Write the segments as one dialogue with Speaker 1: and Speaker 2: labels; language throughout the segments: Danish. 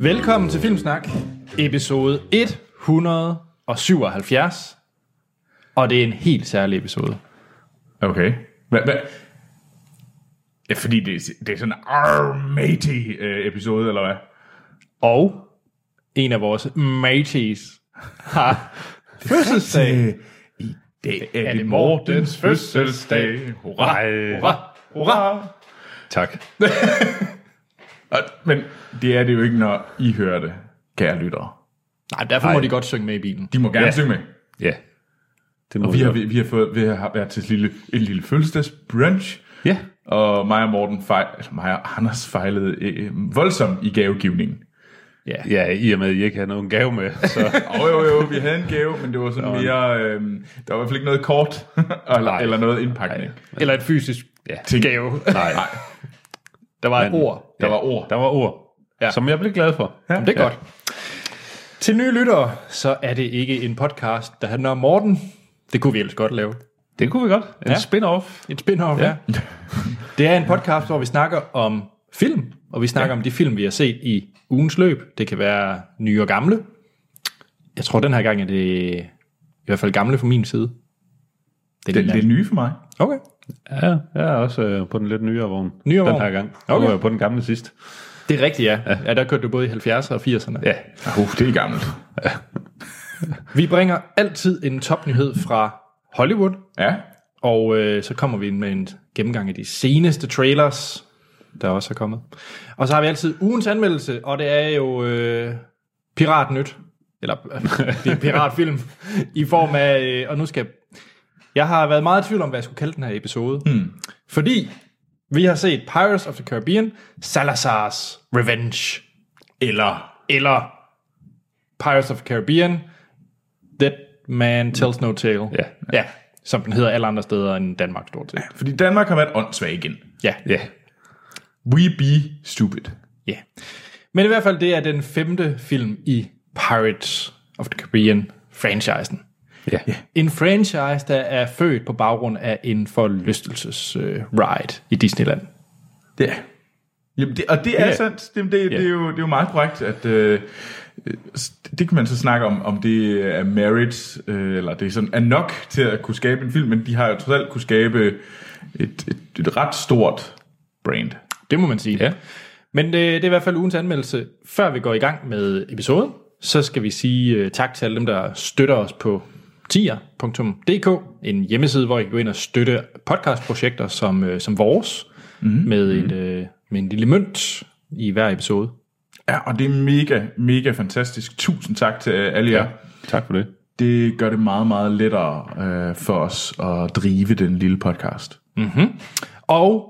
Speaker 1: Velkommen til Filmsnak, episode 177. Og det er en helt særlig episode.
Speaker 2: Okay. Hva, hva? Ja, fordi det, det er sådan en arr, matey øh, episode, eller hvad?
Speaker 1: Og en af vores mateys har fødselsdag.
Speaker 2: Øh, I dag er,
Speaker 1: Er
Speaker 2: det
Speaker 1: det
Speaker 2: Mortens
Speaker 1: Mortens
Speaker 2: fødselsdag. Hurra, hurra, hurra.
Speaker 1: Tak.
Speaker 2: Og, men det er det jo ikke, når I hører det, kære lyttere.
Speaker 1: Nej, derfor må de godt synge med i bilen.
Speaker 2: De må gerne ja. synge med.
Speaker 3: Ja. Det må
Speaker 2: Og vi har, vi, vi har, fået, vi har været til et lille, et lille fødselsdagsbrunch.
Speaker 3: Ja.
Speaker 2: Og mig og Morten fejl, eller mig og Anders fejlede øh, voldsomt i gavegivningen.
Speaker 1: Ja.
Speaker 3: Ja, i og med, at I ikke havde nogen gave med, så
Speaker 2: Jo, jo, jo, vi havde en gave, men det var sådan mere, øh, der var i hvert fald ikke noget kort, eller,
Speaker 3: Nej.
Speaker 2: eller noget indpakning.
Speaker 1: Eller et fysisk
Speaker 3: Ja.
Speaker 1: gave.
Speaker 3: nej.
Speaker 1: Der var et
Speaker 3: Men-
Speaker 1: ord.
Speaker 2: Der var ord.
Speaker 3: Der var ord,
Speaker 1: Ja.
Speaker 3: ja. som jeg blev glad for.
Speaker 1: Jamen, det er godt. Til nye lyttere, så er det ikke en podcast, der handler om Morten. Det kunne vi ellers godt lave.
Speaker 3: Det kunne vi godt. En
Speaker 1: Ja.
Speaker 3: ja. spin-off.
Speaker 1: Et spin-off, ja. Det er en podcast, hvor vi snakker om film, og vi snakker ja. om de film, vi har set i ugens løb. Det kan være nye og gamle. Jeg tror, den her gang er det i hvert fald gamle fra min side. Det
Speaker 2: Det,
Speaker 1: din
Speaker 2: det er
Speaker 1: anden.
Speaker 2: nye for mig.
Speaker 1: Okay.
Speaker 3: Ja, jeg er også øh, på den lidt nyere vogn.
Speaker 1: Nyere
Speaker 3: den
Speaker 1: vogn.
Speaker 3: her gang.
Speaker 1: Okay.
Speaker 3: Okay. var jeg på den gamle sidst.
Speaker 1: Det er rigtigt, ja. ja. ja der kørte du både i 70'erne og 80'erne.
Speaker 3: Ja.
Speaker 2: Uh, det er gammelt.
Speaker 1: Vi bringer altid en topnyhed fra Hollywood,
Speaker 2: Ja,
Speaker 1: og øh, så kommer vi ind med en gennemgang af de seneste trailers, der også er kommet. Og så har vi altid ugens anmeldelse, og det er jo øh, Piratnyt. Eller øh, det er piratfilm i form af... Øh, og nu skal... Jeg har været meget i tvivl om, hvad jeg skulle kalde den her episode. Hmm. Fordi vi har set Pirates of the Caribbean, Salazar's Revenge. Eller... Eller Pirates of the Caribbean, Dead Man Tells No Tale.
Speaker 3: Ja.
Speaker 1: ja. Som den hedder alle andre steder end Danmark stort set.
Speaker 2: fordi Danmark har været åndssvag igen.
Speaker 1: Ja.
Speaker 3: Ja.
Speaker 2: We be stupid.
Speaker 1: Ja. Men i hvert fald, det er den femte film i Pirates of the Caribbean-franchisen.
Speaker 3: Ja. ja.
Speaker 1: En franchise, der er født på baggrund af en forlystelses-ride ride i Disneyland.
Speaker 2: Det er. Jamen det, og det er
Speaker 3: Ja.
Speaker 2: sandt. Det, det, det, er jo, det er jo meget korrekt, at øh, øh, det kan man så snakke om, om det er merit, øh, eller det er sådan, er nok til at kunne skabe en film, men de har jo trods alt kunne skabe et, et, et ret stort brand.
Speaker 1: Det må man sige.
Speaker 3: Ja.
Speaker 1: Men øh, det er i hvert fald ugens anmeldelse. Før vi går i gang med episoden, så skal vi sige øh, tak til alle dem, der støtter os på tier.dk, en hjemmeside, hvor I kan gå ind og støtte podcastprojekter som, øh, som vores, mm.
Speaker 3: Mhm.
Speaker 1: med, Et, øh, med en lille mønt i hver episode.
Speaker 2: Ja, og det er mega, mega fantastisk. Tusind tak til øh, alle jer. Ja.
Speaker 3: Tak for det.
Speaker 2: Det gør det meget, meget lettere øh, for os at drive den lille podcast.
Speaker 1: Og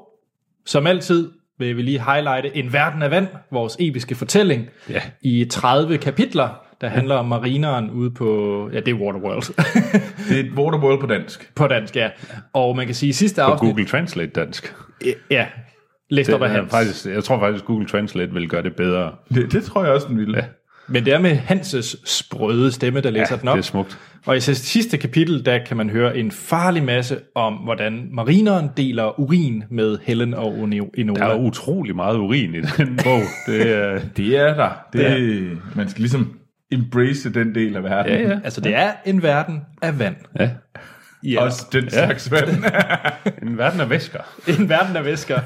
Speaker 1: som altid vil vi lige highlighte En Verden af Vand, vores episke fortælling,
Speaker 3: Ja.
Speaker 1: i 30 kapitler, der handler om marineren ude på, ja det er Waterworld,
Speaker 2: Det er et Waterworld på dansk.
Speaker 1: på dansk, ja. Og man kan sige, at sidste afsnit,
Speaker 3: Google Translate dansk.
Speaker 1: ja, læst op af
Speaker 3: Det er
Speaker 1: Hans.
Speaker 3: faktisk, jeg tror faktisk, Google Translate vil gøre det bedre.
Speaker 2: Det, det tror jeg også, den ville. Ja.
Speaker 1: Men det er med Hanses sprøde stemme, der læser ja, den op.
Speaker 3: det er smukt.
Speaker 1: Og i sidste kapitel, der kan man høre en farlig masse om, hvordan marineren deler urin med Helen og Ono-
Speaker 3: Der er
Speaker 1: Enola.
Speaker 3: utrolig meget urin i den bog. Det er,
Speaker 2: Det er der. Det, det. Man skal ligesom embrace den del af verden.
Speaker 3: ja, ja.
Speaker 1: Altså, det er en verden af vand.
Speaker 3: ja.
Speaker 1: Ja.
Speaker 2: Også den slags vand.
Speaker 3: En verden af væsker.
Speaker 1: En verden af væsker.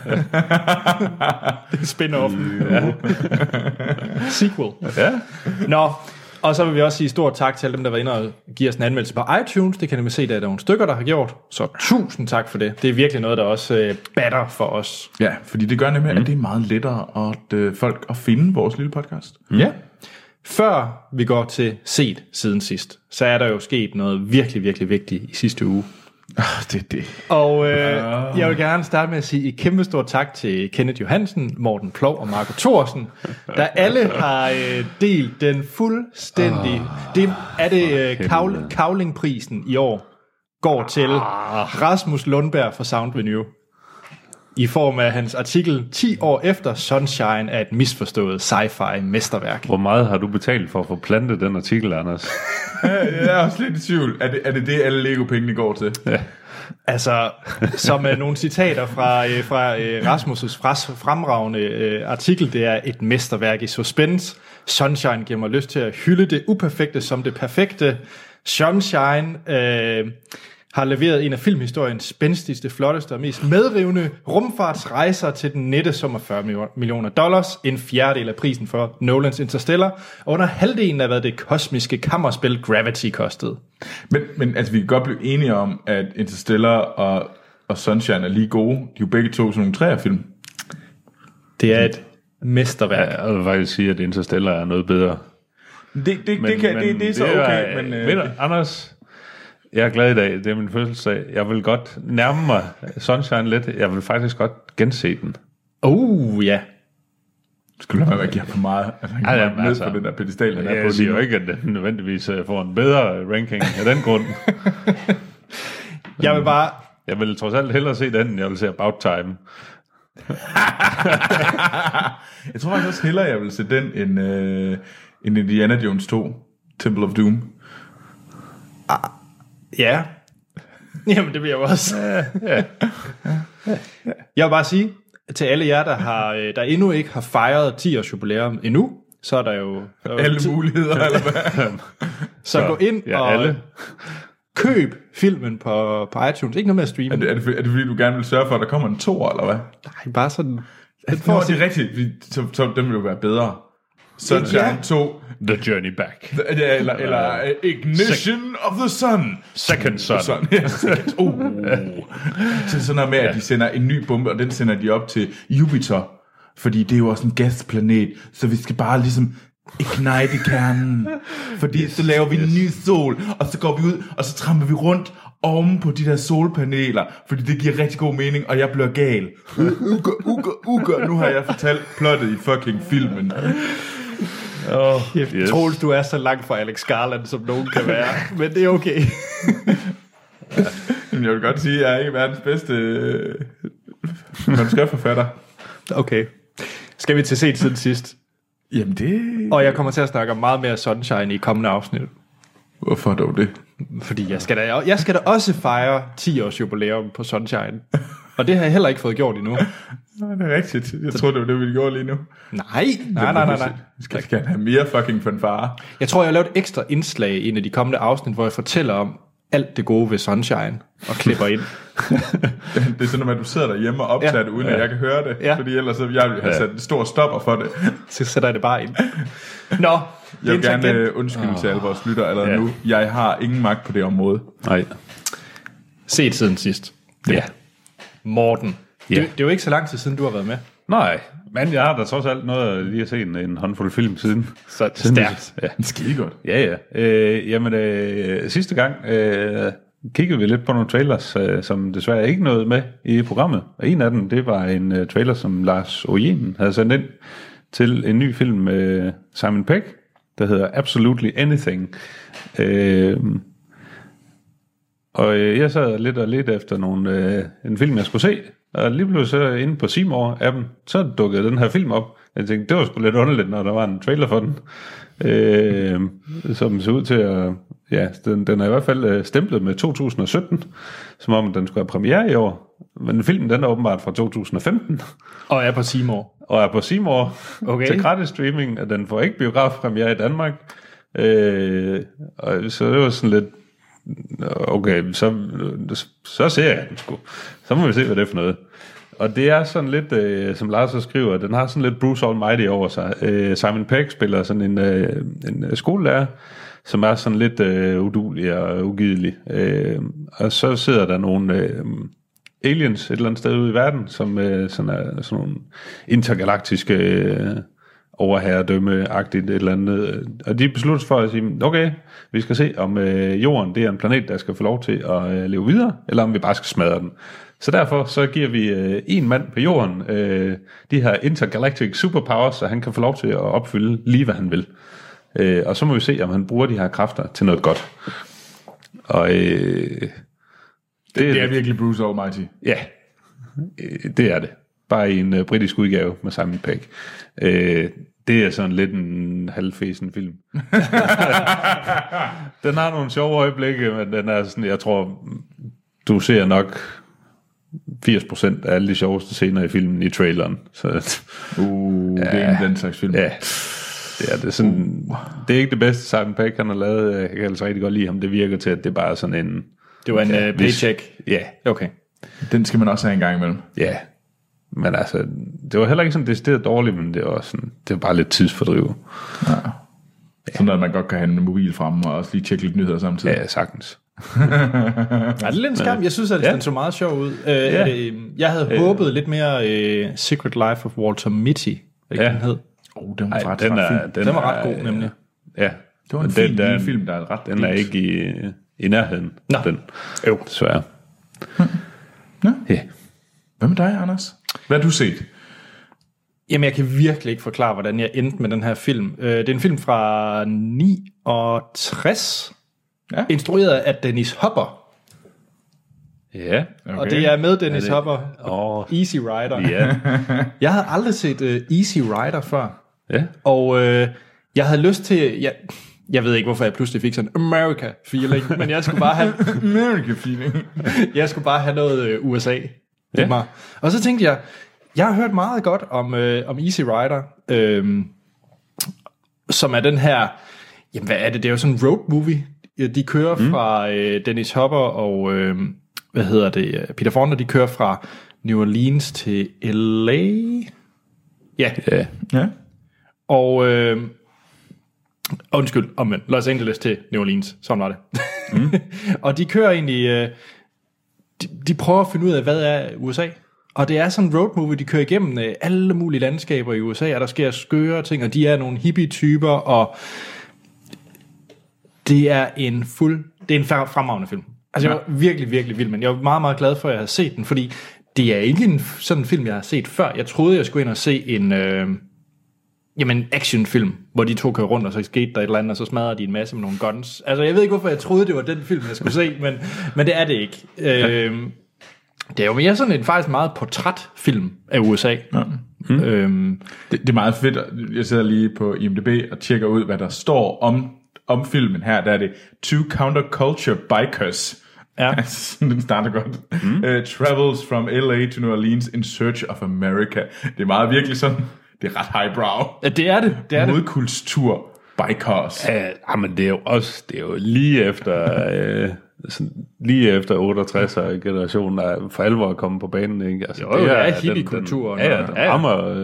Speaker 1: det er spin-off. Sequel.
Speaker 3: Ja.
Speaker 1: Nå, og så vil vi også sige stort tak til alle dem, der var inde og give os en anmeldelse på iTunes. Det kan nemlig se, at der er nogle stykker, der har gjort. Så tusind tak for det. Det er virkelig noget, der også øh, batter for os.
Speaker 2: ja, fordi det gør nemlig, at det er meget lettere at øh, folk at finde vores lille podcast.
Speaker 1: Mm. Ja. Før vi går til set siden sidst, så er der jo sket noget virkelig, virkelig vigtigt i sidste uge.
Speaker 2: Ah, det, det.
Speaker 1: Og øh, jeg vil gerne starte med at sige et kæmpe stort tak til Kenneth Johansen, Morten Plov og Marco Thorsen, der alle har øh, delt den fuldstændig... Det, er det øh, Kavl, Kavlingprisen i år går til Rasmus Lundberg fra Sound Venue i form af hans artikel 10 år efter Sunshine er et misforstået sci-fi mesterværk.
Speaker 3: Hvor meget har du betalt for at få plantet den artikel, Anders?
Speaker 2: Jeg er også lidt i tvivl. Er det er det, det alle Lego-pengene går til?
Speaker 1: Altså, som øh, nogle citater fra, øh, fra øh, Rasmus' fras- fremragende øh, artikel, det er et mesterværk i suspense. Sunshine giver mig lyst til at hylde det uperfekte som det perfekte. Sunshine øh, har leveret en af filmhistoriens spændstigste, flotteste og mest medrivende rumfartsrejser til den nette sum af 40 millioner- millioner dollars, en fjerdedel af prisen for Nolans Interstellar, og under halvdelen af hvad det kosmiske kammerspil Gravity kostede.
Speaker 2: Men, men altså, vi kan godt blive enige om, at Interstellar og, og Sunshine er lige gode. De er jo begge to sådan nogle træerfilm.
Speaker 1: Det er et mesterværk.
Speaker 3: Ja, jeg vil faktisk sige, at Interstellar er noget bedre.
Speaker 2: Det, det, det, kan, det, det er så okay,
Speaker 3: er-
Speaker 2: men... øh,
Speaker 3: ved du, Anders, jeg er glad i dag. Det er min fødselsdag. Jeg vil godt nærme mig Sunshine lidt. Jeg vil faktisk godt gense den.
Speaker 1: Oh ja,
Speaker 2: Skal du lade være med at give ham for meget? Altså, han
Speaker 3: Ej,
Speaker 2: kommer
Speaker 3: jamen,
Speaker 2: ned
Speaker 3: altså.
Speaker 2: på den der pedestal, han er på
Speaker 3: Jeg
Speaker 2: lige
Speaker 3: siger
Speaker 2: nu.
Speaker 3: jo ikke, at den nødvendigvis øh, får en bedre ranking af den grund.
Speaker 1: Jeg vil bare...
Speaker 3: Jeg vil trods alt hellere se den, end jeg vil se About Time.
Speaker 2: Jeg tror faktisk også hellere, jeg vil se den end, øh, end Indiana Jones 2, Temple of Doom.
Speaker 1: Ja. Jamen, det vil jeg jo også. jeg vil bare sige til alle jer, der, har, øh, der endnu ikke har fejret 10 års jubilæum endnu, så er der jo... Der er jo
Speaker 2: Alle
Speaker 1: ti-
Speaker 2: muligheder, eller hvad?
Speaker 1: så gå ind
Speaker 3: Ja,
Speaker 1: og
Speaker 3: alle.
Speaker 1: køb filmen på, på iTunes. Ikke noget med at streame.
Speaker 2: Er det, er, det, er det fordi, du gerne vil sørge for, at der kommer en to, eller hvad?
Speaker 1: Nej, bare sådan... Den
Speaker 2: Nå,
Speaker 1: får
Speaker 2: det
Speaker 1: sin,
Speaker 2: er rigtigt. fordi Så, så den vil jo være bedre. Sunshine
Speaker 1: Ja.
Speaker 2: 2,
Speaker 3: The Journey Back.
Speaker 2: ja, eller, eller øh, Ignition of the Sun.
Speaker 3: Second Son.
Speaker 2: Sådan, ja, sikkert. Uh. Så sådan noget med, at de sender en ny bombe, og den sender de op til Jupiter, fordi det er jo også en gasplanet, så vi skal bare ligesom ignite kernen, fordi yes, så laver vi yes. en ny sol, og så går vi ud, og så tramper vi rundt oven på de der solpaneler, fordi det giver rigtig god mening, og jeg bliver gal. Uga, uga, uga. Nu har jeg fortalt plottet i fucking filmen.
Speaker 3: Oh,
Speaker 1: yes. Troels, du er så langt fra Alex Garland, som nogen kan være. Men det er okay.
Speaker 2: Jamen, jeg vil godt sige, at jeg er ikke verdens bedste øh, manuskriptforfatter.
Speaker 1: Okay. Skal vi til set siden sidst?
Speaker 2: Jamen, det...
Speaker 1: Og jeg kommer til at snakke om meget mere Sunshine i kommende afsnit.
Speaker 2: Hvorfor dog det?
Speaker 1: Fordi jeg skal, da, jeg skal da også fejre 10 års jubilæum på Sunshine. Og det har jeg heller ikke fået gjort endnu.
Speaker 2: Nej, det er rigtigt. Jeg tror, det var det, vi gjorde lige nu.
Speaker 1: Nej, nej, nej, nej, nej.
Speaker 2: Vi skal skal have mere fucking fanfare.
Speaker 1: Jeg tror, jeg har lavet et ekstra indslag i en af de kommende afsnit, hvor jeg fortæller om alt det gode ved Sunshine og klipper ind.
Speaker 2: Det er sådan, at du sidder derhjemme og optager
Speaker 1: Ja.
Speaker 2: det, uden at jeg kan høre det.
Speaker 1: Ja.
Speaker 2: Fordi ellers så ville jeg ville have sat en stor stopper for det.
Speaker 1: Så sætter jeg det bare ind. Nå, det
Speaker 2: Jeg
Speaker 1: er
Speaker 2: vil
Speaker 1: en
Speaker 2: gerne
Speaker 1: tangent.
Speaker 2: øh, undskylde til alle vores lyttere allerede
Speaker 3: Ja.
Speaker 2: nu. Jeg har ingen magt på det område.
Speaker 3: Nej.
Speaker 1: Set siden sidst.
Speaker 3: Ja.
Speaker 1: Morten.
Speaker 3: Ja.
Speaker 1: Det, det er jo ikke så lang tid siden, du har været med.
Speaker 3: Nej, men jeg har da trods alt noget lige at se en, en håndfuld film siden.
Speaker 1: Så
Speaker 3: Siden vi-
Speaker 1: stærkt.
Speaker 3: Ja,
Speaker 2: Skide godt.
Speaker 3: ja. ja. Øh, jamen, øh, sidste gang øh, kiggede vi lidt på nogle trailers, øh, som desværre ikke nåede med i programmet. Og en af dem, det var en øh, trailer, som Lars Ojen havde sendt ind til en ny film med øh, Simon Pegg, der hedder Absolutely Anything. Øh, Og øh, jeg sad lidt og lidt efter nogle, øh, en film, jeg skulle se. Og lige pludselig så inde på Seymour-appen, så dukkede den her film op. Jeg tænkte, det var sgu lidt underligt, når der var en trailer for den. Øh, som så ud til at... Ja, den, den er i hvert fald øh, stemplet med 2017, som om den skulle have premiere i år. Men filmen, den er åbenbart fra 2015,
Speaker 1: Og er på Seymour.
Speaker 3: og er på Seymour
Speaker 1: Okay.
Speaker 3: til gratis streaming, og den får ikke biografpremiere i Danmark. Øh, og så det var sådan lidt, okay, så, så ser jeg den sgu. Så må vi se, hvad det er for noget. Og det er sådan lidt, øh, som Lars så skriver, den har sådan lidt Bruce Almighty over sig. Øh, Simon Pegg spiller sådan en, øh, en øh, skolelærer, som er sådan lidt øh, udulig og ugidelig. Øh, og så sidder der nogle øh, aliens et eller andet sted ude i verden, som øh, sådan er sådan nogle intergalaktiske øh, overherredømme-agtigt et eller andet. øh, Og de beslutter sig for at sige, okay, vi skal se, om øh, jorden det er en planet, der skal få lov til at øh, leve videre, eller om vi bare skal smadre den. Så derfor så giver vi øh, en mand på jorden øh, de her intergalactic superpowers, så han kan få lov til at opfylde lige, hvad han vil. Øh, og så må vi se, om han bruger de her kræfter til noget godt. Og øh, det,
Speaker 2: Det er virkelig Bruce Almighty.
Speaker 3: Ja, øh, det er det. Bare i en øh, britisk udgave med Simon Pegg. Øh, det er sådan lidt en halvfesen film. den har nogle sjove øjeblikke, men den er sådan, jeg tror, du ser nok 80% af alle de sjoveste scener i filmen i traileren. Så
Speaker 2: Uh, ja. det er en den slags film.
Speaker 3: Ja. Ja, det er sådan, det er ikke det bedste Simon Peck, han har lavet. Jeg kan altså rigtig godt lide ham. Det virker til, at det bare er sådan en...
Speaker 1: Det var en øh,
Speaker 3: hvis-
Speaker 1: paycheck.
Speaker 3: Ja,
Speaker 1: Okay.
Speaker 2: Den skal man også have en gang imellem.
Speaker 3: ja. Men altså, det var heller ikke sådan decideret dårligt, men det var, sådan, det var bare lidt tidsfordriv.
Speaker 2: Sådan at man godt kan have en mobil frem og også lige tjekke lidt nyheder samtidig.
Speaker 3: Ja, sagtens.
Speaker 1: Ja, det er lidt en skam. Jeg synes, at ja. den så meget sjov ud. Øh, ja. øh, jeg havde håbet lidt mere øh, Secret Life of Walter Mitty. Ikke,
Speaker 3: Ja.
Speaker 1: ja. den hed.
Speaker 2: Oh, den var ret,
Speaker 3: den,
Speaker 2: ret
Speaker 3: er,
Speaker 2: fin.
Speaker 1: Den var ret god, nemlig.
Speaker 3: Ja.
Speaker 2: Det var en
Speaker 3: Men
Speaker 2: fin
Speaker 3: den,
Speaker 2: lille
Speaker 3: den,
Speaker 2: film, der er ret
Speaker 3: Den er
Speaker 2: delt.
Speaker 3: ikke i, i nærheden.
Speaker 1: Nå.
Speaker 3: Den. Jo. Desværre.
Speaker 2: Nå.
Speaker 3: Ja.
Speaker 2: Hvad med dig, Anders? Hvad har du set?
Speaker 1: Jamen, jeg kan virkelig ikke forklare, hvordan jeg endte med den her film. Øh, det er en film fra 69,
Speaker 2: Ja.
Speaker 1: ja. instrueret af Dennis Hopper.
Speaker 3: Ja.
Speaker 1: Okay. Og det er med Dennis
Speaker 3: det-
Speaker 1: Hopper,
Speaker 3: Åh,
Speaker 1: Easy Rider.
Speaker 3: ja.
Speaker 1: Jeg havde aldrig set øh, Easy Rider før.
Speaker 3: Ja.
Speaker 1: Og øh, jeg havde lyst til... Jeg, jeg ved ikke, hvorfor jeg pludselig fik sådan en America-feeling, men jeg skulle bare have,
Speaker 2: American feeling.
Speaker 1: jeg skulle bare have noget øh, USA i mig. Og så tænkte jeg, jeg har hørt meget godt om, øh, om Easy Rider, øh, som er den her... Jamen, hvad er det? Det er jo sådan en road movie. De kører mm. fra øh, Dennis Hopper og... Øh, hvad hedder det? øh, Peter Fonda, de kører fra New Orleans til L.A. Ja,
Speaker 3: Ja.
Speaker 2: Ja.
Speaker 1: og øh, undskyld, omvendt. Los Angeles til New Orleans. Sådan var det. Mm. og de kører egentlig... Øh, de, de prøver at finde ud af, hvad er USA? Og det er sådan en road movie, de kører igennem øh, alle mulige landskaber i USA, og der sker skøre ting, og de er nogle hippie-typer, og det er en fuld... Det er en fra- fremragende film. Altså, jeg var virkelig, virkelig vild, men jeg var meget, meget glad for, at jeg havde set den, fordi det er ikke en f- sådan en film, jeg har set før. Jeg troede, jeg skulle ind og se en... Øh, Jamen, actionfilm, hvor de to kører rundt, og så skete der et eller andet, og så smadrer de en masse med nogle guns. Altså, jeg ved ikke, hvorfor jeg troede, det var den film, jeg skulle se, men, men det er det ikke. Øhm, det er jo mere sådan en faktisk meget portrætfilm af USA. Ja. Øhm,
Speaker 2: Det, det er meget fedt. Jeg sidder lige på IMDb og tjekker ud, hvad der står om, om filmen her. Der er det Two Counterculture Bikers.
Speaker 1: Ja.
Speaker 2: Altså, den starter godt. Mm. Uh, travels from LA to New Orleans in search of America. Det er meget virkelig sådan, det er ret highbrow.
Speaker 1: ja, det er det, det er det.
Speaker 2: Modkultur bikers.
Speaker 3: Ja, ah, men det er jo også, det er jo lige efter, øh, sådan, lige efter 68 er generationen er for alvor at komme på banen, ikke? Altså,
Speaker 1: Jo, jo, der er hippiekulturen,
Speaker 3: Den, den, ja, ja,
Speaker 1: og-
Speaker 3: den
Speaker 1: ja, ja.
Speaker 3: rammer, øh,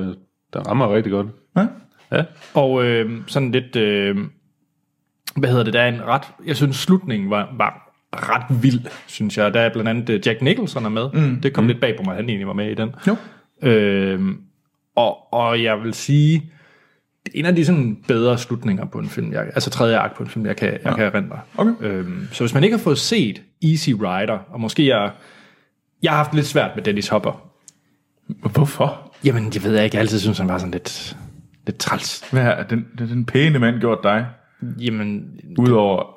Speaker 3: den rammer rigtig godt.
Speaker 2: Ja.
Speaker 3: Ja,
Speaker 1: Og øhm, sådan lidt, øhm, hvad hedder det, der er en ret, jeg synes slutningen var, var ret vild, synes jeg. Der er blandt andet øh, Jack Nicholson er med. Mm. Det kom mm. lidt bag på mig, at han egentlig var med i den.
Speaker 2: Jo.
Speaker 1: Øhm, og, og jeg vil sige, det er en af de sådan bedre slutninger på en film, jeg, altså tredje akt på en film, jeg kan, jeg ja. kan erindre.
Speaker 2: Okay.
Speaker 1: Øhm, så hvis man ikke har fået set Easy Rider, og måske jeg, jeg har haft lidt svært med Dennis Hopper.
Speaker 2: Hvorfor?
Speaker 1: Jamen, det ved jeg ikke. Jeg altid synes, han var sådan lidt, lidt træls.
Speaker 2: Hvad har den, den, den pæne mand gjort dig,
Speaker 1: Jamen,
Speaker 2: udover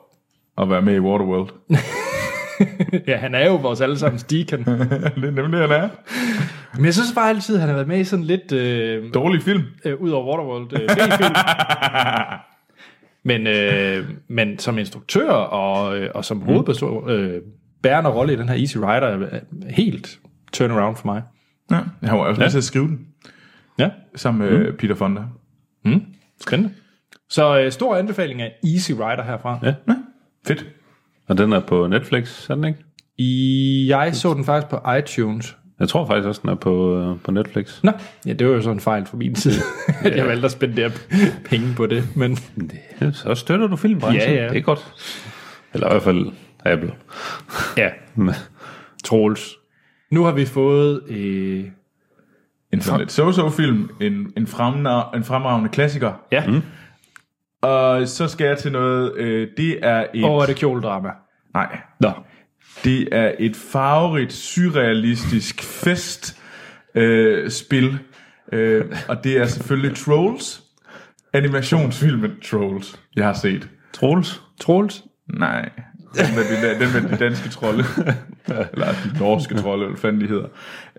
Speaker 2: at være med i Waterworld?
Speaker 1: ja, han er jo vores allesammens deacon.
Speaker 2: det er nemlig det, han er.
Speaker 1: Men jeg synes bare altid, han har været med i sådan lidt... Øh,
Speaker 2: Dårlig film.
Speaker 1: øh, ud over Waterworld øh, B-film. men, øh, men som instruktør og, øh, og som hovedperson, øh, bærende rolle i den her Easy Rider, er øh, helt turnaround for mig.
Speaker 2: Ja. Jeg har jo også ja. til at skrive den.
Speaker 1: Ja,
Speaker 2: sammen med mm. Peter Fonda.
Speaker 1: spændende. Så øh, stor anbefaling af Easy Rider herfra. Ja.
Speaker 2: Fedt.
Speaker 3: og den er på Netflix, er den ikke?
Speaker 1: I, jeg så den faktisk på iTunes.
Speaker 3: Jeg tror faktisk også, den er på, øh, på Netflix.
Speaker 1: Nå, ja, det var jo så en fejl fra min side, at jeg valgte at spendere penge på det. Men
Speaker 3: Ja, Så støtter du filmbranchen.
Speaker 1: Ja, ja.
Speaker 3: Det er godt. Eller i hvert fald Apple.
Speaker 1: ja,
Speaker 3: Men-
Speaker 1: Troels. Nu har vi fået... Øh,
Speaker 2: En sådan lidt so-so-film, en, en, fremra- en fremragende klassiker.
Speaker 1: ja, mm.
Speaker 2: Og så skal jeg til noget, øh, det er et...
Speaker 1: over det kjoldrama.
Speaker 2: Nej,
Speaker 1: Nå.
Speaker 2: det er et farverigt, surrealistisk fest øh, spil. Øh, og det er selvfølgelig Trolls. Animationsfilmen Trolls, jeg har set.
Speaker 3: Troels?
Speaker 1: Troels,
Speaker 2: Nej, den med de, da- den med de danske trolde. Eller de norske trolde, eller hvad fanden de hedder.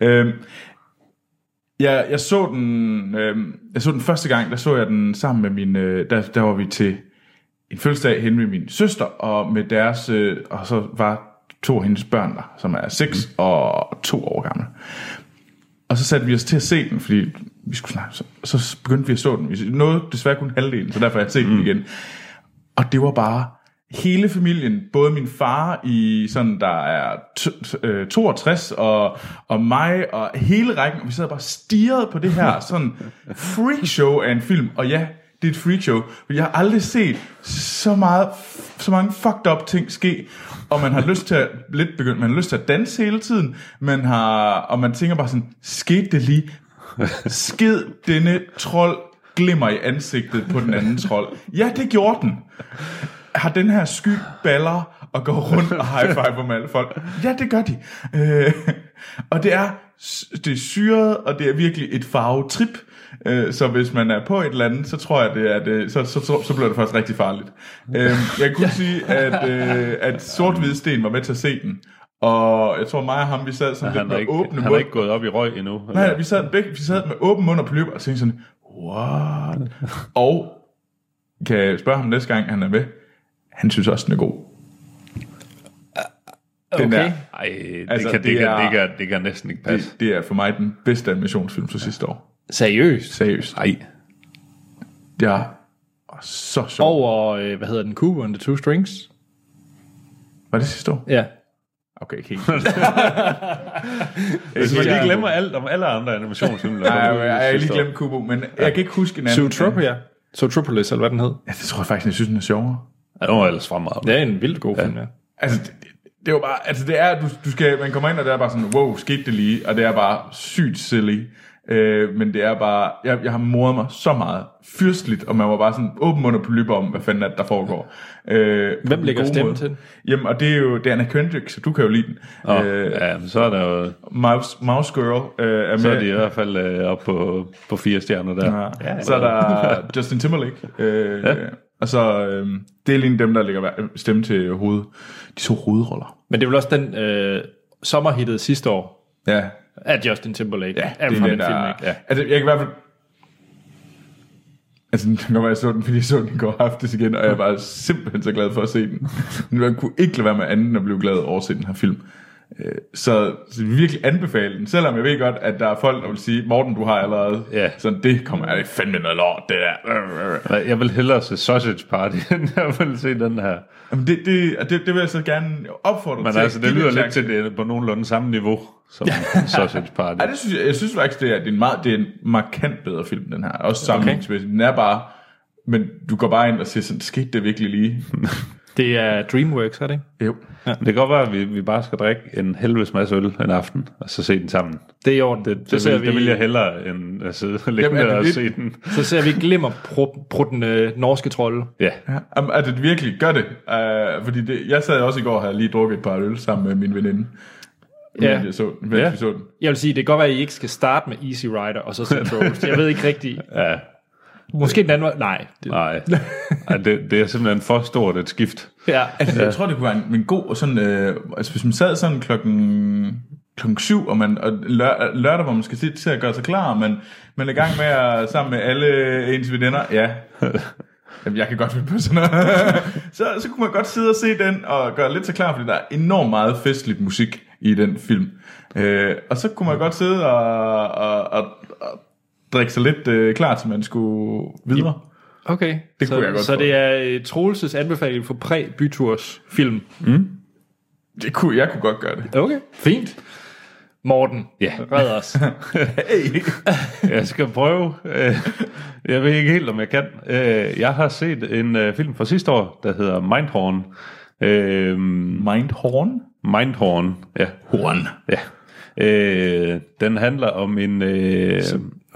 Speaker 2: Øhm, Jeg, jeg, så den, øh, jeg så den første gang, der så jeg den sammen med min... Øh, der, der var vi til en fødselsdag henne med min søster, og med deres... Øh, og så var to af hendes børn der, som er 6 mm. og 2 år gamle. Og så satte vi os til at se den, fordi vi skulle snakke. Så, så begyndte vi at så den. Vi nåede desværre kun halvdelen, så derfor har jeg set mm. den igen. Og det var bare hele familien, både min far i sådan, der er t- t- øh, 62, og, og mig, og hele rækken, og vi sad bare stirret på det her sådan freakshow af en film, og ja, det er et freakshow, men jeg har aldrig set så, meget, så mange fucked up ting ske, og man har lyst til at, lidt begyndt, man har lyst til at danse hele tiden, man har, og man tænker bare sådan, skete det lige? Sked denne trold glimmer i ansigtet på den anden trold? Ja, det gjorde den har den her sky baller og går rundt og high five med alle folk. Ja, det gør de. Øh, og det er, det er syret, og det er virkelig et farvetrip. Øh, så hvis man er på et eller andet, så tror jeg, det er det, så, så, så, så bliver det faktisk rigtig farligt. Øh, jeg kunne sige, at, øh, at sort sten var med til at se den. Og jeg tror mig og ham, vi sad sådan lidt
Speaker 3: Han er
Speaker 2: med
Speaker 3: ikke,
Speaker 2: åbne
Speaker 3: han er
Speaker 2: mund.
Speaker 3: ikke gået op i røg endnu.
Speaker 2: Nej, vi sad, begge, vi sad med åben mund og polyp og tænkte sådan, what? Og kan jeg spørge ham næste gang, han er med? Han synes også, den er god.
Speaker 3: Øh,
Speaker 2: Den
Speaker 1: Okay.
Speaker 2: er,
Speaker 3: Ej, det,
Speaker 2: Altså,
Speaker 3: altså, kan, det,
Speaker 2: det
Speaker 3: det,
Speaker 2: er-
Speaker 3: kan, det, kan, det kan næsten ikke passe.
Speaker 2: det, det er for mig den bedste animationsfilm fra sidste år.
Speaker 1: Seriøst.
Speaker 2: Seriøst.
Speaker 3: Nej.
Speaker 2: Det er så sjovt. Og...
Speaker 1: Over, øh, hvad hedder den, Cuba and the Two Strings?
Speaker 2: Var det sidste år?
Speaker 1: Ja.
Speaker 2: Okay, ikke helt.
Speaker 3: Hvis man
Speaker 1: Ja.
Speaker 3: lige glemmer alt om alle andre animationsfilm. der
Speaker 2: Nej, jeg,
Speaker 3: kommer ud
Speaker 2: jeg, jeg har lige
Speaker 3: sidste år.
Speaker 2: glemt Kubo, men jeg kan ikke huske en anden.
Speaker 1: Zootropia. Zootropolis, eller hvad den hed.
Speaker 2: Ja, det tror jeg faktisk, jeg synes, den er sjovere.
Speaker 3: Ja, det var ellers fremragende.
Speaker 1: Det er en vildt god film, ja.
Speaker 2: Altså, det, det- det er jo bare, altså det er, du, du skal, man kommer ind, og det er bare sådan, wow, skete det lige, og det er bare sygt silly. Øh, men det er bare, jeg, jeg har moret mig så meget fyrstligt, og man var bare sådan åben mund og polypper om, hvad fanden er det, der foregår. Øh, på den
Speaker 1: lægger
Speaker 2: gode
Speaker 1: stemme
Speaker 2: måde.
Speaker 1: til den?
Speaker 2: Jamen, og det er jo, det er Anna Kendrick, så du kan jo lide den.
Speaker 3: Nå,
Speaker 2: Oh. Øh,
Speaker 3: ja, men så er der jo,
Speaker 2: Mouse, Mouse Girl øh, er
Speaker 3: så er
Speaker 2: med.
Speaker 3: de i hvert fald øh, oppe på, på fire stjerner der.
Speaker 2: Ja, så er der Justin Timberlake. Øh, ja. Og så, øh, det er lige dem, der lægger hver- stemme til hoved, de to hovedroller.
Speaker 1: Men det er vel også den øh, sommerhittede sidste år
Speaker 2: Ja,
Speaker 1: af Justin Timberlake.
Speaker 2: Ja,
Speaker 1: er
Speaker 2: det er
Speaker 1: fra den
Speaker 2: den, der...
Speaker 1: film, ikke?
Speaker 2: Ja. Altså, jeg kan i hvert fald... Altså, den kan være, jeg så den, fordi jeg så den i går aftes igen, og jeg var simpelthen så glad for at se den. Men man kunne ikke lade være med andet end at blive glad over at se den her film. Øh, Så, så jeg vil virkelig anbefale den, selvom jeg ved godt, at der er folk, der vil sige, Morten, du har allerede.
Speaker 3: Ja.
Speaker 2: Sådan, det kommer jeg fandme noget lort, det der.
Speaker 3: Nej, Jeg vil hellere se Sausage Party, end jeg vil se den her.
Speaker 2: Jamen, det, det, og det, det vil jeg så gerne opfordre
Speaker 3: Men
Speaker 2: til.
Speaker 3: altså, det
Speaker 2: Giv
Speaker 3: lyder
Speaker 2: en
Speaker 3: lidt
Speaker 2: chance.
Speaker 3: til det er på nogenlunde samme niveau som Sausage Party.
Speaker 2: Ej, det synes jeg, jeg synes faktisk, det er, det er en meget, det er en markant bedre film, den her. Også sammenhængsmæssigt. Den er bare, men du går bare ind og siger sådan, skete det virkelig lige?
Speaker 1: Det er DreamWorks, er det ikke?
Speaker 2: jo.
Speaker 3: Det kan godt være, at vi, vi bare skal drikke en helvedes masse øl en aften, og så se den sammen.
Speaker 1: Det er i orden.
Speaker 3: Det,
Speaker 1: så,
Speaker 3: det,
Speaker 1: ser
Speaker 3: vil,
Speaker 1: vi,
Speaker 3: det vil jeg hellere, end at sidde og ligge
Speaker 2: Jamen, er
Speaker 3: der
Speaker 2: det
Speaker 3: og
Speaker 2: lidt-
Speaker 3: se den.
Speaker 1: så ser vi glimmer på den øh, norske trolde.
Speaker 3: Ja,
Speaker 2: Ja, Jamen, at det virkelig gør det. Uh, fordi det, jeg sad også i går og havde lige drukket et par øl sammen med min veninde.
Speaker 1: Ja.
Speaker 2: Men Jeg så, mens
Speaker 3: Ja.
Speaker 2: vi så den.
Speaker 1: Jeg vil sige, det kan godt være, at I ikke skal starte med Easy Rider og så Central Coast. Jeg ved ikke rigtigt.
Speaker 3: ja
Speaker 1: Måske den anden vej. Nej. Det,
Speaker 3: nej. Ej, det, det er simpelthen for stort et skift.
Speaker 1: ja.
Speaker 2: Altså, jeg tror, det kunne være en, en god sådan... Øh, altså, hvis man sad sådan klokken klokken syv, og, man, og lør, lørdag, hvor man skal til, til at gøre sig klar, og man, man er i gang med at sammen med alle ens venner. Ja, Jamen, jeg kan godt finde på sådan noget. så, så kunne man godt sidde og se den, og gøre lidt så klar, fordi der er enormt meget festligt musik i den film. Øh, og så kunne man godt sidde og, og, og, og drikke sig lidt øh, klar, til man skulle videre.
Speaker 1: Okay.
Speaker 2: Det
Speaker 1: så,
Speaker 2: kunne jeg godt
Speaker 1: Så
Speaker 2: få.
Speaker 1: det er øh, Troelses anbefaling for præ-byturs film.
Speaker 2: Det kunne, jeg kunne godt gøre det.
Speaker 1: Okay. Fint. Morten,
Speaker 3: Ja.
Speaker 1: red os.
Speaker 2: Hey.
Speaker 3: Jeg skal prøve. Øh, Jeg ved ikke helt, om jeg kan. Øh, Jeg har set en øh, film fra sidste år, der hedder Mindhorn. Øh,
Speaker 2: Mindhorn?
Speaker 3: Mindhorn, ja.
Speaker 2: Horn.
Speaker 3: ja. Øh, Den handler om en... øh,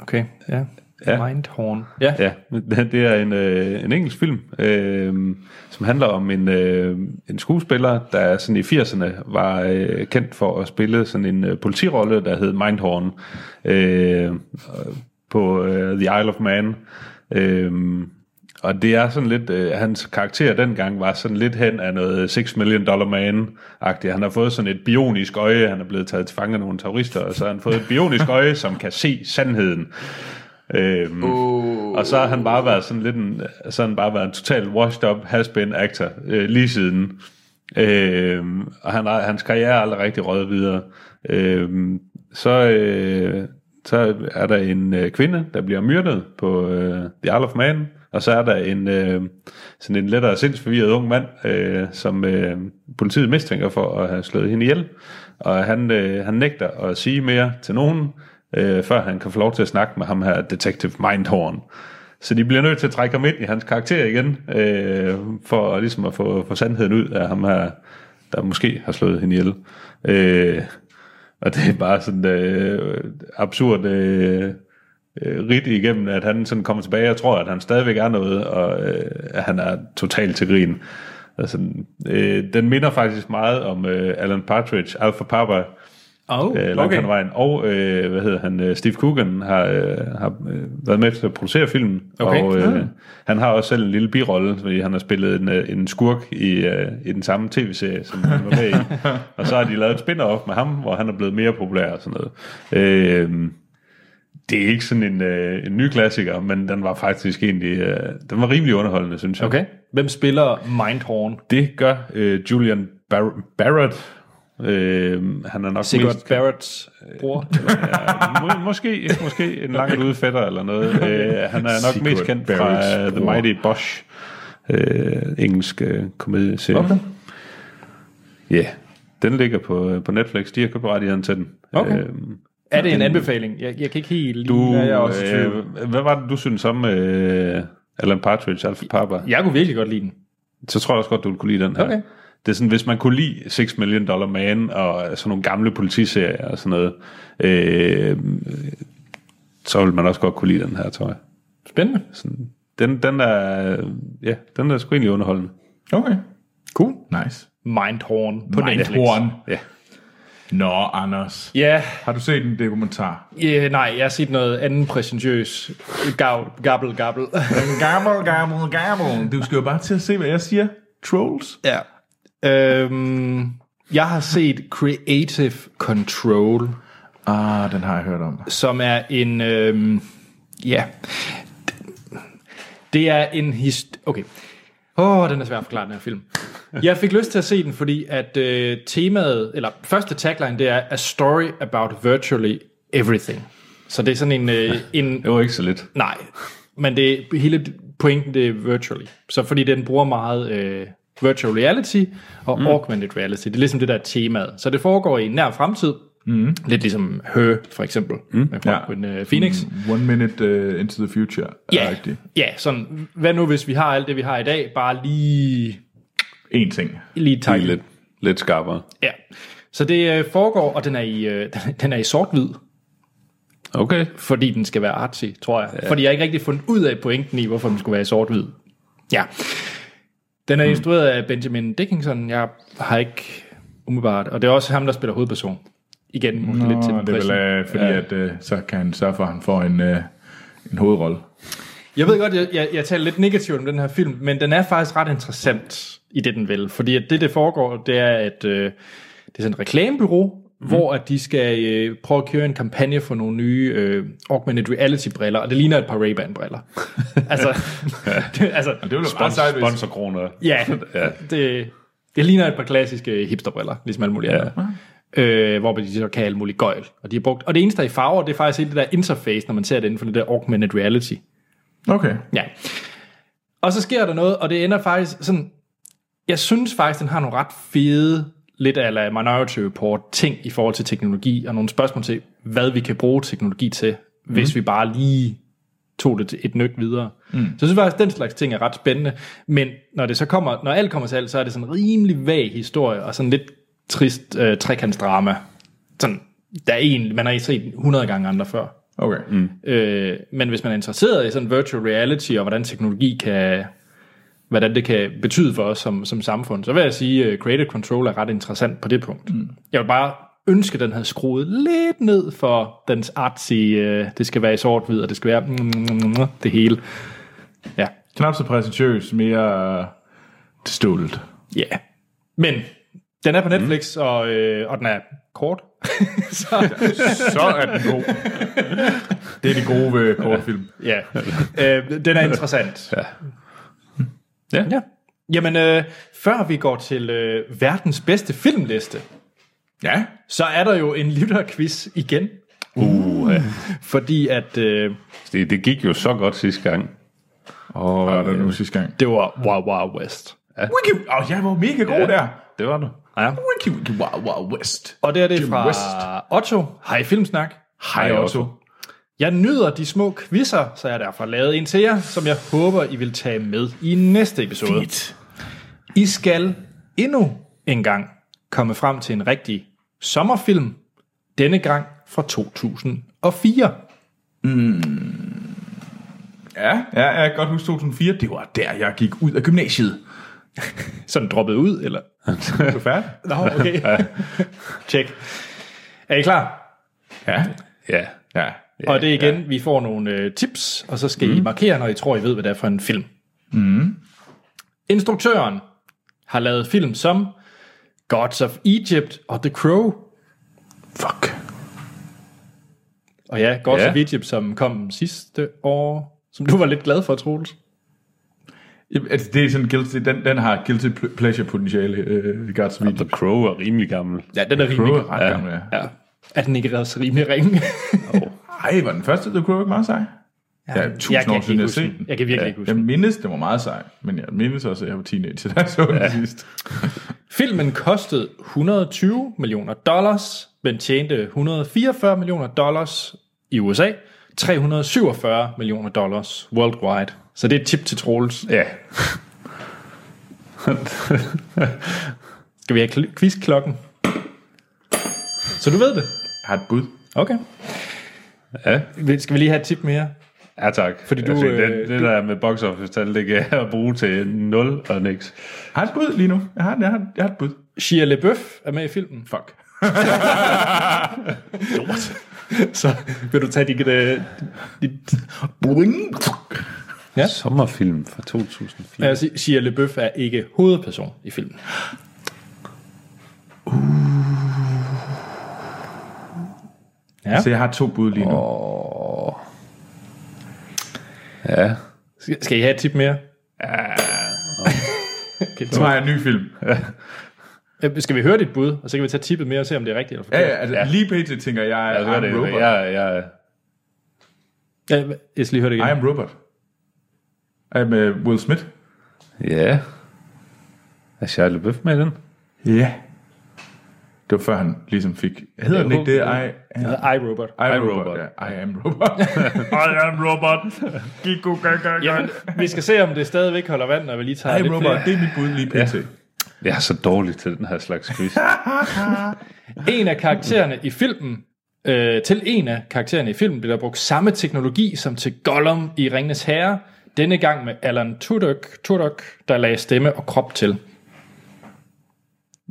Speaker 1: Okay, ja.
Speaker 3: Ja.
Speaker 1: Mindhorn. Ja.
Speaker 3: Ja, det er en, øh, en engelsk film, øh, som handler om en, øh, en skuespiller, der sådan i 80'erne var øh, kendt for at spille sådan en øh, politirolle, der hed Mindhorn øh, på øh, The Isle of Man. Øh, Og det er sådan lidt, øh, hans karakter dengang var sådan lidt hen af noget 6 million dollar man-agtigt. Han har fået sådan et bionisk øje, han er blevet taget til fange af nogle terrorister, og så har han fået et bionisk øje, som kan se sandheden. Øhm, oh. Og så har han bare været sådan lidt en, så har han bare været en total washed up has-been actor øh, lige siden. Øhm, og han, har- hans karriere er aldrig rigtig røget videre. Øhm, så, øh, så er der en øh, kvinde, der bliver myrdet på øh, The Isle of Man, og så er der en, øh, sådan en lettere sindsforvirret ung mand, øh, som øh, politiet mistænker for at have slået hende ihjel. Og han, øh, han nægter at sige mere til nogen, øh, før han kan få lov til at snakke med ham her, Detective Mindhorn. Så de bliver nødt til at trække ham ind i hans karakter igen, øh, for at, ligesom at få, få sandheden ud af ham her, der måske har slået hende ihjel. Øh, og det er bare sådan øh, absurd øh, øh, ridt igennem, at han sådan kommer tilbage og tror, at han stadigvæk er noget, og øh, at han er totalt til grin. Altså, øh, den minder faktisk meget om øh, Alan Partridge, Alpha Papa,
Speaker 1: Oh,
Speaker 3: øh, langt okay. vejen. Og øh, hvad hedder han, øh, Steve Coogan har, øh, har øh, været med til at producere filmen.
Speaker 1: Okay.
Speaker 3: Og øh,
Speaker 1: Ah.
Speaker 3: han har også selv en lille birolle, fordi han har spillet en, øh, en skurk i, øh, i den samme tv-serie, som han var med i. og så har de lavet et spin-off med ham, hvor han er blevet mere populær og sådan noget. Øh, det er ikke sådan en, øh, en ny klassiker, men den var faktisk egentlig, øh, den var rimelig underholdende, synes jeg.
Speaker 1: Okay. Hvem spiller Mindhorn?
Speaker 3: Det gør øh, Julian Bar- Barrett. Øh, han er nok
Speaker 1: Sigurd
Speaker 3: mest
Speaker 1: Barretts øh, bror?
Speaker 3: Må, måske, måske en langt ude fætter eller noget. Øh, han er nok
Speaker 2: Secret
Speaker 3: mest kendt fra
Speaker 2: Barrett's
Speaker 3: uh, The
Speaker 2: bror.
Speaker 3: Mighty Bosch, øh, engelsk øh, komedieserie.
Speaker 1: Okay.
Speaker 3: Ja, yeah. den ligger på, øh, på Netflix. De har købt rettighederne til den.
Speaker 1: Okay.
Speaker 3: Øh,
Speaker 1: Er det en anbefaling? Jeg, jeg kan ikke helt lide...
Speaker 3: du,
Speaker 2: Ja, jeg er også i
Speaker 3: øh, hvad var det, du synes om øh, Alan Partridge, Alpha Papa?
Speaker 1: Jeg kunne virkelig godt lide den.
Speaker 3: så tror jeg også godt, du vil kunne lide den her.
Speaker 1: Okay.
Speaker 3: Det er sådan, hvis man kunne lide 6 Million Dollar Man og sådan nogle gamle politiserier og sådan noget, øh, så vil man også godt kunne lide den her, tror jeg.
Speaker 1: Spændende.
Speaker 3: Sådan, den, den er, ja, den er sgu egentlig underholdende.
Speaker 2: Okay.
Speaker 1: Cool.
Speaker 2: Nice.
Speaker 1: Mindhorn på Netflix.
Speaker 2: Mindhorn.
Speaker 3: Ja.
Speaker 2: Nå, Anders.
Speaker 1: Ja,
Speaker 2: Har du set en dokumentar?
Speaker 1: yeah, nej, jeg har set noget andet præsentiøs. Gav, gabbel, gabbel.
Speaker 2: Gammel, gammel, gammel. Du skal jo bare til at se, hvad jeg siger. Trolls.
Speaker 1: ja. Øhm, jeg har set Creative Control.
Speaker 2: Ah, den har jeg hørt om.
Speaker 1: som er en... Øhm, ja. Det er en hist... Okay. Åh, oh, den er svær at forklare, den her film. Jeg fik lyst til at se den, fordi at øh, temaet, eller første tagline, det er A Story About Virtually Everything. Så det er sådan en... Øh, en
Speaker 3: Det var ikke så lidt.
Speaker 1: nej, men det hele pointen, det er virtually. Så fordi den bruger meget øh, virtual reality og mm. augmented reality. Det er ligesom det der er temaet. Så det foregår i en nær fremtid. Mm. Lidt ligesom Her, for eksempel, mm. med Joaquin ja. Phoenix.
Speaker 2: One minute uh, into the future.
Speaker 1: Ja,
Speaker 2: Rigtigt.
Speaker 1: ja, sådan, hvad nu hvis vi har alt det, vi har i dag, bare lige,
Speaker 2: En ting.
Speaker 1: lige
Speaker 3: Det er
Speaker 1: tight.
Speaker 3: lidt, lidt skarpere.
Speaker 1: Ja. Så det øh, foregår, og den er i, øh, den- den er i sort-hvid,
Speaker 3: Okay.
Speaker 1: fordi den skal være artsy, tror jeg. Ja. Fordi jeg har ikke rigtig fundet ud af pointen i, hvorfor den skulle være i sort-hvid. Ja. Den er
Speaker 2: Hmm.
Speaker 1: mm. instrueret af Benjamin Dickinson. Jeg har ikke umiddelbart... Og det er også ham, der spiller hovedperson. Igen, måske lidt til den
Speaker 2: det er
Speaker 1: prisen.
Speaker 2: vel, uh, fordi ja. at, uh, så kan han sørge for, at han får en, uh, en hovedrolle.
Speaker 1: Jeg ved godt, jeg, jeg, jeg taler lidt negativt om den her film, men den er faktisk ret interessant i det, den vil. Fordi at det, det foregår, det er, at øh, det er sådan et reklamebyrå, mm.
Speaker 2: Mhm.
Speaker 1: hvor at de skal øh, prøve at køre en kampagne for nogle nye øh, augmented reality-briller, og det ligner et par Ray-Ban-briller. altså, det, altså
Speaker 2: Det er jo bare sejt,
Speaker 3: Sponsor,
Speaker 2: hvis...
Speaker 3: sponsorkroner.
Speaker 1: ja,
Speaker 3: Ja.
Speaker 1: det, det ligner et par klassiske hipsterbriller, ligesom alle mulige andre. Øh, hvor de så kan alt muligt gøjl. Og, de har brugt, og det eneste, der er i farver, det er faktisk hele det der interface, når man ser det inden for det der augmented reality.
Speaker 2: Okay.
Speaker 1: Ja. Og så sker der noget, og det ender faktisk sådan... Jeg synes faktisk, den har nogle ret fede, lidt ala Minority Report, ting i forhold til teknologi, og nogle spørgsmål til, hvad vi kan bruge teknologi til, mm. hvis vi bare lige tog det til et nøk videre. Mm. Så jeg synes faktisk, at den slags ting er ret spændende, men når, det så kommer, når alt kommer til alt, så er det sådan en rimelig vag historie, og sådan lidt trist øh, trekantsdrama. Sådan, der er en, man har set 100 gange andre før.
Speaker 2: Okay. Mm.
Speaker 1: Øh, men hvis man er interesseret i sådan virtual reality, og hvordan teknologi kan, hvordan det kan betyde for os som, som samfund, så vil jeg sige, at Creative Control er ret interessant på det punkt. Mm. Jeg vil bare ønske, at den havde skruet lidt ned for mm, dens artsy, øh, det skal være i sort-hvid, og det skal være mm, mm, mm, det hele. Ja,
Speaker 2: Knap så præsentøs, mere til stålet.
Speaker 1: Ja. Yeah. Men den er på Netflix, mm. og, øh, og den er kort. så,
Speaker 2: Så er den god. Det er det gode ved kortfilm.
Speaker 1: ja. Øh, den er interessant. Ja.
Speaker 3: Ja.
Speaker 1: ja. Jamen, øh, før vi går til øh, verdens bedste filmliste,
Speaker 2: Ja.
Speaker 1: så er der jo en lytterquiz igen.
Speaker 3: Uh, ja.
Speaker 1: Fordi at... Øh,
Speaker 3: det, det gik jo så godt sidste gang.
Speaker 2: Og øh, hvad var det nu sidste gang?
Speaker 1: det var Wild Wild West.
Speaker 2: Wiki, åh, oh, jeg var mega god der.
Speaker 3: Det var du.
Speaker 1: Ja.
Speaker 2: Wiki, wiki, wow, wow, west.
Speaker 1: Og det er det
Speaker 2: Jim
Speaker 1: fra
Speaker 2: West.
Speaker 1: Otto. Hej Filmsnak.
Speaker 2: Hej
Speaker 3: Otto.
Speaker 2: Otto.
Speaker 1: Jeg nyder de små quizzer, så jeg har derfor lavet en til jer, som jeg håber, I vil tage med i næste episode.
Speaker 2: Fedt.
Speaker 1: I skal endnu en gang komme frem til en rigtig sommerfilm, denne gang fra 2004.
Speaker 2: Ja, ja, ja, jeg kan godt huske 2004. Det var der, jeg gik ud af gymnasiet.
Speaker 1: Sådan droppet ud, eller?
Speaker 2: Er du færdig?
Speaker 1: Nå, okay. Tjek. Er I klar?
Speaker 2: Ja.
Speaker 3: Ja.
Speaker 2: Ja.
Speaker 1: Ja, og det er igen, ja. vi får nogle øh, tips, og så skal mm. I markere, når I tror, I ved, hvad det er for en film. Mm. Instruktøren har lavet film som Gods of Egypt og The Crow.
Speaker 2: Fuck.
Speaker 1: Og ja, Gods
Speaker 3: Ja.
Speaker 1: of Egypt, som kom sidste år, som du var lidt glad for, Troels.
Speaker 2: Jamen, altså, det er sådan guilty, den, den har guilty pl- pleasure potentiale, øh, Guards Video.
Speaker 3: The Crow er rimelig gammel.
Speaker 1: Ja, den er
Speaker 2: Crow
Speaker 1: rimelig.
Speaker 2: er ret ja. gammel, ja.
Speaker 1: Ja. Er den ikke også rimelig ringe?
Speaker 2: Ej, var den første The Crow ikke meget sej? Ja, ja tusind
Speaker 1: jeg kan
Speaker 2: år siden,
Speaker 1: ikke
Speaker 2: jeg har
Speaker 1: huske
Speaker 2: set
Speaker 1: den.
Speaker 2: den.
Speaker 1: Jeg kan virkelig ikke huske
Speaker 2: Jeg mindes, det var meget sej, men jeg mindes også, at jeg var teenager, da jeg så den sidst.
Speaker 1: Filmen kostede 120 millioner dollars, men tjente 144 millioner dollars i USA, 347 millioner dollars worldwide. Så det er et tip til Troels.
Speaker 3: Ja.
Speaker 1: Skal vi have kl- quizklokken? Så du ved det?
Speaker 2: Jeg har et bud.
Speaker 1: Okay.
Speaker 3: Ja,
Speaker 1: Vil- Skal vi lige have et tip mere?
Speaker 3: ja tak. Fordi
Speaker 1: du, øh,
Speaker 3: det, det der med box office tal, det kan jeg bruge til 0 og niks.
Speaker 2: Jeg har et bud lige nu. Jeg har, jeg har, jeg har et bud.
Speaker 1: Shia LaBeouf er med i filmen.
Speaker 2: Fuck.
Speaker 1: Så vil du tage dit... øh, dit
Speaker 2: Boing.
Speaker 1: Ja.
Speaker 3: Sommerfilm fra 2004.
Speaker 1: jeg vil sige, Shia LaBeouf er ikke hovedperson i filmen. Ja.
Speaker 2: Så jeg har to bud lige nu.
Speaker 3: Ja.
Speaker 1: Skal- Skal I have et tip mere? Ah. Okay,
Speaker 2: Så har jeg en ny film.
Speaker 1: Troels, skal vi høre dit bud, og så kan vi tage tippet mere og se, om det er rigtigt eller
Speaker 2: Ja,
Speaker 1: forkert?
Speaker 2: ja, altså, lige pt. tænker jeg, jeg
Speaker 3: Jeg
Speaker 2: er
Speaker 3: hører
Speaker 2: I'm
Speaker 3: det.
Speaker 2: Robot.
Speaker 3: Jeg, jeg,
Speaker 1: Ja, hva- jeg skal lige høre det
Speaker 2: I
Speaker 1: igen.
Speaker 2: am Robot. Er med Will Smith?
Speaker 3: ja. Er Shia LaBeouf med i den?
Speaker 2: Ja. Det var før han ligesom fik... Hedder den ikke det? I, I,
Speaker 1: Jeg hedder iRobot.
Speaker 2: am
Speaker 3: Robot.
Speaker 2: Robot. Ja, I am Robot.
Speaker 3: I am robot.
Speaker 1: Jamen, vi skal se, om det stadigvæk holder vand, når vi lige tager
Speaker 2: I am
Speaker 1: lidt
Speaker 2: Robot,
Speaker 1: flere.
Speaker 2: det er mit bud lige pt.
Speaker 3: Jeg er så dårlig til den her slags quiz.
Speaker 1: En af karaktererne i filmen, øh, til en af karaktererne i filmen, blev der brugt samme teknologi som til Gollum i Ringnes Herre, denne gang med Alan Tudyk, Tudyk der lagde stemme og krop til.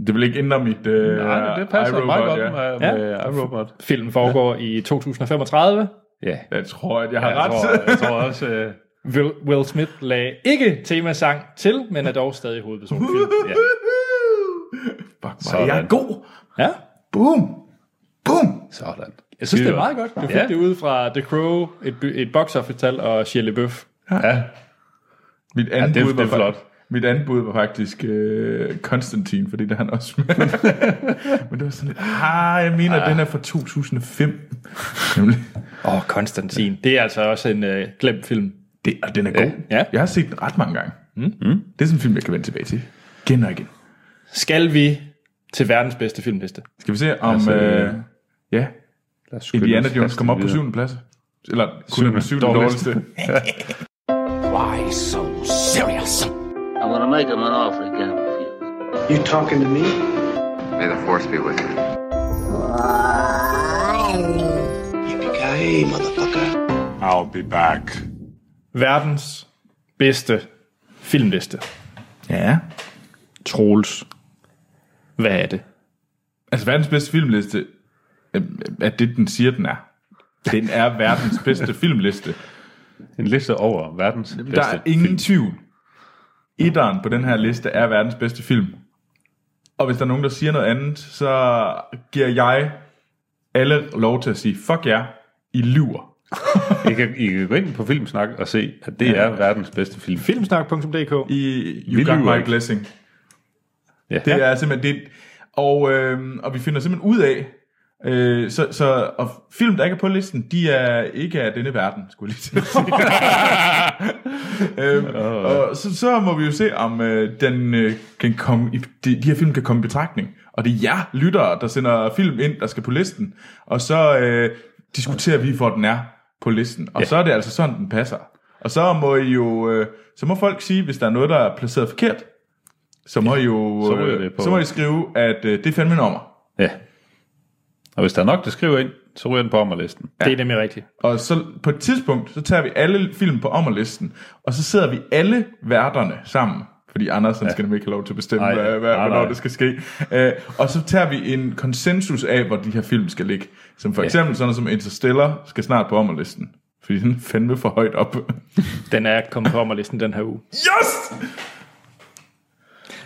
Speaker 2: Det vil ikke ændre mit... Uh,
Speaker 3: Nej, det passer meget godt med,
Speaker 1: Ja.
Speaker 3: med I, robot.
Speaker 1: Filmen foregår i 2035.
Speaker 3: Ja.
Speaker 2: Jeg tror, at jeg har
Speaker 3: Jeg
Speaker 2: ret.
Speaker 3: tror, jeg tror også... øh,
Speaker 1: Will, Will Smith lagde ikke temasang til, men er dog stadig hovedperson i filmen.
Speaker 3: Ja.
Speaker 2: Fuck mig,
Speaker 3: Sådan.
Speaker 2: jeg er god.
Speaker 1: Ja,
Speaker 2: Boom. Boom.
Speaker 3: Sådan.
Speaker 1: jeg synes, det er
Speaker 3: Skide
Speaker 1: meget godt. Du fik
Speaker 3: Ja.
Speaker 1: det ud fra The Crow, et, by- et box office-tal og Shirley Bøf.
Speaker 3: Ja.
Speaker 2: Mit andet
Speaker 3: det-
Speaker 2: bud var
Speaker 3: det er flot.
Speaker 2: fak- Mit andet bud var faktisk øh, Konstantin, fordi det er han også med. Men det var sådan lidt, ah, jeg mener, den er fra 2005. Nemlig.
Speaker 1: Åh, oh, Konstantin. Det er altså også en øh, glemt film.
Speaker 2: Det, og den er god.
Speaker 1: Ja.
Speaker 2: Jeg har set den ret mange gange. Mm. Det er sådan en film, jeg kan vende tilbage til. Igen og igen.
Speaker 1: Skal vi til verdens bedste filmliste?
Speaker 2: Skal vi se om... Altså, øh, ja,
Speaker 3: Lad os skynde
Speaker 2: Indiana
Speaker 3: os
Speaker 2: Jones
Speaker 3: hastigt
Speaker 2: kommer op på
Speaker 3: videre.
Speaker 2: syvende plads. Eller kun er den syvende
Speaker 3: Dårligste.
Speaker 2: dårligste.
Speaker 4: Why so serious?
Speaker 5: I'm gonna make him an offer again with you.
Speaker 6: You talking to me?
Speaker 7: May the force be with you.
Speaker 6: Yippee-ki-yay, motherfucker.
Speaker 1: Verdens bedste filmliste.
Speaker 2: Ja.
Speaker 1: Troels. Hvad er det?
Speaker 2: Altså verdens bedste filmliste,
Speaker 3: Øhm,
Speaker 2: øh, er det den siger, den er. Den er verdens bedste filmliste.
Speaker 3: En liste over verdens
Speaker 2: Jamen,
Speaker 3: bedste
Speaker 2: Der er ingen
Speaker 3: film.
Speaker 2: tvivl. Etteren på den her liste er verdens bedste film. Og hvis der er nogen, der siger noget andet, så giver jeg alle lov til at sige, fuck jer, I lyver.
Speaker 3: I kan, I kan gå ind på Filmsnak og se, at det er verdens bedste film.
Speaker 1: Filmsnak.dk.
Speaker 2: I, you
Speaker 3: Vi
Speaker 2: got
Speaker 3: lyver
Speaker 2: my
Speaker 3: ikke.
Speaker 2: blessing.
Speaker 3: Ja.
Speaker 2: Det er simpelthen det. Og, øh, og vi finder simpelthen ud af, øh, så, så og film, der ikke er på listen, de er ikke af denne verden, skulle jeg lige til at sige. øhm, og så, så må vi jo se, om øh, den, øh, kan komme i, de, de her film kan komme i betragtning. Og det er jer lyttere, der sender film ind, der skal på listen. Og så øh, diskuterer vi, hvor den er på listen. Og så er det altså sådan, den passer. Og så må I jo, øh, så må folk sige, hvis der er noget, der er placeret forkert, så må I jo
Speaker 3: så
Speaker 2: så
Speaker 3: ryger
Speaker 2: må,
Speaker 3: det på-
Speaker 2: så må I skrive, at øh, det er fandme en ommer.
Speaker 3: Ja. Og hvis der er nok, der skriver ind, så ryger den på ommerlisten.
Speaker 1: Det er nemlig rigtigt.
Speaker 2: Og så på et tidspunkt, så tager vi alle film på ommerlisten, og så sidder vi alle værterne sammen. Fordi Andersen ja. skal nemlig ikke have lov til at bestemme,
Speaker 3: Nej,
Speaker 2: nej, hvad, hvad,
Speaker 3: nej, nej.
Speaker 2: hvornår det skal ske. Øh, og så tager vi en konsensus af, hvor de her film skal ligge. Som for eksempel sådan noget som Interstellar skal snart på ommerlisten. Fordi den er fandme for højt op.
Speaker 1: Den er kommet på ommerlisten den her uge.
Speaker 2: yes!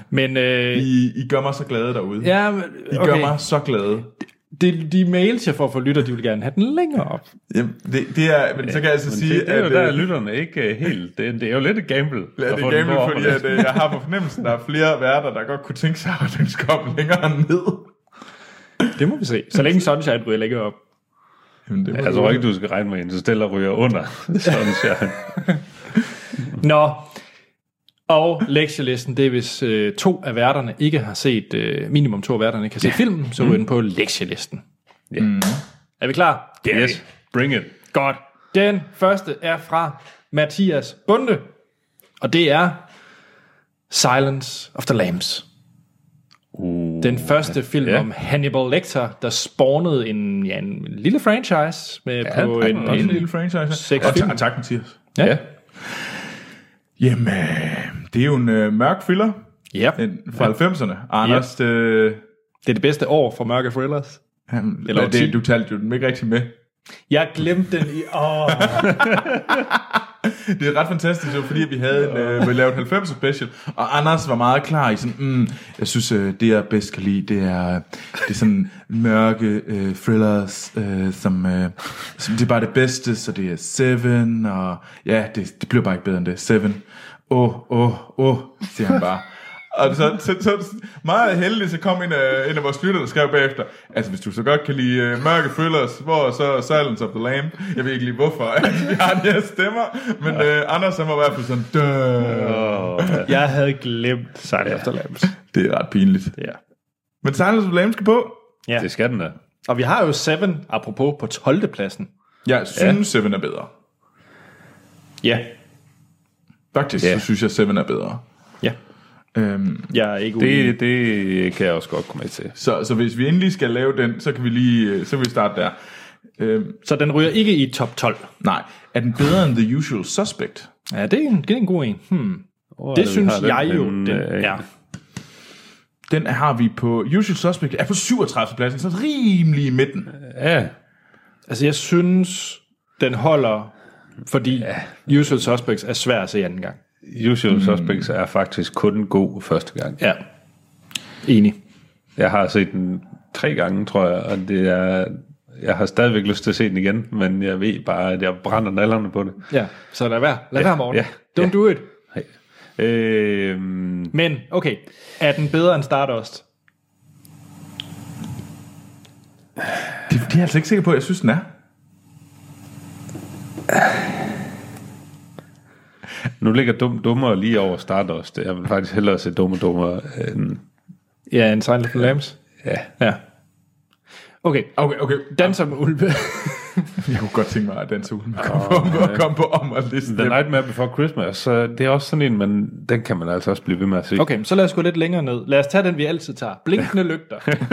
Speaker 1: Men øh,
Speaker 2: I, I gør mig så glade derude.
Speaker 1: ja, men,
Speaker 2: I gør
Speaker 1: okay.
Speaker 2: mig så glade.
Speaker 1: De, de mails, jeg får fra lytter, de vil gerne have den længere op.
Speaker 2: Jamen, det, det er, men så kan jeg altså
Speaker 3: Men
Speaker 2: sige,
Speaker 3: det, det er jo
Speaker 2: at...
Speaker 3: der,
Speaker 2: øh,
Speaker 3: lytterne ikke øh, helt... Det, det er jo lidt et gamble.
Speaker 2: Ja,
Speaker 3: at
Speaker 2: det
Speaker 3: få
Speaker 2: er
Speaker 3: den på
Speaker 2: gamble, fordi at,
Speaker 3: ommerlisten.
Speaker 2: øh, jeg har på fornemmelsen, der er flere værter, der godt kunne tænke sig, at den skal komme længere ned.
Speaker 1: Det må vi se. Så længe Sunshine ryger længere op.
Speaker 2: Jamen, det må
Speaker 1: Altså,
Speaker 3: Jeg
Speaker 2: du-
Speaker 3: tror ikke, du skal regne med, at Interstellar ryger under. Sådan siger han.
Speaker 1: Nå. Og lektielisten, det er hvis øh, to af værterne ikke har set, øh, minimum to af værterne ikke har set ja. Mm. filmen, så ryger den på lektielisten.
Speaker 3: Ja. Mm.
Speaker 1: Er vi klar? Det er
Speaker 3: Yes, bring it.
Speaker 1: Godt. Den første er fra Mathias Bunde, og det er Silence of the Lambs. Uh, den første film
Speaker 3: ja.
Speaker 1: yeah. om Hannibal Lecter, der spawnede en, ja, en lille franchise med ja, på en,
Speaker 2: Også en
Speaker 1: en,
Speaker 2: lille franchise.
Speaker 1: Seks
Speaker 2: og,
Speaker 1: film.
Speaker 2: ta- og tak, Mathias.
Speaker 1: ja. ja.
Speaker 2: Jamen, det er jo en øh, mørk thriller
Speaker 1: Ja,
Speaker 2: en, fra ja. 90'erne. Anders, ja. øh,
Speaker 1: det er det bedste år for mørke thrillers.
Speaker 2: han,
Speaker 1: Eller
Speaker 2: Eller
Speaker 1: årti.
Speaker 2: det, du talte jo dem ikke rigtig med.
Speaker 1: Jeg glemte den i... Åh,
Speaker 2: Det er ret fantastisk, jo, fordi vi havde en, øh, vi lavede 90 special, og Anders var meget klar i sådan, mm, jeg synes, øh, det jeg bedst kan lide, det er, det er sådan mørke øh, thrillers, øh, som, øh, som, det er bare det bedste, så det er Seven, og ja, det, det bliver bare ikke bedre end det, Seven. Åh, åh, åh, siger han bare. Og så, så, så meget heldig, så kom en af, en af vores lytter, der skrev bagefter, altså hvis du så godt kan lide uh, mørke thrillers, hvor er så Silence of the Lamb, jeg ved ikke lige hvorfor, at vi har de her stemmer, men uh, Anders han var i hvert fald sådan, Duh.
Speaker 1: jeg havde glemt Silence of the Lambs.
Speaker 2: det er ret pinligt.
Speaker 1: Ja.
Speaker 2: Men Silence of the Lamb skal på.
Speaker 1: Ja.
Speaker 3: Det skal den da.
Speaker 1: Og vi har jo Seven, apropos, på 12. pladsen.
Speaker 2: Jeg synes, ja. Seven er bedre.
Speaker 1: Ja.
Speaker 2: Faktisk, yeah. så synes jeg, Seven er bedre.
Speaker 1: Ja.
Speaker 2: Øhm,
Speaker 1: Jeg er ikke uenig.
Speaker 3: Det, det kan jeg også godt komme med til.
Speaker 2: så, så hvis vi endelig skal lave den, så kan vi lige øh, så kan vi starte der. Øhm,
Speaker 1: Så den ryger ikke i top 12.
Speaker 2: nej, er den bedre end The Usual Suspect?
Speaker 1: Ja, det er en, det er en god en. Hmm.
Speaker 3: Oh,
Speaker 1: Det synes jeg jo, den Øh,
Speaker 3: ja.
Speaker 1: er.
Speaker 2: Den har vi på Usual Suspect, er på 37. pladsen, så rimelig i midten.
Speaker 3: ja.
Speaker 1: Altså, jeg synes, den holder, fordi ja. Usual Suspects er svær at se anden gang.
Speaker 3: Usual Suspects er faktisk kun god første gang.
Speaker 1: Ja. Enig.
Speaker 3: Jeg har set den tre gange, tror jeg, og det er, jeg har stadigvæk lyst til at se den igen, men jeg ved bare, at jeg brænder nallerne på det.
Speaker 1: Ja, så lad være. Lad ja. være, Morten.
Speaker 3: Ja.
Speaker 1: Ja. Don't
Speaker 3: Ja.
Speaker 1: do it.
Speaker 3: Øh,
Speaker 1: Men, okay. Er den bedre end Stardust?
Speaker 2: Det, det er jeg altså ikke sikker på, jeg synes, den er.
Speaker 3: nu ligger dum, Dummer lige over Stardust. Jeg vil faktisk hellere se Dumme Dummer end...
Speaker 1: Ja, en Silent of the Lambs.
Speaker 3: Ja.
Speaker 1: Ja. Okay,
Speaker 2: Okay, okay.
Speaker 1: danser med ulve.
Speaker 2: Jeg kunne godt tænke mig, at den tog den kom på, kom, kom på om og listen.
Speaker 3: The
Speaker 2: Den
Speaker 3: Nightmare Before Christmas, så det er også sådan en, men den kan man altså også blive ved med at se.
Speaker 1: Okay, så lad os gå lidt længere ned. Lad os tage den, vi altid tager. Blinkende lygter.
Speaker 3: Det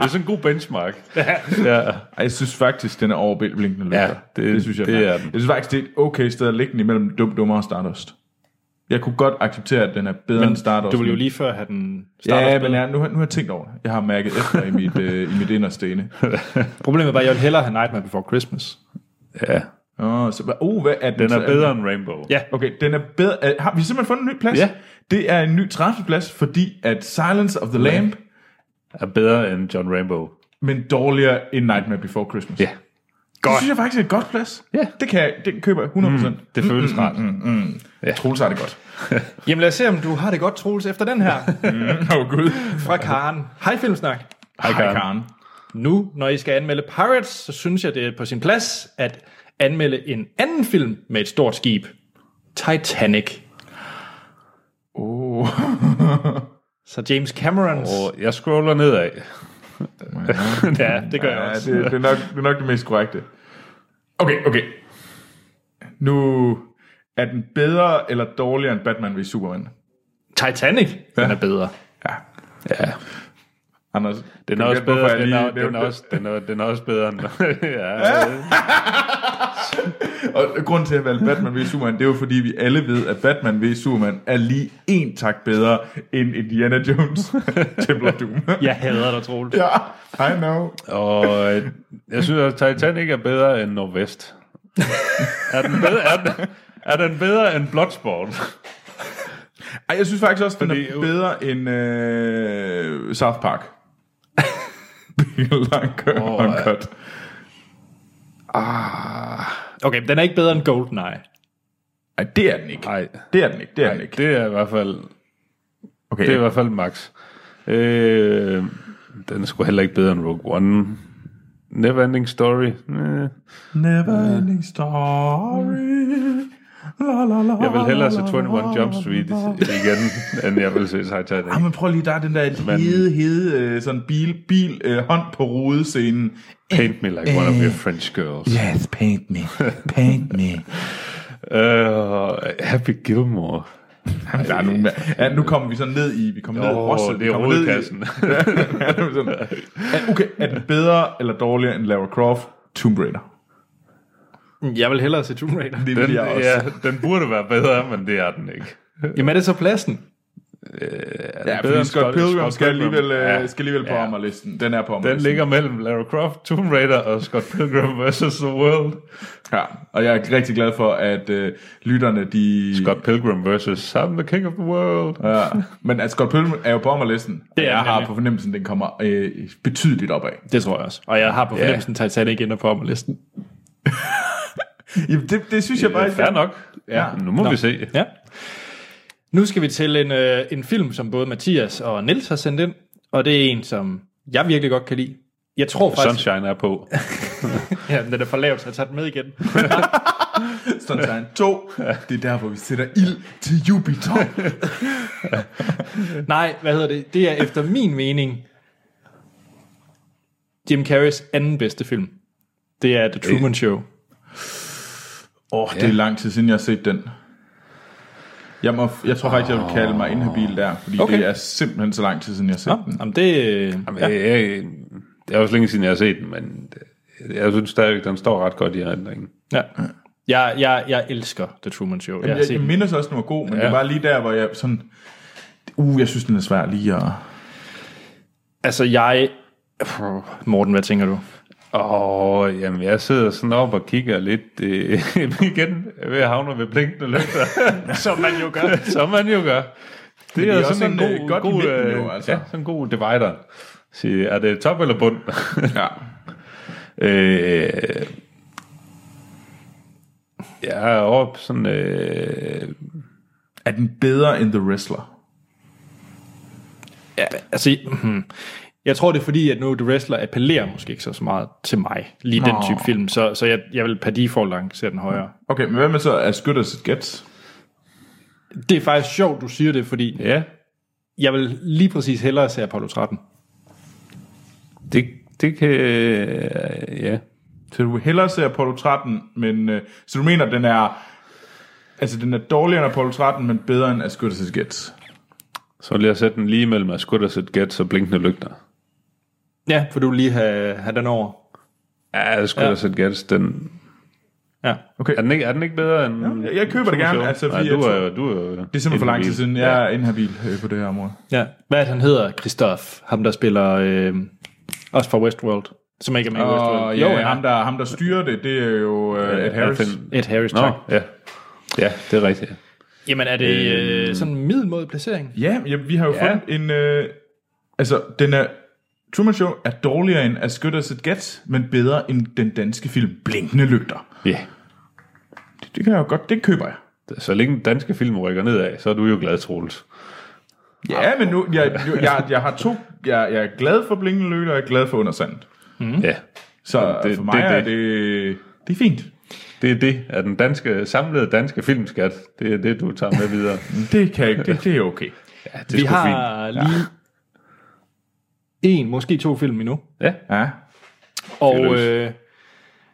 Speaker 3: er sådan en god benchmark. ja.
Speaker 2: jeg synes faktisk, den er over blinkende lygter.
Speaker 3: Ja, det- det
Speaker 2: den
Speaker 3: er
Speaker 2: Jeg
Speaker 3: den.
Speaker 2: synes faktisk, det er et okay sted at ligge den imellem Dum Dummer og Stardust. Jeg kunne godt acceptere, at den er bedre men end Stardust.
Speaker 1: Du ville jo lige før have den Stardust
Speaker 2: Ja,
Speaker 1: bedre.
Speaker 2: men jeg, nu, har- nu har jeg tænkt over det. Jeg har mærket efter i mit, øh, i mit inderste inde.
Speaker 1: Problemet var, at jeg ville hellere have Nightmare Before Christmas.
Speaker 3: ja.
Speaker 2: Åh, så, hvad- uh, hvad er den,
Speaker 3: Den
Speaker 2: så?
Speaker 3: er bedre end Rainbow.
Speaker 1: Ja.
Speaker 2: Okay, den er bedre. er- Har vi simpelthen fundet en ny plads?
Speaker 3: Ja.
Speaker 2: Det er en ny træfplads, fordi at Silence of the Lamb,
Speaker 3: Er bedre end John Rainbow.
Speaker 2: men dårligere end Nightmare Before Christmas.
Speaker 3: Ja.
Speaker 2: Godt. Det synes jeg faktisk er et godt plads.
Speaker 3: Ja.
Speaker 2: Det, kan jeg, det køber jeg 100%. Mm,
Speaker 3: Det føles rart.
Speaker 2: ja. Troels har det godt.
Speaker 1: Jamen lad os se, om du har det godt, Troels, efter den her
Speaker 2: Åh oh, gud.
Speaker 1: fra Karen. Hej Filmsnak.
Speaker 2: Hej
Speaker 3: Karen.
Speaker 2: Karen.
Speaker 1: Nu, når I skal anmelde Pirates, så synes jeg, det er på sin plads at anmelde en anden film med et stort skib. Titanic.
Speaker 2: Oh.
Speaker 1: Så James Camerons...
Speaker 3: Og jeg scroller nedad.
Speaker 1: Ja, det gør jeg
Speaker 2: Ja,
Speaker 1: også.
Speaker 2: det, det, er nok, det er nok det mest korrekte. Okay, okay. Nu er den bedre eller dårligere end Batman v Superman?
Speaker 1: Titanic, den er bedre.
Speaker 2: Ja.
Speaker 3: Ja.
Speaker 2: Anders,
Speaker 3: Den
Speaker 2: kan
Speaker 3: er
Speaker 2: du
Speaker 3: også
Speaker 2: gætte, hvorfor
Speaker 3: bedre,
Speaker 2: jeg
Speaker 3: den
Speaker 2: lige
Speaker 3: er, den
Speaker 2: nævnte
Speaker 3: er
Speaker 2: det?
Speaker 3: også, den er, den er også bedre end... ja,
Speaker 2: Og grunden til at valgte Batman v Superman, det er jo fordi, vi alle ved, at Batman v Superman er lige en tak bedre end Indiana Jones Temple of Doom.
Speaker 1: Jeg hader dig, Troels.
Speaker 2: ja, I know.
Speaker 3: Og øh, jeg synes, at Titanic er bedre end Nordvest. er, den bedre, er, den, er den bedre end Bloodsport?
Speaker 2: Ej, jeg synes faktisk også, den
Speaker 3: Fordi-
Speaker 2: er bedre end øh, South Park. Big Long Cut.
Speaker 3: Åh,
Speaker 2: Long cut.
Speaker 1: Okay, den er ikke bedre end GoldenEye.
Speaker 2: Ej, det er den ikke.
Speaker 3: Nej,
Speaker 2: Det er den ikke, det er den ikke.
Speaker 3: det er i hvert fald,
Speaker 2: Okay,
Speaker 3: det er i hvert fald max. Øh, den er sgu heller ikke bedre end Rogue One. Neverending Story. Øh,
Speaker 2: Never ending story. La, la, la,
Speaker 3: Jeg vil hellere se
Speaker 2: la, la,
Speaker 3: 21 Jump Street igen, end jeg vil se Titanic.
Speaker 2: Ah, men prøv lige, der er den der
Speaker 3: Men-
Speaker 2: hede, hede, øh, sådan bil, bil, øh, hånd på rudescenen.
Speaker 3: Paint me like one of
Speaker 2: øh,
Speaker 3: your French girls.
Speaker 2: Yes, paint me, paint me.
Speaker 3: Øh, Happy Gilmore.
Speaker 2: Jamen, der er nogle, ja, nu kommer vi så ned i, vi kommer ned i
Speaker 3: Åh,
Speaker 2: Russell.
Speaker 3: det er rodekassen.
Speaker 2: okay, er den bedre eller dårligere end Lara Croft Tomb Raider?
Speaker 1: Mm, Jeg vil hellere se Tomb Raider.
Speaker 2: Det
Speaker 3: Den,
Speaker 2: vil jeg også.
Speaker 3: ja, den burde være bedre, men det er den ikke.
Speaker 1: Jamen er det så pladsen?
Speaker 2: Ja,
Speaker 3: bedre
Speaker 2: fordi
Speaker 3: end
Speaker 2: Scott
Speaker 3: Scott-
Speaker 2: Pilgrim
Speaker 3: Scott
Speaker 2: skal
Speaker 3: Pilgrim.
Speaker 2: alligevel,
Speaker 3: Ja.
Speaker 2: øh, skal alligevel på
Speaker 3: Ja.
Speaker 2: Amagerlisten. Den er på
Speaker 3: Den
Speaker 2: Amagerlisten.
Speaker 3: ligger mellem Lara Croft, Tomb Raider og Scott Pilgrim vs. The World.
Speaker 2: Ja, og jeg er rigtig glad for, at øh, lytterne, de...
Speaker 3: Scott Pilgrim vs. I'm the King of the World.
Speaker 2: Ja, men at Scott Pilgrim er jo på ommerlisten.
Speaker 1: Det er
Speaker 2: jeg
Speaker 1: han
Speaker 2: har
Speaker 1: nemlig.
Speaker 2: på fornemmelsen, den kommer øh, betydeligt opad.
Speaker 1: Det tror jeg også. Og jeg har på fornemmelsen yeah. Titanic ender på listen.
Speaker 2: Jamen, det, det synes jeg bare...
Speaker 3: Fair nok.
Speaker 2: Ja.
Speaker 3: Nu må Nå. vi se.
Speaker 1: Ja. Nu skal vi til en, øh, en film, som både Mathias og Nils har sendt ind. Og det er en, som jeg virkelig godt kan lide. Jeg tror faktisk,
Speaker 3: Sunshine er på.
Speaker 1: ja, den er for lavt, så jeg tager den med igen.
Speaker 2: Sunshine 2. Det er derfor, vi sætter ild til Jupiter.
Speaker 1: Nej, hvad hedder det? Det er efter min mening Jim Carreys anden bedste film. Det er The Truman Show.
Speaker 2: Åh, oh, det er lang tid siden, jeg har set den. Jeg, må, jeg tror faktisk, jeg vil kalde mig inhabil der, fordi okay.
Speaker 1: Ah. Okay.
Speaker 2: det er simpelthen så lang tid siden, jeg har set
Speaker 1: Nå,
Speaker 2: den.
Speaker 1: jamen det... øh,
Speaker 3: Jamen, ja. jeg, det er også længe siden, jeg har set den, men jeg synes stadigvæk, den står ret godt i erindringen.
Speaker 1: Ja. Jeg, jeg, jeg elsker The Truman Show. Jeg har
Speaker 2: Jeg,
Speaker 1: set
Speaker 2: jeg
Speaker 1: den.
Speaker 2: mindes også, den var god, men ja. det var lige der, hvor jeg sådan... Uh, jeg synes, den er svær lige at...
Speaker 1: Altså, jeg... Puh, Morten, hvad tænker du?
Speaker 3: Og jamen, jeg sidder sådan op og kigger lidt øh, igen ved at havne ved blinkende lygter,
Speaker 1: Som man jo gør.
Speaker 3: som man jo gør. Det er,
Speaker 2: er
Speaker 3: jo
Speaker 2: også
Speaker 3: sådan en
Speaker 2: sådan, øh,
Speaker 3: god,
Speaker 2: godt i
Speaker 3: god,
Speaker 2: midten jo,
Speaker 3: øh,
Speaker 2: altså.
Speaker 3: ja, sådan en god divider. Sige, er det top eller bund?
Speaker 2: Ja.
Speaker 3: Øh, jeg er oppe sådan... Øh,
Speaker 2: Er den bedre end The Wrestler?
Speaker 1: Ja, altså, hmm. jeg tror, det er fordi, at nu The Wrestler appellerer måske ikke så, så meget til mig. Lige den type film. Så, så jeg, jeg vil per default lancere den højere.
Speaker 2: Okay, men hvad med så at skytte sit gæt?
Speaker 1: Det er faktisk sjovt, du siger det, fordi
Speaker 3: ja,
Speaker 1: jeg vil lige præcis hellere se Apollo 13.
Speaker 3: det, det kan... Øh, ja.
Speaker 2: Så du vil hellere se Apollo 13, men... Øh, så du mener, den er... Altså, den er dårligere end Apollo 13, men bedre end Ascodus' Gets.
Speaker 3: Så vil jeg sætte den lige mellem at skudt og sætte gæt og blinkende lygter.
Speaker 1: Ja, for du vil lige have, have den over.
Speaker 3: Ja, jeg skulle ja.
Speaker 1: Ja.
Speaker 3: og sætte gæt, den...
Speaker 1: Ja.
Speaker 3: Er den, ikke, er den ikke bedre end...
Speaker 2: jeg- jeg køber det gerne, altså,
Speaker 3: Nej,
Speaker 2: fordi
Speaker 3: du,
Speaker 2: jeg
Speaker 3: er, jo- du er jo...
Speaker 2: Det er simpelthen for lang tid siden, jeg er inhabil øh, på det her område.
Speaker 1: ja. Hvad er det, han hedder? Christoph. Ham, der spiller øh, øhm, også fra Westworld. Som ikke er med i
Speaker 2: Og
Speaker 1: Westworld.
Speaker 2: jo,
Speaker 1: han
Speaker 2: ja,
Speaker 1: er.
Speaker 2: ham, der, ham, der styrer det, det er jo øh, Ed Harris.
Speaker 1: Ed Harris,
Speaker 3: Nå,
Speaker 1: tak.
Speaker 3: ja. Ja, det er rigtigt. ja.
Speaker 1: Jamen, er det øh, sådan en middelmodig placering?
Speaker 2: Ja, ja, vi har jo ja.
Speaker 3: Ja.
Speaker 2: fundet en... Øh, altså, den er... Truman Show er dårligere end As Good As It Gets, men bedre end den danske film Blinkende Lygter.
Speaker 3: Ja.
Speaker 2: Det, det kan jeg jo godt, det køber jeg.
Speaker 3: Så længe danske film rykker nedad, så er du jo glad, Troels.
Speaker 2: Ja, men nu, jeg, jeg, jeg, jeg har to, jeg, jeg er glad for Blinkende Lygter, og jeg er glad for Undersandt.
Speaker 3: Mm. Ja.
Speaker 2: Så det,
Speaker 3: Det-
Speaker 2: for mig
Speaker 3: det-
Speaker 2: det, er
Speaker 3: det-
Speaker 2: det, det er fint.
Speaker 3: Det er det, at den danske, samlede danske filmskat, det er det, du tager med videre.
Speaker 2: Det kan jeg, det, det er okay.
Speaker 3: Ja, det er
Speaker 1: Vi
Speaker 3: sgu
Speaker 1: har
Speaker 3: fint.
Speaker 1: lige en, måske to film endnu.
Speaker 3: Ja,
Speaker 2: Ja.
Speaker 1: Og
Speaker 3: løs.
Speaker 1: øh,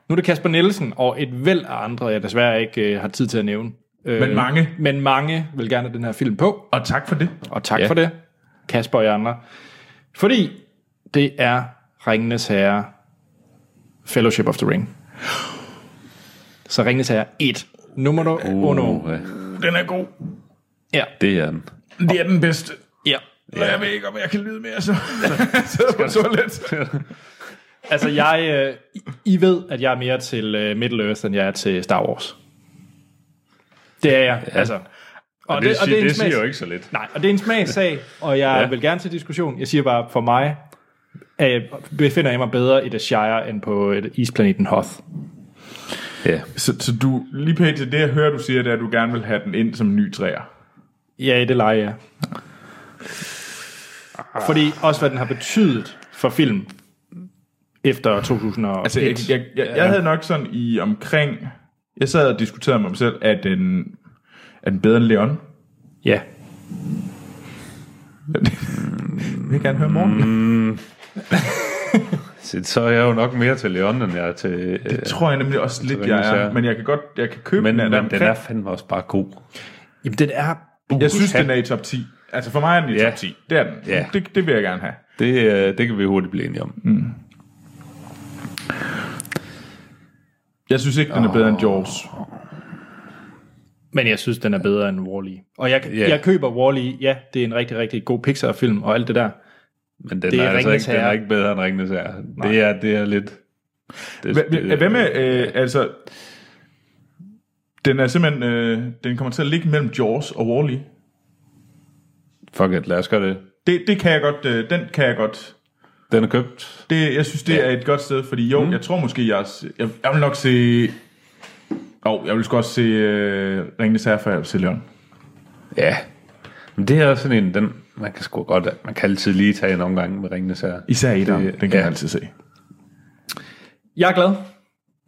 Speaker 1: nu er det Kasper Nielsen og et væld af andre, jeg desværre ikke øh, har tid til at nævne. Øh,
Speaker 2: Men mange.
Speaker 1: Men mange vil gerne have den her film på,
Speaker 2: Og tak for det.
Speaker 1: og tak ja.
Speaker 3: Ja.
Speaker 1: for det, Kasper og jer andre. Fordi det er Ringenes Herre Fellowship of the Ring. Så Ringenes Herre 1. Nummer uh. uno.
Speaker 3: ja.
Speaker 2: Den er god.
Speaker 1: Ja.
Speaker 3: det er den.
Speaker 2: Det er den bedste.
Speaker 1: ja.
Speaker 2: Ja. Jeg ved ikke, om jeg kan lyde mere, så så på toilet.
Speaker 1: Altså, jeg, øh, I ved, at jeg er mere til øh, Middle Earth, end jeg er til Star Wars. Det er jeg, ja. altså. Og
Speaker 3: Det, det, det,
Speaker 1: en
Speaker 3: det siger
Speaker 1: smags-
Speaker 3: jo ikke så lidt.
Speaker 1: Nej, og det er en smagssag, og jeg ja.
Speaker 3: Ja.
Speaker 1: vil gerne til diskussion. Jeg siger bare, for mig øh, befinder jeg mig bedre i The Shire, end på øh, isplaneten Hoth.
Speaker 3: Ja.
Speaker 2: Så, så du, lige pænt til det, jeg hører, du siger, det er, at du gerne vil have den ind som en ny træer.
Speaker 1: Ja, i det leger jeg.
Speaker 3: Ah.
Speaker 1: Fordi også, hvad den har betydet for film efter 2001.
Speaker 2: Altså, jeg, jeg, jeg, jeg havde nok sådan i omkring... Jeg sad og diskuterede med mig selv, at den, er den bedre end Leon?
Speaker 1: ja.
Speaker 2: Jeg vil gerne høre morgen.
Speaker 3: Så, så er jeg jo nok mere til Leon, end jeg er til... Øh,
Speaker 2: Det tror jeg nemlig også lidt, jeg er. Men jeg kan godt jeg kan købe
Speaker 3: men
Speaker 2: den,
Speaker 3: men den
Speaker 2: omkring.
Speaker 3: er fandme også bare god.
Speaker 1: Jamen, den er...
Speaker 2: Jeg synes, den er i top 10. Altså, for mig er den i
Speaker 3: Ja.
Speaker 2: top 10. Det er den.
Speaker 3: Ja.
Speaker 2: Det, det vil jeg gerne have.
Speaker 3: Det, øh, det kan vi hurtigt blive enige om.
Speaker 2: Jeg synes ikke, den er bedre end Jaws.
Speaker 1: Men jeg synes, den er bedre end Wall-E. Og jeg, yeah.
Speaker 3: Ja.
Speaker 1: jeg køber Wall-E, ja, det er en rigtig, rigtig god Pixar-film og alt det der.
Speaker 3: Men den
Speaker 1: Det
Speaker 3: det
Speaker 1: er
Speaker 3: er, altså
Speaker 1: Ringenes
Speaker 3: ikke, den er
Speaker 1: Herre.
Speaker 3: ikke bedre end Ringenes Herre. Det er, det er lidt... Det,
Speaker 2: Hva- Hvad med, øh, altså... Den er simpelthen... Øh, den kommer til at ligge mellem Jaws og Wall-E.
Speaker 3: Fuck it, lad os gøre det.
Speaker 2: Det, det kan jeg godt... Øh, den kan jeg godt...
Speaker 3: Den er købt.
Speaker 2: Det, jeg synes, det ja. er et godt sted, fordi jo, mm. jeg tror måske, jeg, jeg, jeg vil nok se... Og oh, jeg vil sgu også se øh, Ringnes Herre, før jeg vil se Leon.
Speaker 3: Ja. Men det er også sådan en, den, man kan sgu godt... Man kan altid lige tage en omgang med Ringenes Herre.
Speaker 2: Især Adam, den
Speaker 3: Det-
Speaker 2: kan ja.
Speaker 3: ja.
Speaker 2: jeg altid se.
Speaker 1: Jeg er glad.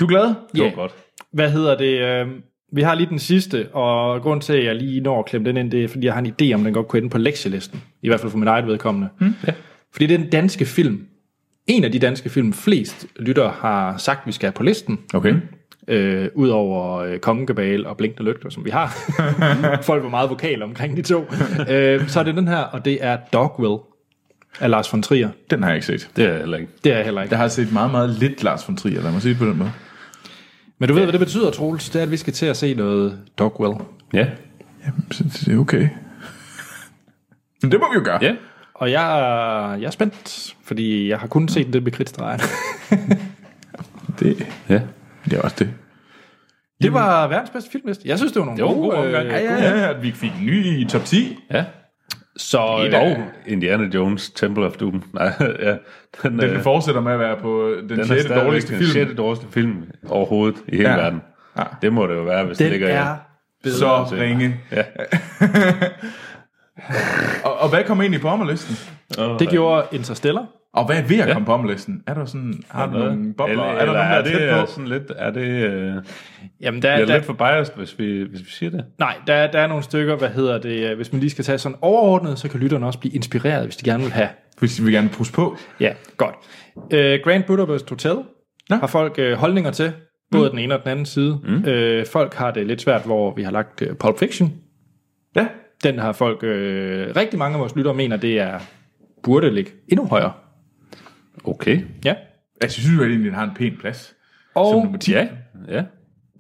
Speaker 2: Du er glad?
Speaker 3: Det var
Speaker 1: Ja.
Speaker 3: godt.
Speaker 1: Hvad hedder det? øh, Vi har lige den sidste, og grund til, at jeg lige når at klemme den ind, det er, fordi jeg har en idé, om den godt kunne ende på lektielisten. I hvert fald for mit eget vedkommende. Mm. Ja. Fordi det er den danske film. En af de danske film, flest lytter har sagt, vi skal have på listen.
Speaker 2: Okay.
Speaker 1: øh, ud over øh, kongekabale og blinkende lygter, som vi har. Folk var meget vokale omkring de to. øh, så er det den her, og det er Dogville af Lars von Trier.
Speaker 2: Den har jeg ikke set.
Speaker 3: Det er jeg heller ikke.
Speaker 1: Det er jeg heller ikke.
Speaker 2: Jeg har set meget, meget lidt Lars von Trier, lad mig sige det på den måde.
Speaker 1: Men du ved, hvad det betyder, Troels? Det er, at vi skal til at se noget Dogville.
Speaker 3: Ja.
Speaker 2: Jamen, så det er okay. Men det må vi jo gøre.
Speaker 3: Ja.
Speaker 1: Og jeg, er- jeg er spændt, fordi jeg har kun set det med kridtstregen.
Speaker 2: Det,
Speaker 3: Ja.
Speaker 2: det er også det.
Speaker 1: det var verdens bedste filmliste. Jeg synes, det var nogle
Speaker 3: Det var en
Speaker 1: gode,
Speaker 3: god omgang.
Speaker 1: øh,
Speaker 2: Ja, ja, ja, at vi fik en ny i top 10.
Speaker 3: Ja.
Speaker 1: Så
Speaker 3: Og,
Speaker 1: øh,
Speaker 3: og Indiana Jones, Temple of Doom. Nej, ja. Den,
Speaker 2: Den fortsætter med at være på den, den
Speaker 3: den er
Speaker 2: sjette
Speaker 3: stadigvæk
Speaker 2: dårligste
Speaker 3: den
Speaker 2: film.
Speaker 3: sjette dårligste film overhovedet i hele
Speaker 2: Ja.
Speaker 3: ja. verden.
Speaker 2: Ja.
Speaker 3: Det må det jo være, hvis det
Speaker 1: den
Speaker 3: ligger
Speaker 1: er...
Speaker 3: i.
Speaker 2: Så ringe.
Speaker 3: Ja.
Speaker 2: og, og hvad kommer egentlig på ommerlisten?
Speaker 1: Det gjorde Interstellar.
Speaker 2: Og hvad er ved at komme på ommerlisten? Er der sådan, har du nogle bobler?
Speaker 3: Eller,
Speaker 2: er der nogen, der
Speaker 3: er
Speaker 2: er
Speaker 3: det
Speaker 2: tæt
Speaker 3: er
Speaker 2: på?
Speaker 3: sådan lidt, er det, øh,
Speaker 1: Jamen, der,
Speaker 3: jeg er
Speaker 1: der,
Speaker 3: lidt for biased, hvis vi, hvis vi siger det.
Speaker 1: Nej, der er, der er nogle stykker, hvad hedder det, øh, hvis man lige skal tage sådan overordnet, så kan lytterne også blive inspireret, hvis de gerne vil have.
Speaker 2: Hvis vi vil gerne pusse på.
Speaker 1: Ja, godt. Øh, Grand Budapest Hotel
Speaker 2: Nå.
Speaker 1: har folk øh, holdninger til, både den ene og den anden side. Mm. Øh, folk har det lidt svært, hvor vi har lagt øh, Pulp Fiction.
Speaker 2: Ja.
Speaker 1: Den har folk, øh, rigtig mange af vores lyttere mener, det er burde ligge endnu højere.
Speaker 3: Okay.
Speaker 1: Ja.
Speaker 2: Altså, Jeg synes jo, at den har en pæn plads. Som
Speaker 1: Og
Speaker 2: nummer 10.
Speaker 3: Oh. Ja, ja.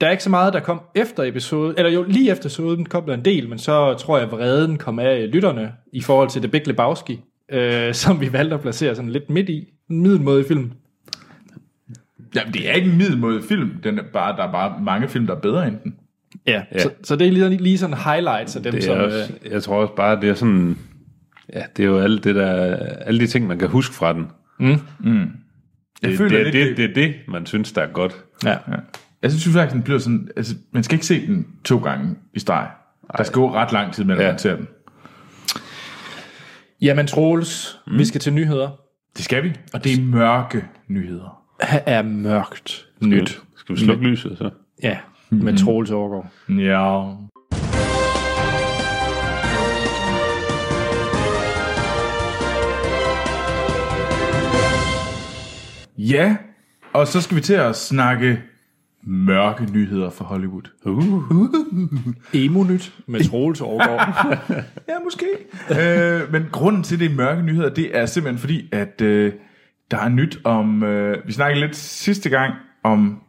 Speaker 1: der er ikke så meget, der kom efter episoden, eller jo lige efter episoden kom der en del, men så tror jeg, vreden kom af lytterne i forhold til The Big Lebowski, øh, som vi valgte at placere sådan lidt midt i, en middelmåde film.
Speaker 2: Jamen, det er ikke en middelmåde film. Den er bare, der er bare mange film, der er bedre end den.
Speaker 1: Ja, ja. Så, så det er lige, lige sådan highlights af dem,
Speaker 3: Det
Speaker 1: som...
Speaker 3: er
Speaker 1: øh,
Speaker 3: også, jeg tror også bare, det er sådan... Ja, det er jo alt det der, alle de ting, man kan huske fra den. Det,
Speaker 2: Jeg
Speaker 3: det,
Speaker 2: føler
Speaker 3: er
Speaker 2: lidt,
Speaker 3: det, det, er det, man synes, der er godt.
Speaker 1: ja.
Speaker 2: Ja. Jeg synes faktisk, den bliver sådan... Altså, man skal ikke se den to gange i streg. Der skal gå ret lang tid, mellem
Speaker 3: Ja.
Speaker 2: ja. man ser den.
Speaker 1: Jamen Troels, mm. vi skal til nyheder.
Speaker 2: Det skal vi. Og det er mørke nyheder.
Speaker 1: Her er mørkt nyt.
Speaker 3: Skal vi slukke lyset, så?
Speaker 1: Ja, med mm. Troels overgår.
Speaker 2: Ja. Ja, og så skal vi til at snakke mørke nyheder fra Hollywood.
Speaker 1: Emo-nyt med Troels overgår.
Speaker 2: Ja, måske. øh, men grunden til det er mørke nyheder, det er simpelthen fordi, at øh, der er nyt om... Øh, vi snakkede lidt sidste gang om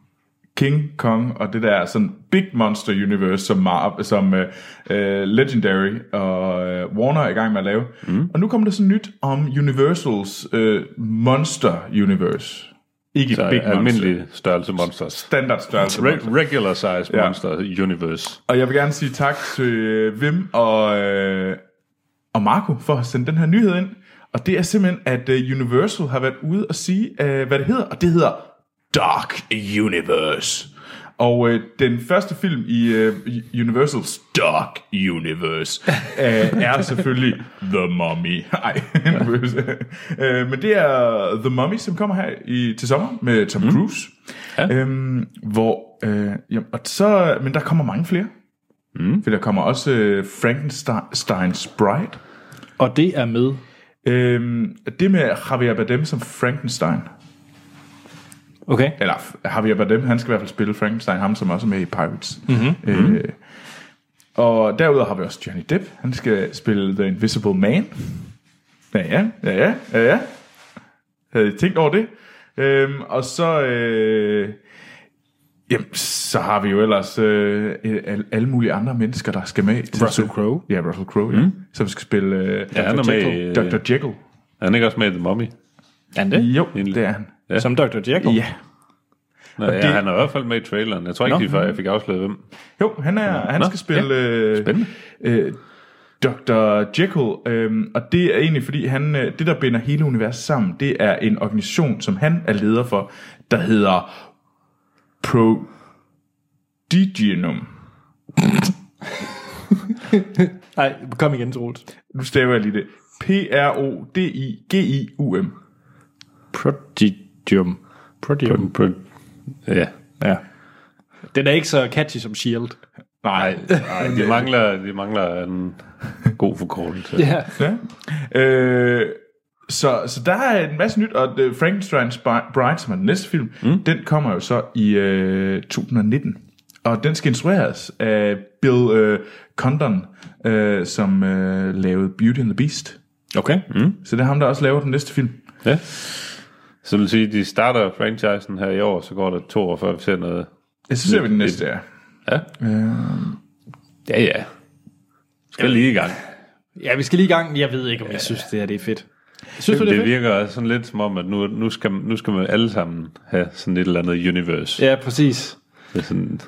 Speaker 2: King Kong og det der sådan big monster universe, som, Mar- som øh, øh, Legendary og øh, Warner er i gang med at lave. Mm. Og nu kommer der sådan nyt om Universals øh, monster universe. Ikke
Speaker 3: Så
Speaker 2: big monster.
Speaker 3: almindelig størrelse monsters.
Speaker 2: Standard størrelse.
Speaker 3: Re- regular size
Speaker 2: Ja.
Speaker 3: monster universe.
Speaker 2: Og jeg vil gerne sige tak til øh, Vim og, øh, og Marco for at have sendt den her nyhed ind. Og det er simpelthen, at øh, Universal har været ude og sige, øh, hvad det hedder. Og det hedder Dark Universe. Og øh, den første film i øh, Universals Dark Universe øh, er selvfølgelig The Mummy. Nej, øh, men det er The Mummy, som kommer her i, til sommer med Tom Cruise. Ja. Øhm, hvor, øh, jamen, og så, men der kommer mange flere. Mm. For der kommer også øh, Frankensteins Bride.
Speaker 1: og det er med.
Speaker 2: Øhm, det med Javier Bardem som Frankenstein.
Speaker 1: Okay.
Speaker 2: Eller Javier Bardem, han skal i hvert fald spille Frankenstein, ham som også er med i Pirates.
Speaker 1: Mhm,
Speaker 2: Mm-hmm. Øh, og derudover har vi også Johnny Depp. Han skal spille The Invisible Man. Ja, ja, ja, ja, ja. ja. Havde I tænkt over det? Øhm, og så... Øh, jamen, så har vi jo ellers øh, al- alle mulige andre mennesker, der skal med. til-
Speaker 1: Russell Crowe. Mhm.
Speaker 2: Ja, Russell Crowe, ja. Mm. Som skal spille øh,
Speaker 3: Ja, han er med i-
Speaker 2: Dr. Jekyll.
Speaker 3: Er han ikke også med i The Mummy?
Speaker 1: Er han det?
Speaker 2: Jo,
Speaker 3: en-
Speaker 2: det er han.
Speaker 1: Ja. Som Dr. Jekyll?
Speaker 2: Ja.
Speaker 3: Nå, ja,
Speaker 2: det-
Speaker 3: han er i hvert fald med i traileren. Jeg tror ikke,
Speaker 1: Nå.
Speaker 3: de før, jeg fik afsløret hvem.
Speaker 2: Jo, han, er, han
Speaker 3: Nå,
Speaker 2: skal spille øh,
Speaker 3: Spændende.
Speaker 2: øh, Dr. Jekyll, øh, og det er egentlig fordi, han, øh, det der binder hele universet sammen, det er en organisation, som han er leder for, der hedder Prodigium.
Speaker 1: Nej, kom igen, Troels.
Speaker 2: Nu staver jeg lige det. P-R-O-D-I-G-I-U-M.
Speaker 1: Prodigium. Prodigium.
Speaker 3: Ja.
Speaker 1: Ja. Den er ikke så catchy som Shield.
Speaker 2: Nej,
Speaker 3: Ej, de mangler, de mangler en god forkortelse.
Speaker 1: Ja.
Speaker 2: Ja. Øh, så, så der er en masse nyt, og øh, Frankenstein's Bi- Bride, som er den næste film, mm. den kommer jo så i øh, 2019. Og den skal instrueres af Bill øh, Condon, øh, som øh, lavede Beauty and the Beast.
Speaker 1: Okay. Mm.
Speaker 2: Så det er ham, der også laver den næste film.
Speaker 3: Ja. Så det vil sige, de starter franchisen her i år, så går der to år, før vi ser noget.
Speaker 2: Jeg synes, vi den næste er.
Speaker 3: Ja, ja. Skal lige i gang.
Speaker 1: Ja, vi skal lige i gang. Jeg ved ikke, om jeg synes, det her det er fedt. Synes du, det er
Speaker 3: Det
Speaker 1: fedt?
Speaker 3: virker også sådan lidt som om, at nu, nu, skal, nu skal man alle sammen have sådan et eller andet universe.
Speaker 1: Ja, præcis.
Speaker 3: Det er sådan,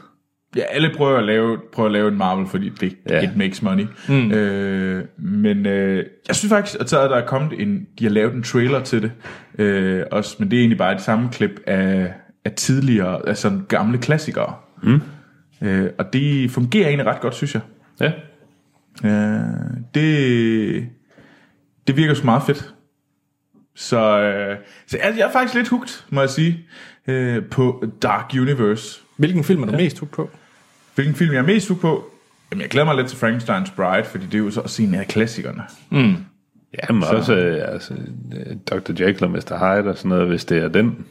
Speaker 2: Ja, alle prøver at lave, prøver at lave en Marvel, fordi det,
Speaker 3: Ja.
Speaker 2: yeah. it makes money. Mm. Øh, men øh, jeg synes faktisk, at så er der kommet en, de har lavet en trailer til det, øh, også, men det er egentlig bare et sammenklip af, af tidligere, altså gamle klassikere. Mm. Øh, og det fungerer egentlig ret godt, synes jeg.
Speaker 3: ja.
Speaker 2: Øh, det, det virker så meget fedt. Så, øh, så jeg, jeg er faktisk lidt hugt, må jeg sige, øh, på Dark Universe.
Speaker 1: Hvilken film er du ja. mest hooked på?
Speaker 2: Hvilken film jeg er mest ude på? Jamen, jeg glæder mig lidt til Frankensteins Bride, fordi det er jo så også en af klassikerne.
Speaker 3: Jamen så. også øh, altså, øh, Dr. Jekyll og Mr. Hyde og sådan noget, hvis det er den,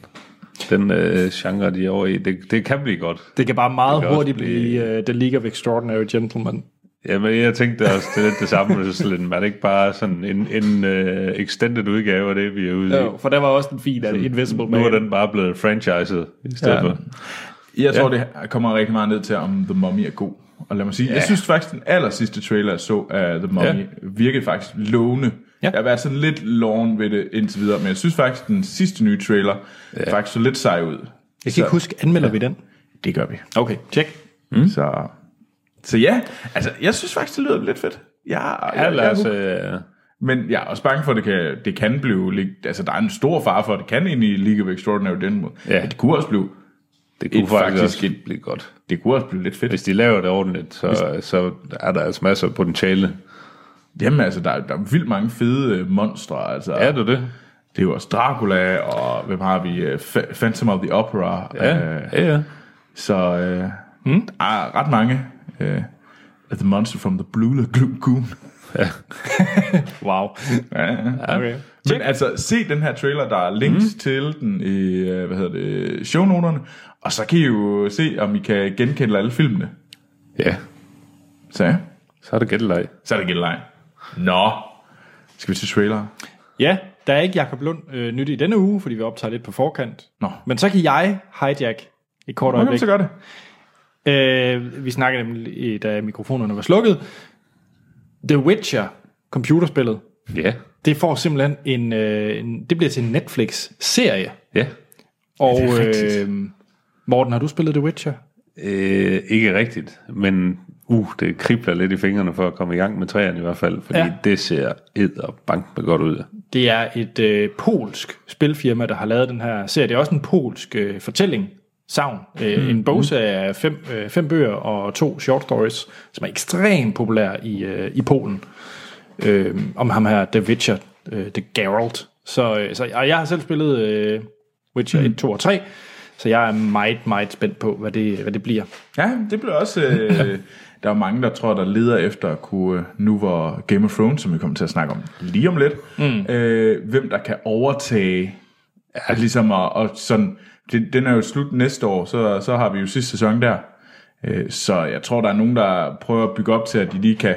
Speaker 3: den øh, genre, de er over i. Det, det kan blive godt.
Speaker 1: Det kan bare meget
Speaker 3: kan også
Speaker 1: hurtigt blive uh, The League of Extraordinary Gentlemen.
Speaker 3: Jamen, jeg tænkte også, det er lidt det samme, men så lidt, er det ikke bare sådan en, en uh, extended udgave af det, vi er ude i?
Speaker 1: Jo, Øh, for der var også den fine af Invisible Man.
Speaker 3: Nu er den bare blevet franchiset i stedet
Speaker 1: Ja.
Speaker 3: ja. for.
Speaker 2: Jeg tror, ja. det kommer rigtig meget ned til, om The Mummy er god. Og lad mig sige, ja. jeg synes faktisk, den aller sidste trailer, jeg så af The Mummy, ja.
Speaker 3: Ja.
Speaker 2: virkede faktisk lovende. Ja.
Speaker 1: Ja.
Speaker 2: Jeg har været sådan lidt loven ved det indtil videre, men jeg synes faktisk, den sidste nye trailer ja. faktisk så lidt sej ud.
Speaker 1: Jeg kan ikke huske, anmelder ja. vi den?
Speaker 2: Det gør vi.
Speaker 1: Okay, tjek.
Speaker 2: Mm. Så, så ja, altså jeg synes faktisk, det lyder lidt fedt. Ja,
Speaker 3: Ja, lad os,
Speaker 2: jeg,
Speaker 3: øh,
Speaker 2: men jeg er også bange for, at det kan, det kan blive... lig- Altså, der er en stor fare for, at det kan ind i League of Extraordinary den måde.
Speaker 3: Ja.
Speaker 2: Men det kunne også blive...
Speaker 3: det kunne
Speaker 2: Et
Speaker 3: faktisk,
Speaker 2: faktisk
Speaker 3: faktisk
Speaker 2: et-
Speaker 3: også blive godt.
Speaker 2: Det kunne også blive lidt fedt.
Speaker 3: Hvis de laver det ordentligt, så, så er der altså masser af potentiale.
Speaker 2: Jamen, altså, der, er- der er vildt mange fede øh, monstre. Altså,
Speaker 3: Er du det?
Speaker 2: Det er jo også Dracula, og hvem har vi? Øh, Fa- Phantom of the Opera.
Speaker 3: Ja,
Speaker 2: Øh,
Speaker 3: ja, ja. Hmm?
Speaker 2: så øh, mm? der er ret mange. Øh, the Monster from the Blue Lagoon.
Speaker 1: Wow.
Speaker 2: Ja, ja.
Speaker 1: Okay.
Speaker 2: Men altså, se den her trailer, der er links mm. til den i, øh, hvad hedder det, shownoterne, og så kan I jo se, om I kan genkende alle filmene.
Speaker 3: Ja,
Speaker 2: Så ja,
Speaker 3: så er det gætteleg.
Speaker 2: så er det gældelejen. Nå, skal vi til trailer?
Speaker 1: Ja, der er ikke Jakob Lund øh, nyt i denne uge, fordi vi optager lidt på forkant.
Speaker 2: Nå.
Speaker 1: Men så kan jeg hijack et kort
Speaker 2: Okay,
Speaker 1: øjeblik.
Speaker 2: så gør det.
Speaker 1: Øh, vi snakkede nemlig, da mikrofonerne var slukket. The Witcher, computerspillet,
Speaker 3: Ja,
Speaker 1: det får simpelthen en, øh, en det bliver til en Netflix-serie.
Speaker 3: ja.
Speaker 1: Og øh, Morten, har du spillet The Witcher?
Speaker 3: Øh, ikke rigtigt, men uh, det kribler lidt i fingrene for at komme i gang med træerne i hvert fald, fordi
Speaker 1: Ja.
Speaker 3: ja. det ser ed og bank med godt ud.
Speaker 1: Det er et øh, polsk spilfirma, der har lavet den her serie. Det er også en polsk øh, fortælling, savn. Øh, En bogserie af fem, øh, fem bøger og to short stories, som er ekstremt populær i, øh, i Polen. Øh, om ham her, The Witcher, øh, The Geralt. Så, øh, så og jeg har selv spillet øh, Witcher 1, 2 og 3, så jeg er meget, meget spændt på, hvad det, hvad det bliver.
Speaker 2: Ja, det bliver også... Øh, der er mange, der tror, der leder efter at kunne, øh, nu hvor Game of Thrones, som vi kommer til at snakke om lige om lidt, mm. øh, hvem der kan overtage, ja. ligesom at, og sådan, det, den er jo slut næste år, så, så har vi jo sidste sæson der. Øh, så jeg tror, der er nogen, der prøver at bygge op til, at de lige kan...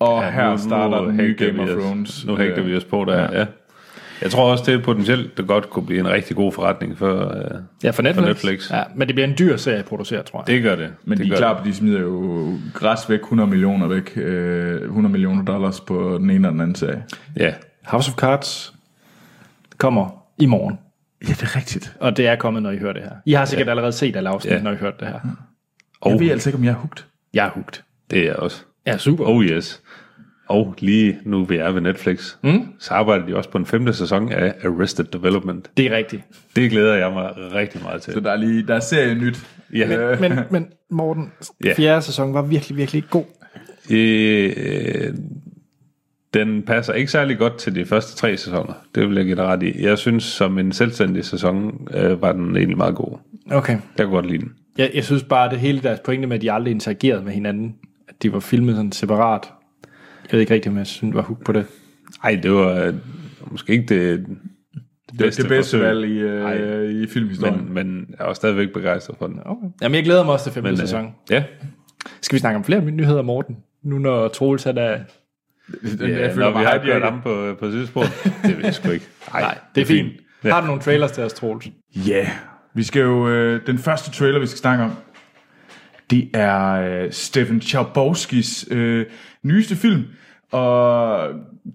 Speaker 2: Og ja, her starter den nye
Speaker 3: hægter
Speaker 2: Game of
Speaker 3: vi os-
Speaker 2: Thrones. Øh,
Speaker 3: Nu hægter vi os på der, øh, ja. ja. Jeg tror også, det potentielt det godt kunne blive en rigtig god forretning for, øh,
Speaker 1: Ja, for Netflix.
Speaker 3: For Netflix.
Speaker 1: Ja, men det bliver en dyr serie produceret, tror jeg.
Speaker 3: Det gør det.
Speaker 2: Men
Speaker 3: det
Speaker 2: de er
Speaker 3: gør
Speaker 2: klar på, de smider jo græs væk, 100 millioner væk, øh, 100 millioner dollars på den ene og den anden sag.
Speaker 3: det. Ja.
Speaker 1: House of Cards kommer i morgen.
Speaker 2: Ja, det er rigtigt.
Speaker 1: Og det er kommet, når I hører det her. I har sikkert ja. allerede set alle afsnit, ja. når I hørte det her.
Speaker 3: Og
Speaker 2: Jeg ved altså ikke, om jeg er hugt.
Speaker 1: Jeg er hugt.
Speaker 3: det er også.
Speaker 1: Ja, super.
Speaker 3: Oh yes. Og lige nu vi er ved Netflix, mm. så arbejder de også på en femte sæson af Arrested Development.
Speaker 1: Det er rigtigt.
Speaker 3: Det glæder jeg mig rigtig meget til.
Speaker 2: Så der er lige, der er serien nyt.
Speaker 3: Ja.
Speaker 2: Øh,
Speaker 1: Men, men Morten,
Speaker 3: Ja.
Speaker 1: fjerde sæson var virkelig, virkelig god.
Speaker 3: Øh, den passer ikke særlig godt til de første tre sæsoner. Det vil jeg give dig ret i. Jeg synes, som en selvstændig sæson, øh, var den egentlig meget god.
Speaker 1: Okay.
Speaker 3: Jeg kunne godt lide den.
Speaker 1: Jeg, jeg synes bare, at det hele deres pointe med, at de aldrig interagerede med hinanden, at de var filmet sådan separat. Jeg ved ikke rigtigt, om jeg synes, var hook på det.
Speaker 3: Ej, det var øh, måske ikke det, det
Speaker 2: det, det bedste
Speaker 3: forsøg,
Speaker 2: valg i,
Speaker 3: Ej.
Speaker 2: øh, i filmhistorien.
Speaker 3: Men, men jeg var stadigvæk begejstret for den.
Speaker 1: Okay. Jamen, jeg glæder mig også til femte
Speaker 3: Men, øh,
Speaker 1: sæson.
Speaker 3: Ja,
Speaker 1: Skal vi snakke om flere nyheder, Morten? Nu når Troels han er...
Speaker 2: Men,
Speaker 3: ja når vi har kørt ham på, øh, på sidespor, det ved jeg sgu ikke. Ej,
Speaker 1: Nej, det er fint. Ja. Har du nogle trailers til os, Troels?
Speaker 2: Ja, vi skal jo... Øh, den første trailer, vi skal snakke om, det er øh, Stefan Chbosky's øh, nyeste film. Og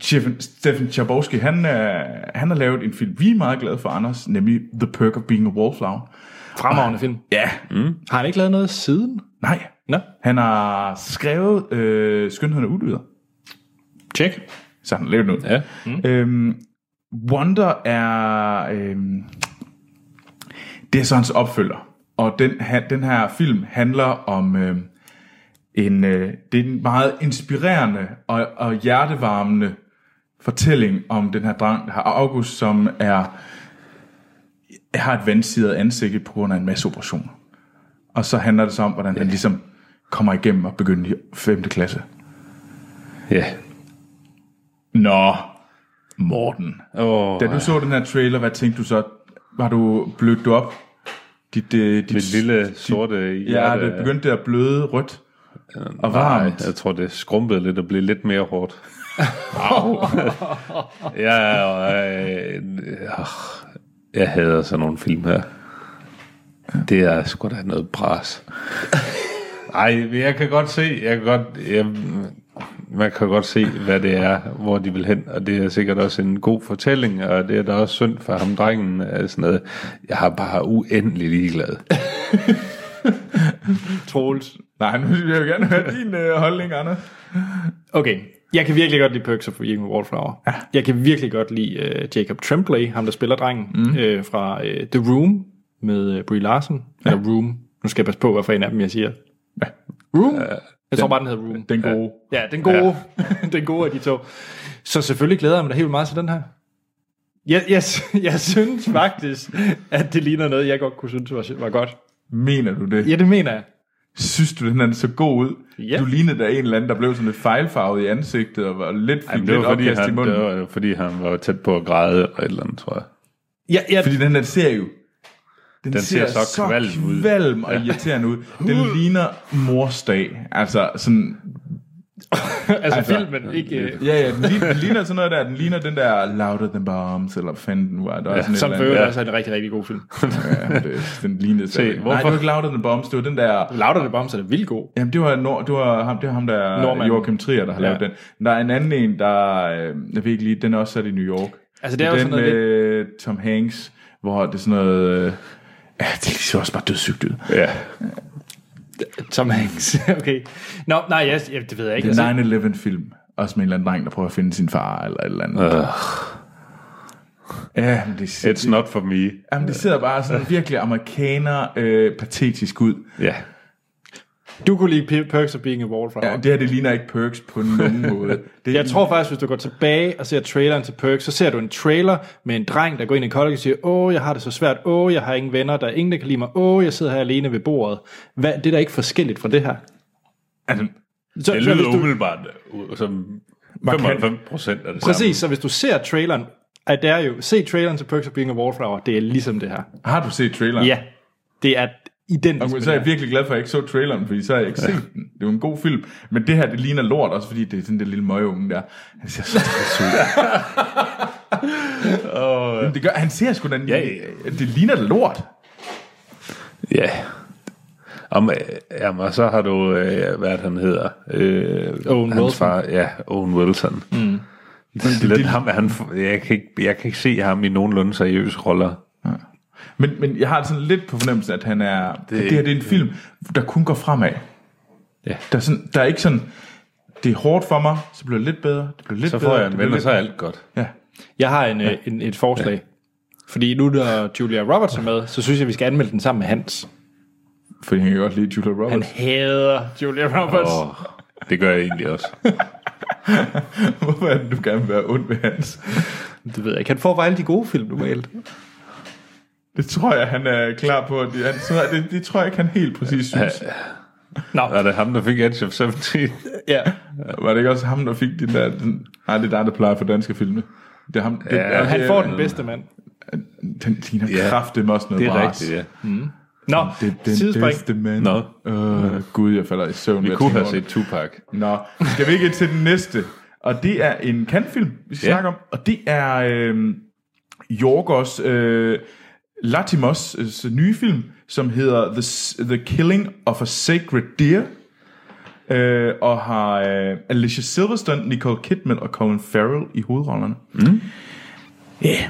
Speaker 2: Stefan, Stefan Chbosky, han, øh, han har lavet en film, vi er meget glade for, Anders, nemlig The Perk of Being a Wallflower.
Speaker 1: Fremragende film.
Speaker 2: Ja,
Speaker 1: Ah. Har han ikke lavet noget siden?
Speaker 2: nej.
Speaker 1: Nå,
Speaker 2: Han har skrevet øh, Skønheden og Udyder.
Speaker 1: tjek.
Speaker 2: Så han har lavet noget.
Speaker 3: Ja.
Speaker 2: Øhm, Wonder er... Øhm, det er så hans opfølger. Og den, ha, den her film handler om... Øhm, en, øh, det er en meget inspirerende og, og hjertevarmende fortælling om den her dreng, der har August, som er har et vandsideret ansigt på grund af en masse operationer. Og så handler det så om, hvordan han ligesom kommer igennem og begynder i 5. klasse.
Speaker 3: Ja.
Speaker 2: Nå, Morten.
Speaker 3: Åh,
Speaker 2: Da du så den her trailer, hvad tænkte du så? Var du blødt du op? Dit, øh, dit,
Speaker 3: mit lille sorte
Speaker 2: Ja,
Speaker 3: hjerte. Øh,
Speaker 2: det begyndte at bløde rødt og varmt.
Speaker 3: Nej, altså- jeg tror, det skrumpede lidt og blev lidt mere hårdt. Au. ja, og, øh, øh, jeg hader sådan nogle film her. Det er sgu da noget bras. Nej, men jeg kan godt se, jeg kan godt, jeg, man kan godt se, hvad det er, hvor de vil hen, og det er sikkert også en god fortælling, og det er da også synd for ham, drengen, er sådan noget. Jeg har bare uendelig ligeglad.
Speaker 1: Troels.
Speaker 2: Nej, nu vil jeg jo gerne høre din øh, holdning, Anders.
Speaker 1: Okay, jeg kan virkelig godt lide Perks of Being a Wallflower. Ja. Jeg kan virkelig godt lide uh, Jacob Tremblay, ham der spiller drengen,
Speaker 2: Mhm.
Speaker 1: mm. øh, fra uh, The Room med uh, Brie Larson. Ja. Eller Room. Nu skal jeg passe på, hvad for en af dem jeg siger.
Speaker 2: Ja. Øh,
Speaker 1: Room? jeg tror bare, den hedder Room.
Speaker 2: Den gode.
Speaker 1: Ja, den gode. Ja. den gode af de to. Så selvfølgelig glæder jeg mig da helt vildt meget til den her. Jeg, jeg, jeg synes faktisk, at det ligner noget, jeg godt kunne synes var, var godt.
Speaker 2: Mener du det?
Speaker 1: Ja, det mener jeg.
Speaker 2: Synes du, den er så god ud?
Speaker 1: Ja.
Speaker 2: Du lignede da en eller anden, der blev sådan lidt fejlfarvet i ansigtet, og var lidt, fik
Speaker 3: Jamen, det,
Speaker 2: lidt
Speaker 3: var, fordi
Speaker 2: opkast i
Speaker 3: han,
Speaker 2: munden.
Speaker 3: det, var, det var fordi, han var tæt på at græde eller et eller andet, tror jeg.
Speaker 1: Jeg, jeg,
Speaker 2: Fordi den her ser jo...
Speaker 3: Den ser så kvalm ud.
Speaker 2: kvalm og irriterende ud. Den ligner morsdag. Altså sådan...
Speaker 1: altså,
Speaker 2: altså,
Speaker 1: filmen, ikke... øh,
Speaker 2: Ja, ja, den ligner, den ligner sådan noget der. Den ligner den der Louder Than Bombs, eller hvad fanden den var. Der ja, sådan et
Speaker 1: Som for
Speaker 2: eller
Speaker 1: øvrigt
Speaker 2: andet.
Speaker 1: ja. også er en rigtig, rigtig god film.
Speaker 2: Ja, det, den lignede sig. Nej, det
Speaker 3: hvorfor-
Speaker 2: var ikke Louder Than Bombs, det var den der...
Speaker 1: Louder the Bombs er da vildt god.
Speaker 2: Jamen, det var, Nor, det var, ham, det var ham, der
Speaker 1: Norman.
Speaker 2: Norman. Joachim Trier, der har
Speaker 1: Ja.
Speaker 2: ja. lavet den. Men Der er en anden en, der... Øh, jeg ved ikke lige, den er også sat i New York.
Speaker 1: Altså, det er jo
Speaker 2: den
Speaker 1: sådan noget
Speaker 2: med lidt... Tom Hanks, hvor det er sådan noget... Øh, ja, det ser også bare dødssygt ud.
Speaker 3: Ja.
Speaker 1: Tom Hanks, okay. Nå, nej, jeg, jeg, det ved jeg ikke.
Speaker 2: Det
Speaker 1: Altså,
Speaker 2: er en 9-11-film. Også med en eller anden dreng, der prøver at finde sin far, eller et eller andet.
Speaker 3: Øh.
Speaker 2: Ja, men det,
Speaker 3: It's not for me.
Speaker 2: jamen, det sidder bare sådan virkelig amerikaner øh, patetisk ud.
Speaker 3: Ja.
Speaker 1: du kunne lide Per- Perks of Being a Wallflower.
Speaker 2: Ja, det her, det ligner ikke perks på nogen måde. Det,
Speaker 1: Jeg tror faktisk, hvis du går tilbage og ser traileren til Perks, så ser du en trailer med en dreng, der går ind i kolde og siger, åh, jeg har det så svært, åh, jeg har ingen venner, der er ingen, der kan lide mig, åh, jeg sidder her alene ved bordet. Hvad, det er da ikke forskelligt fra det her.
Speaker 2: Altså,
Speaker 1: Så,
Speaker 3: Det
Speaker 1: så, hvis
Speaker 3: lyder
Speaker 1: du,
Speaker 3: umiddelbart øh, som
Speaker 2: Markant.
Speaker 3: 95 procent af det
Speaker 1: præcis, så hvis du ser traileren, at det er jo, se traileren til Perks of Being a Wallflower, det er ligesom det her.
Speaker 2: har du set traileren?
Speaker 1: Ja, det er ligesom- identisk.
Speaker 2: Okay,
Speaker 1: med
Speaker 2: så er
Speaker 1: det
Speaker 2: jeg virkelig glad for, at jeg ikke så traileren, fordi så har jeg ikke set den. Det er jo en god film. Men det her, det ligner lort også, fordi det er sådan den lille møgeunge der. Han ser så træls ud. Men det gør, han ser sgu da... Ja,
Speaker 3: ja.
Speaker 2: Det ligner da lort.
Speaker 3: Ja. Om, øh, jamen, og så har du, øh, hvad er det, han hedder? Øh,
Speaker 1: Owen
Speaker 3: hans
Speaker 1: Wilson.
Speaker 3: Far, ja, Owen Wilson. Mm. Men det, lidt, ham, er han, jeg, kan ikke, jeg kan ikke se ham i nogenlunde seriøse roller.
Speaker 2: Men, men jeg har sådan lidt på fornemmelsen, at han er... Det, at det her det er en film, der kun går fremad.
Speaker 3: Ja.
Speaker 2: Der, er sådan, der er ikke sådan... Det er hårdt for mig, så bliver det lidt bedre, det bliver lidt
Speaker 3: Så får
Speaker 2: bedre.
Speaker 3: jeg
Speaker 2: det
Speaker 3: en
Speaker 2: bliver
Speaker 3: ven, og
Speaker 2: lidt-
Speaker 3: så er alt godt.
Speaker 2: Ja.
Speaker 1: Jeg har en, ja. en, et forslag. Ja. Fordi nu, når Julia Roberts er med, så synes jeg, vi skal anmelde den sammen med Hans.
Speaker 2: Fordi han kan godt lide Julia Roberts.
Speaker 1: Han hader Julia Roberts. Oh.
Speaker 3: Åh, det gør jeg egentlig også.
Speaker 2: Hvorfor er det, du gerne vil være ond ved hans?
Speaker 1: Det ved jeg ikke. Han får bare alle de gode film normalt.
Speaker 2: Det tror jeg, han er klar på. at Det, han, så det, det tror jeg ikke, han helt præcis synes.
Speaker 3: Var det ham, der fik Edge of 17?
Speaker 1: Ja.
Speaker 2: Var det ikke også ham, der fik den der... Den, nej, det er dig, der plejer for danske filme. Det er ham, det,
Speaker 3: Ja,
Speaker 1: Han
Speaker 2: det-
Speaker 1: får den bedste mand.
Speaker 2: Den ligner
Speaker 3: Ja.
Speaker 2: yeah. kraftigt også noget
Speaker 3: Det er
Speaker 2: bras.
Speaker 3: rigtigt, ja.
Speaker 1: Nå,
Speaker 2: Det er den
Speaker 1: sidespring.
Speaker 2: bedste mand.
Speaker 3: Nå.
Speaker 2: Øh, Gud, jeg falder i søvn.
Speaker 3: Vi kunne have set Tupac.
Speaker 2: Nå, skal vi ikke til den næste? Og det er en kantfilm, vi skal
Speaker 3: Ja.
Speaker 2: ja. snakke om. Og det er øh, Jorgos øh, Latimos øh, nye film, som hedder The, S- The Killing of a Sacred Deer. Øh, og har øh, Alicia Silverstone, Nicole Kidman og Colin Farrell i hovedrollerne. Ja. Mm. Yeah.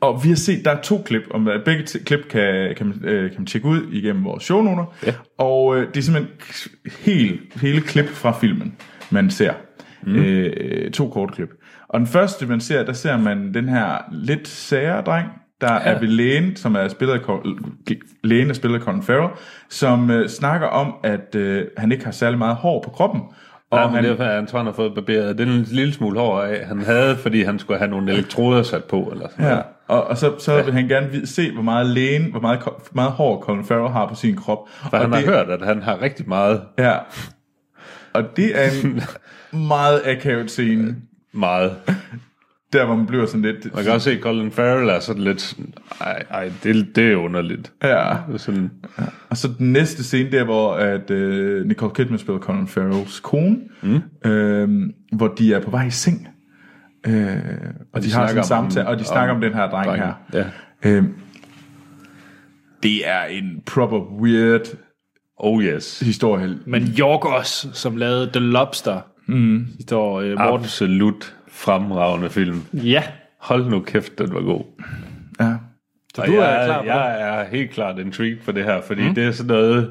Speaker 2: Og vi har set, der er to klip, og med- begge t- klip kan, kan, man, øh, kan man tjekke ud igennem vores shownoter.
Speaker 3: Ja.
Speaker 2: Og øh, det er simpelthen helt, hele klip fra filmen, man ser. Mm. Øh, to korte klip. Og den første, man ser, der ser man den her lidt sære dreng, der ja. er ved lægen, som er spillet af Col- lægen er spillet af Colin Farrell, som øh, snakker om, at øh, han ikke har særlig meget hår på kroppen. Og
Speaker 3: Ja, men derfor er Antoine har fået barberet den lille smule hår af, han havde, fordi han skulle have nogle elektroder sat på, eller sådan
Speaker 2: Ja, og, og så, så vil han gerne vid- se, hvor meget lægen, hvor meget, ko- hvor meget hår Colin Farrell har på sin krop.
Speaker 3: For
Speaker 2: og
Speaker 3: han har
Speaker 2: det,
Speaker 3: hørt, at han har rigtig meget,
Speaker 2: Ja. Og det er en meget akavet scene,
Speaker 3: meget.
Speaker 2: der hvor man bliver sådan lidt...
Speaker 3: Man kan også se, at Colin Farrell er sådan lidt sådan, ej, ej det, det er underligt.
Speaker 2: Ja.
Speaker 3: Sådan,
Speaker 2: Og så den næste scene der, hvor at, øh, Nicole Kidman spiller Colin Farrells kone, mm. øh, hvor de er på vej i seng. Øh, og de, de har
Speaker 3: snakker
Speaker 2: sådan en
Speaker 3: om-
Speaker 2: samtale, og de snakker om, den her dreng,
Speaker 3: dreng,
Speaker 2: her.
Speaker 3: ja.
Speaker 2: Øh, det er en proper weird
Speaker 3: oh yes.
Speaker 2: historie.
Speaker 1: Men Jorgos, som lavede The Lobster, mm. Mm. Sidste år,
Speaker 3: Ah.
Speaker 1: øh, Morten.
Speaker 3: Absolut fremragende film.
Speaker 1: Ja.
Speaker 3: Hold nu kæft, den var god.
Speaker 2: Ja.
Speaker 1: Så
Speaker 3: Og
Speaker 1: du
Speaker 3: jeg,
Speaker 1: er klar på det?
Speaker 3: jeg er helt klart intrigued for det her, fordi mm. det er sådan noget,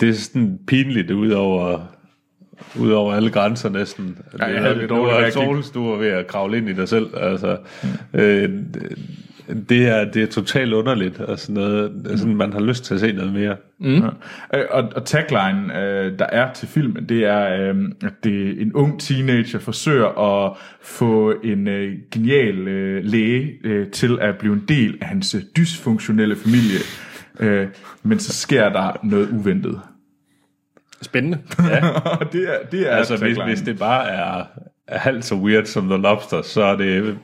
Speaker 3: det er sådan pinligt ud over, ud over alle grænser næsten. Ja,
Speaker 2: jeg havde det dårligt, da jeg gik.
Speaker 3: Soles, du var ved at kravle ind i dig selv. Altså, øh, det, er, det er totalt underligt, og sådan noget, sådan, man har lyst til at se noget mere.
Speaker 2: Øh, Og, og tagline, øh, der er til filmen, det er, øh, at det en ung teenager forsøger at få en øh, genial øh, læge øh, til at blive en del af hans øh, dysfunktionelle familie. Øh, men så sker der noget uventet.
Speaker 1: Spændende.
Speaker 2: og det er, det er
Speaker 3: Altså, hvis,
Speaker 2: tagline.
Speaker 3: hvis det bare er, er halvt så weird som The Lobster, så er det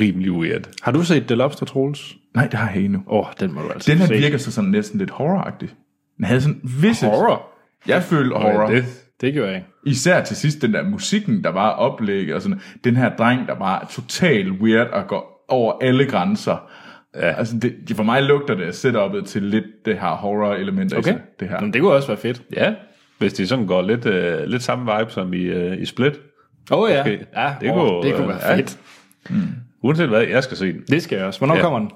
Speaker 3: rimelig weird.
Speaker 1: Har du set The Lobster, Troels?
Speaker 2: Nej, det har jeg ikke endnu.
Speaker 1: Åh, oh, den må du altså
Speaker 2: Den her
Speaker 1: se.
Speaker 2: virker så sådan næsten lidt horroragtig. Den havde sådan visse...
Speaker 1: Horror?
Speaker 2: Jeg følte horror.
Speaker 3: Det,
Speaker 1: Det gjorde jeg ikke.
Speaker 2: Især til sidst den der musikken, der var oplægget, og sådan, den her dreng, der var total weird og går over alle grænser. Ja. Altså, det, for mig lugter det af setup'et til lidt det her horror-elementer i
Speaker 1: Okay.
Speaker 2: sig, det her.
Speaker 1: Jamen, det kunne også være fedt.
Speaker 3: ja, hvis de sådan går lidt, øh, lidt samme vibe som i, øh, i Split.
Speaker 1: Åh oh, ja.
Speaker 3: Måske.
Speaker 1: ja
Speaker 3: Det
Speaker 1: åh,
Speaker 3: kunne-
Speaker 1: det kunne være
Speaker 3: ja.
Speaker 1: fedt.
Speaker 3: Uanset hvad, jeg skal se den.
Speaker 1: Det skal jeg også. Hvornår ja.
Speaker 3: Ja.
Speaker 1: kommer den?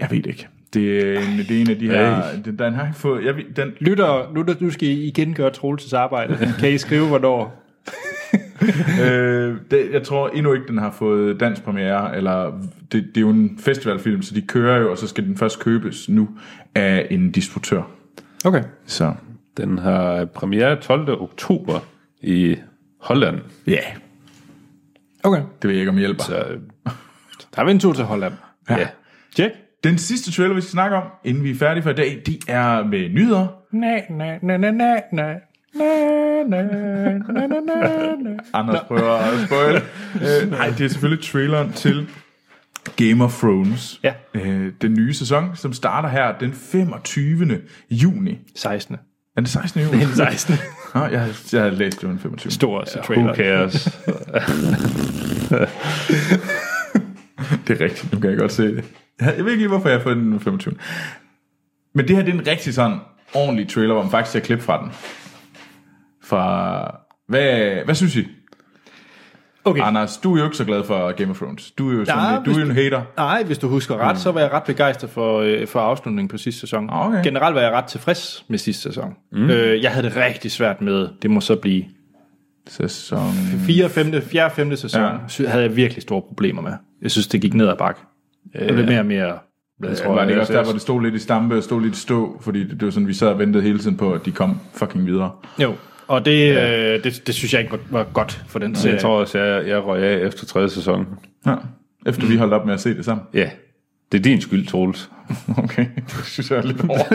Speaker 2: Jeg ved det ikke. Det er, en, det er en af de her...
Speaker 3: Ej.
Speaker 2: Den, den har ikke fået... Jeg ved, den,
Speaker 1: Lytter, lytter, nu skal I igen gøre Troelses arbejde. Kan I skrive, hvornår?
Speaker 2: øh, det, jeg tror endnu ikke, den har fået dansk premiere, eller det, det er jo en festivalfilm, så de kører jo, og så skal den først købes nu af en distributør.
Speaker 1: Okay.
Speaker 2: Så
Speaker 3: Den har premiere 12. oktober i Holland.
Speaker 2: ja, yeah.
Speaker 1: Okay.
Speaker 2: det ved jeg ikke, om det hjælper.
Speaker 3: Så øh,
Speaker 1: Der er vi en tur til Holland.
Speaker 3: ja. ja.
Speaker 1: Tjek.
Speaker 2: Den sidste trailer, vi skal snakke om, inden vi er færdige for i dag, det er med nyheder.
Speaker 1: Na, na, na, na, na, na. Na, na, na, na, na, na.
Speaker 2: Anders prøver at spoil. Øh, Nej, det er selvfølgelig traileren til Game of Thrones.
Speaker 1: Ja.
Speaker 2: Øh, den nye sæson, som starter her den 25. juni.
Speaker 1: 16.
Speaker 2: Er det 16. juni?
Speaker 1: Den 16.
Speaker 2: Nå, jeg, jeg har læst jo den 25.
Speaker 1: Stor så
Speaker 3: Who
Speaker 1: trailer.
Speaker 3: cares?
Speaker 2: Det er rigtigt, nu kan jeg godt se det. Jeg jeg ved ikke lige, hvorfor jeg har fået den 25. Men det her, det er en rigtig sådan ordentlig trailer, hvor man faktisk ser klip fra den. Fra... Hvad, hvad synes I?
Speaker 1: Okay.
Speaker 2: Anders, du er jo ikke så glad for Game of Thrones. Du er jo, sådan,
Speaker 1: Ja,
Speaker 2: ja, du er jo en hater.
Speaker 1: Nej, hvis du husker ret, så var jeg ret begejstret for, øh, for afslutningen på sidste sæson.
Speaker 2: Okay.
Speaker 1: Generelt var jeg ret tilfreds med sidste sæson. Mm. Øh, jeg havde det rigtig svært med, det må så blive
Speaker 2: Sæson...
Speaker 1: 4. 5. 4. 5. sæson,
Speaker 2: Ja.
Speaker 1: ja. sy- havde jeg virkelig store problemer med. Jeg synes, det gik ned ad bakke. Øh, det blev mere og mere...
Speaker 2: Jeg tror, var det ikke også der, hvor det stod lidt i stampe og stod lidt i stå? Fordi det, det var sådan, vi sad og ventede hele tiden på, at de kom fucking videre.
Speaker 1: Jo, og det, ja. øh, det, det synes jeg ikke var, var godt for den serie.
Speaker 3: Jeg tror også, jeg, jeg røg af efter tredje sæson.
Speaker 2: Ja. Efter vi holdt op med at se det sammen.
Speaker 3: Ja, det er din skyld, Troels.
Speaker 2: Okay, det synes jeg er lidt hårdt.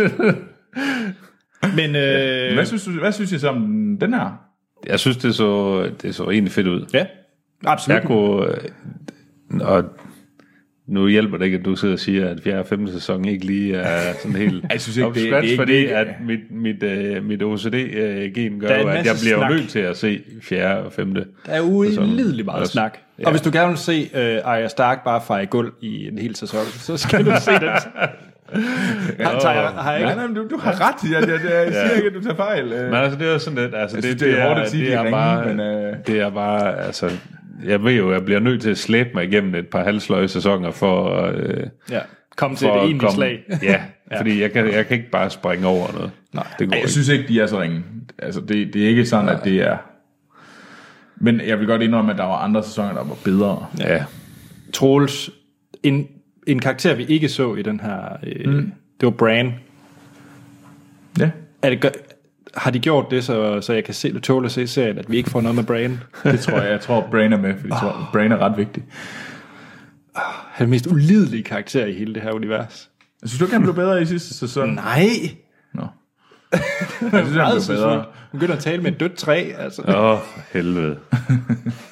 Speaker 1: Men øh,
Speaker 2: Hvad synes, du, hvad synes I så om den her?
Speaker 3: Jeg synes, det så, det så egentlig fedt ud.
Speaker 1: ja, absolut.
Speaker 3: Jeg kunne... øh, Og nu hjælper det ikke, at du sidder og siger, at fjerde og femte sæson ikke lige er sådan helt
Speaker 2: Jeg synes ikke,
Speaker 3: up
Speaker 2: det- det
Speaker 3: scratch,
Speaker 2: er ikke-
Speaker 3: fordi
Speaker 2: det er ikke-
Speaker 3: at mit, mit, øh, mit OCD-gen
Speaker 1: Der er en
Speaker 3: øh, gør jo, at
Speaker 1: masse
Speaker 3: jeg bliver jo
Speaker 1: snak.
Speaker 3: nødt til at se fjerde og femte.
Speaker 1: Der er ulideligt meget
Speaker 3: Også.
Speaker 1: snak. Ja.
Speaker 3: Ja.
Speaker 1: Og hvis du gerne vil se øh, Arya Stark bare fejre gulv i en hel sæson, så skal du se den. Han tager, har jeg
Speaker 2: Nej,
Speaker 1: ikke,
Speaker 2: nej, men du, du har ret. Jeg, jeg, jeg siger
Speaker 3: Ja.
Speaker 2: ikke, at du tager fejl. Øh,
Speaker 3: Men altså, det er jo sådan lidt... Altså, det,
Speaker 2: synes, det er hårdt at sige, de er ringe,
Speaker 3: bare,
Speaker 2: men, øh.
Speaker 3: Det er bare, altså... Jeg ved jo, jeg bliver nødt til at slæbe mig igennem et par halvsløje sæsoner for, øh,
Speaker 1: ja, kom til
Speaker 3: for
Speaker 1: det
Speaker 3: at
Speaker 1: egentlige slag.
Speaker 3: Ja, fordi jeg kan, jeg kan ikke bare springe over noget. Nej, det går
Speaker 2: Ej,
Speaker 3: ikke.
Speaker 2: jeg synes ikke, de er så ringe. Altså, det, det er ikke sådan, at det er... Men jeg vil godt indrømme, at der var andre sæsoner, der var bedre.
Speaker 3: Ja,
Speaker 1: Troels, en, en karakter, vi ikke så i den her, øh, mm. det var Bran.
Speaker 2: Ja.
Speaker 1: Er det, gør- har de gjort det, så, så jeg kan se det tåle at se serien, at vi ikke får noget med Bran?
Speaker 2: Det tror jeg. Jeg tror, Brain er med, fordi jeg tror, Brain er ret vigtig.
Speaker 1: Han er den mest ulidelige karakter i hele det her univers.
Speaker 2: Synes du ikke, han blev bedre i sidste sæson?
Speaker 1: Nej!
Speaker 2: Nå. Jeg synes, han blev bedre.
Speaker 1: Hun begynder at tale med et dødt træ, altså.
Speaker 3: åh, oh, helvede.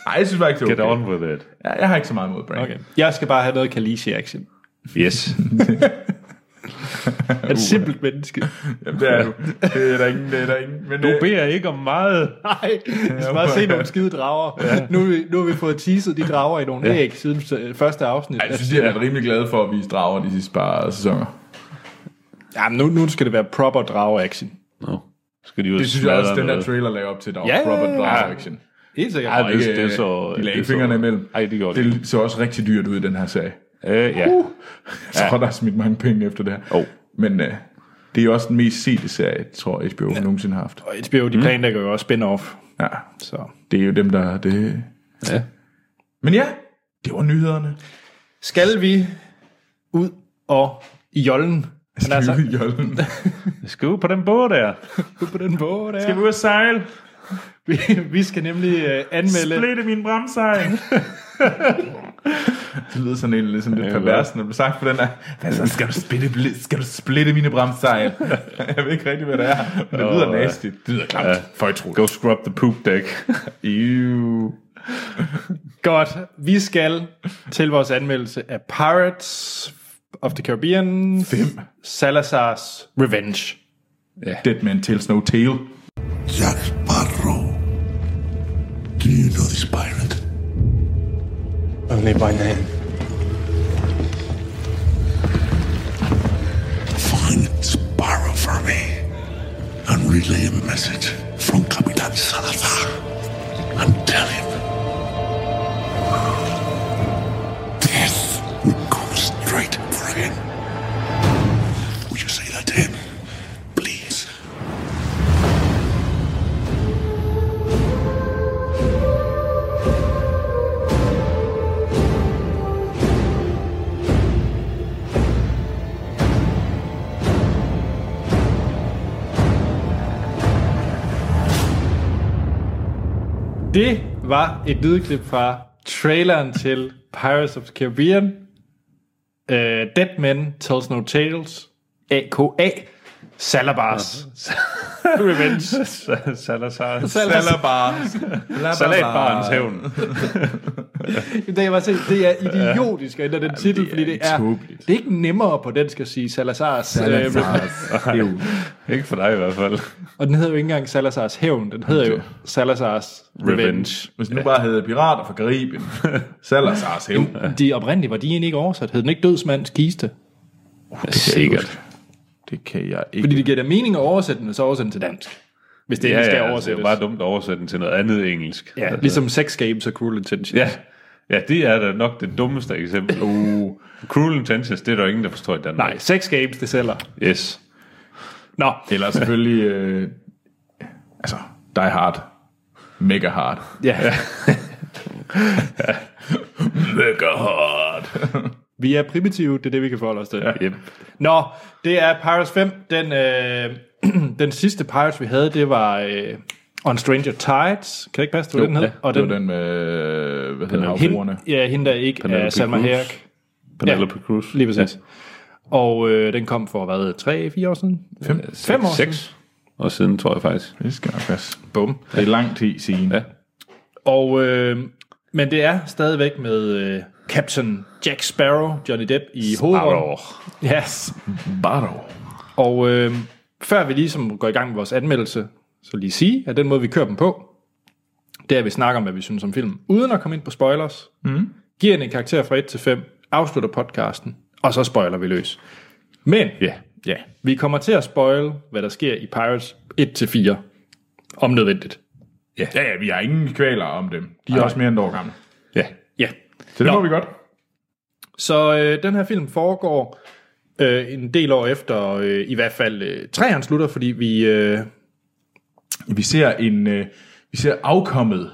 Speaker 2: Nej, jeg synes faktisk, det
Speaker 3: Get
Speaker 2: var okay.
Speaker 3: on with it.
Speaker 2: Jeg, jeg har ikke så meget mod Brain.
Speaker 1: Okay. Jeg skal bare have noget Khaleesi-action.
Speaker 3: Yes.
Speaker 1: Et simpelt menneske.
Speaker 2: Jamen, det er du. Det er der ingen, det er der ingen. Men øh,
Speaker 3: Du
Speaker 2: det,
Speaker 3: beder ikke om meget.
Speaker 1: Nej, vi skal bare se nogle skide drager. Ja. Nu, har vi- nu har vi fået teaset de drager i nogle ja. æg siden øh, første afsnit.
Speaker 2: jeg synes, de har været rimelig glade for at vise drager de sidste par sæsoner.
Speaker 1: Ja, men nu, nu skal det være proper drage-action.
Speaker 3: Nå, skal de jo
Speaker 2: Det synes jeg også, den der
Speaker 3: noget.
Speaker 2: trailer lagde op til, der var
Speaker 1: Ja,
Speaker 2: proper
Speaker 1: ja, ja.
Speaker 2: drager action.
Speaker 1: Helt sikkert.
Speaker 3: Ej, det,
Speaker 2: ikke, øh,
Speaker 3: det, så...
Speaker 2: de lagde
Speaker 3: det
Speaker 2: ikke
Speaker 3: så-
Speaker 2: fingrene imellem.
Speaker 3: Ej, det gjorde det.
Speaker 2: Det så også rigtig dyrt ud i den her sag.
Speaker 3: Øh, ja. Oh. Uh.
Speaker 2: Jeg tror, der er smidt mange penge efter det her.
Speaker 3: Jo.
Speaker 2: Men øh, det er jo også den mest sete serie, tror jeg, HBO ja. nogensinde har haft.
Speaker 1: Og HBO, de planlægger jo også spin-off.
Speaker 2: Ja,
Speaker 1: Så.
Speaker 2: det er jo dem, der... Det...
Speaker 3: Ja.
Speaker 2: Men ja, det var nyhederne.
Speaker 1: Skal vi ud og i jollen? Altså, Han er sagt,
Speaker 3: altså-
Speaker 2: Jollen.
Speaker 3: Skal ud på den båd der.
Speaker 1: ud på den båd der.
Speaker 3: Skal vi ud og sejle?
Speaker 1: Vi, vi skal nemlig uh, anmelde...
Speaker 3: Splitte min bremsejl.
Speaker 2: Det lyder sådan en lidt, sådan lidt
Speaker 3: Ja,
Speaker 2: pervers, når det blev sagt på den der. Altså, skal du splitte, bl- skal du splitte mine bremsejl? jeg ved ikke rigtig, hvad det er, men det lyder
Speaker 3: Åh, ja.
Speaker 2: nasty. Det lyder klamt. Ja. Føjtro.
Speaker 3: Go scrub the poop deck.
Speaker 1: Godt. Vi skal til vores anmeldelse af Pirates of the Caribbean. 5. Salazar's Revenge.
Speaker 2: Dead Man Tells No Tale.
Speaker 6: Jack Sparrow. Do you know this pirate?
Speaker 8: Only by name.
Speaker 6: Find Sparrow for me and relay a message from Capitan Salazar and tell him death will come straight for him. Would you say that to him, please?
Speaker 1: Det var et lydklip fra traileren til Pirates of the Caribbean. Uh, Dead Men Tells No Tales. A.K.A. Salabars. Revenge.
Speaker 3: Salazar.
Speaker 2: Salabar.
Speaker 3: Salatbarens hævn.
Speaker 1: Det, jeg bare se, det er idiotisk at ændre den titel, det fordi det er,
Speaker 2: tåbeligt.
Speaker 1: det er ikke nemmere på den skal sige Salazar's. Salazar. Øh,
Speaker 3: Ikke for dig i hvert fald.
Speaker 1: og den hedder jo ikke engang Salazar's Hævn, den hedder jo Salazar's Revenge. Revenge.
Speaker 3: Revenge.
Speaker 2: Hvis nu bare hedder Pirater fra Karibien. Salazar's hævn.
Speaker 1: De oprindelige var de egentlig ikke oversat. Hed den ikke dødsmands kiste?
Speaker 3: Sikkert.
Speaker 2: Det kan jeg ikke.
Speaker 1: Fordi det giver da mening at oversætte den, og så oversætte den til dansk. Hvis det
Speaker 3: Ja,
Speaker 1: ja, ikke skal
Speaker 3: ja,
Speaker 1: ja,
Speaker 3: altså, det er jo
Speaker 1: oversættes.
Speaker 3: bare dumt at oversætte den til noget andet engelsk.
Speaker 1: ja,
Speaker 3: Altså,
Speaker 1: ligesom Sex Games og Cruel Intentions.
Speaker 3: ja. ja, det er da nok det dummeste eksempel. Uh, Cruel Intentions, det er der jo ingen, der forstår i Danmark.
Speaker 1: Nej, Sex Games, det sælger.
Speaker 3: Yes.
Speaker 1: Nå,
Speaker 2: Eller selvfølgelig... Øh, altså, Die Hard. Mega Hard.
Speaker 1: ja. ja.
Speaker 2: Mega Hard.
Speaker 1: Vi er primitive, det er det, vi kan forholde os til. Ja.
Speaker 3: Yep.
Speaker 1: Nå, det er Pirates 5. Den, øh, den sidste Pirates, vi havde, det var øh, On Stranger Tides. Kan det ikke passe, det var den hed?
Speaker 3: ja,
Speaker 1: og
Speaker 2: Det
Speaker 1: den,
Speaker 2: var den med... øh, Hvad hedder havbrugerne?
Speaker 1: hende, ja, hende der ikke er
Speaker 3: Penelope
Speaker 1: Salma
Speaker 3: Cruz.
Speaker 1: Hayek.
Speaker 3: Penelope Cruz.
Speaker 1: Lige præcis. Ja. Og øh, den kom for, hvad, 3-4 år siden? 5 år siden.
Speaker 3: Seks år siden, tror jeg faktisk.
Speaker 2: Det skal nok passe.
Speaker 1: Bum.
Speaker 2: Det er lang tid siden.
Speaker 3: Ja.
Speaker 1: Og, øh, men det er stadigvæk med øh, Captain Jack Sparrow, Johnny Depp i hovedrollen.
Speaker 3: Arror.
Speaker 1: Ja,
Speaker 2: Bardo.
Speaker 1: og øh, før vi ligesom går i gang med vores anmeldelse, så lige sige, at den måde, vi kører dem på, det er, at vi snakker om, hvad vi synes om filmen, uden at komme ind på spoilers. Mm. Giver den en karakter fra 1 til 5, afslutter podcasten, og så spoiler vi løs. Men
Speaker 3: Ja.
Speaker 1: ja, vi kommer til at spoil, hvad der sker i Pirates 1 til 4, om nødvendigt.
Speaker 2: Ja, ja, vi har ingen kvaler om dem. De er Ej. også mere end et år gamle.
Speaker 3: Ja.
Speaker 1: Ja,
Speaker 2: Så det må vi godt.
Speaker 1: Så øh, den her film foregår øh, en del år efter, øh, i hvert fald øh, træerne slutter, fordi vi øh,
Speaker 2: Vi ser en... Øh, vi ser afkommet.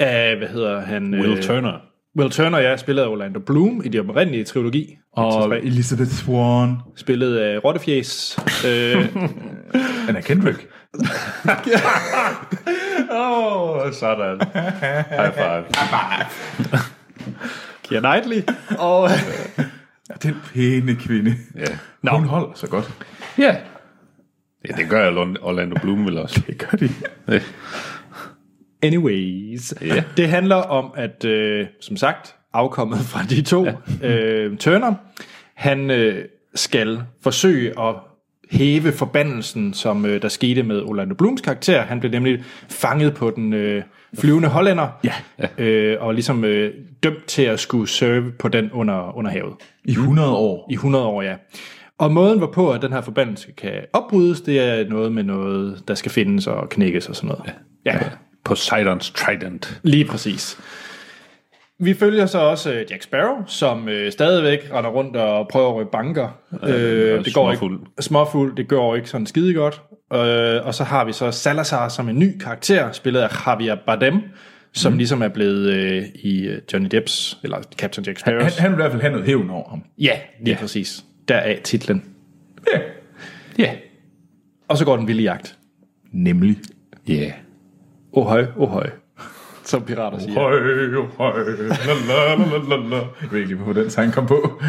Speaker 1: af, hvad hedder han? øh,
Speaker 3: Will Turner.
Speaker 1: Will Turner, ja, spillet af Orlando Bloom i de oprindelige trilogi.
Speaker 2: Og Elizabeth Swan.
Speaker 1: Spillet af Rottefjes. Øh,
Speaker 2: Anna Kendrick.
Speaker 3: Åh, oh, sådan. High five.
Speaker 1: Keira Knightley. Og,
Speaker 2: Den pæne kvinde.
Speaker 3: Ja.
Speaker 2: Nå. Hun holder sig godt.
Speaker 3: Ja. ja det gør Orlando- Orlando Bloom vel også.
Speaker 2: Det gør de.
Speaker 1: anyways. Yeah. Det handler om, at, øh, som sagt, afkommet fra de to, øh, Turner, han øh, skal forsøge at hæve forbandelsen, som øh, der skete med Orlando Blooms karakter. Han blev nemlig fanget på den øh, flyvende hollænder, ja. øh, og ligesom øh, dømt til at skulle serve på den under, under havet
Speaker 2: I 100 år.
Speaker 1: i 100 år, ja. Og måden, hvorpå at den her forbandelse kan opbrydes, det er noget med noget, der skal findes og knækkes og sådan noget. Ja. ja.
Speaker 3: Poseidons Trident.
Speaker 1: Lige præcis. Vi følger så også øh, Jack Sparrow, som øh, stadigvæk render rundt og prøver at røve banker. Øh, det går
Speaker 3: småfuld.
Speaker 1: ikke småfuld, det går ikke sådan skide godt. Øh, og så har vi så Salazar som en ny karakter, spillet af Javier Bardem, som mm. ligesom er blevet øh, i øh, Johnny Depps, eller Captain Jack Sparrows.
Speaker 2: Han, han vil i hvert fald have noget hævn over ham.
Speaker 1: Ja, lige ja. præcis. Deraf titlen.
Speaker 2: Ja.
Speaker 1: Ja. Og så går den vilde jagt.
Speaker 2: Nemlig.
Speaker 3: Ja. Yeah.
Speaker 1: Ohøj, ohøj. Som pirater siger.
Speaker 2: Høj, høj, la, la, la, la, la. Jeg ved ikke lige, hvor den sang kom på.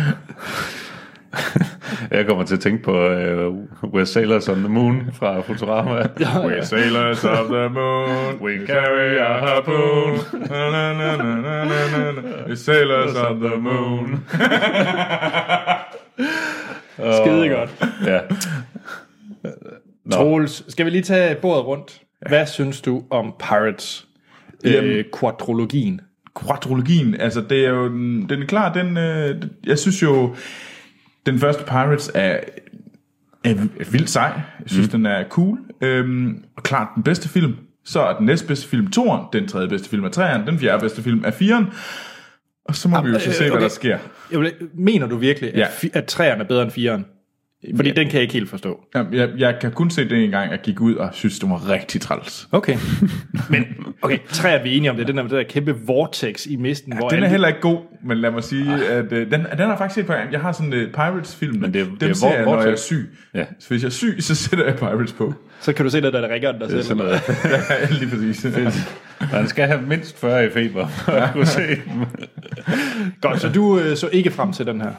Speaker 3: Jeg kommer til at tænke på uh, We're Sailors on the Moon fra Futurama.
Speaker 2: We're sailors of the moon, we carry a harpoon. Na, na, na, na, na, na, na, na. We're sailors of the moon.
Speaker 1: Skide godt.
Speaker 3: ja.
Speaker 1: Troels, skal vi lige tage bordet rundt? Hvad synes du om Pirates? Øh, quadrologien.
Speaker 2: Quadrologien, altså det er jo, den den er klar, den, øh, jeg synes jo, den første Pirates er, er vildt sej. Jeg synes, mm. den er cool. Øhm, og klart den bedste film. Så er den næstbedste film toren, den tredje bedste film er træeren, den fjerde bedste film er firen. Og så må vi jo så se,
Speaker 1: øh,
Speaker 2: hvad
Speaker 1: okay.
Speaker 2: der sker.
Speaker 1: Jeg vil, mener du virkelig, at,
Speaker 2: Ja.
Speaker 1: ja. fi, at træerne er bedre end fireren? Fordi den kan jeg ikke helt forstå.
Speaker 2: Jamen, Jeg, jeg kan kun se det en gang, jeg gik ud og synes, det var rigtig træls.
Speaker 1: Okay. Men okay, træer vi er enige om, det er den der, den der kæmpe vortex i misten, ja, hvor
Speaker 2: Den
Speaker 1: alle
Speaker 2: er
Speaker 1: de-
Speaker 2: heller ikke god, men lad mig sige, at øh, den, den har faktisk set på Jeg har sådan en Pirates-film, men
Speaker 3: det er-
Speaker 2: dem
Speaker 3: det er
Speaker 2: ser
Speaker 3: vor-
Speaker 2: jeg, når jeg er
Speaker 3: vortex.
Speaker 2: syg.
Speaker 3: Ja.
Speaker 2: Så hvis jeg er syg, så sætter jeg Pirates på.
Speaker 1: så kan du se, at der er riggeren, der
Speaker 3: Sådan
Speaker 1: selv.
Speaker 3: noget.
Speaker 2: ja, lige præcis.
Speaker 3: Han skal have mindst 40 i feber, for at kunne se dem.
Speaker 1: Godt, så du øh, så ikke frem til den her.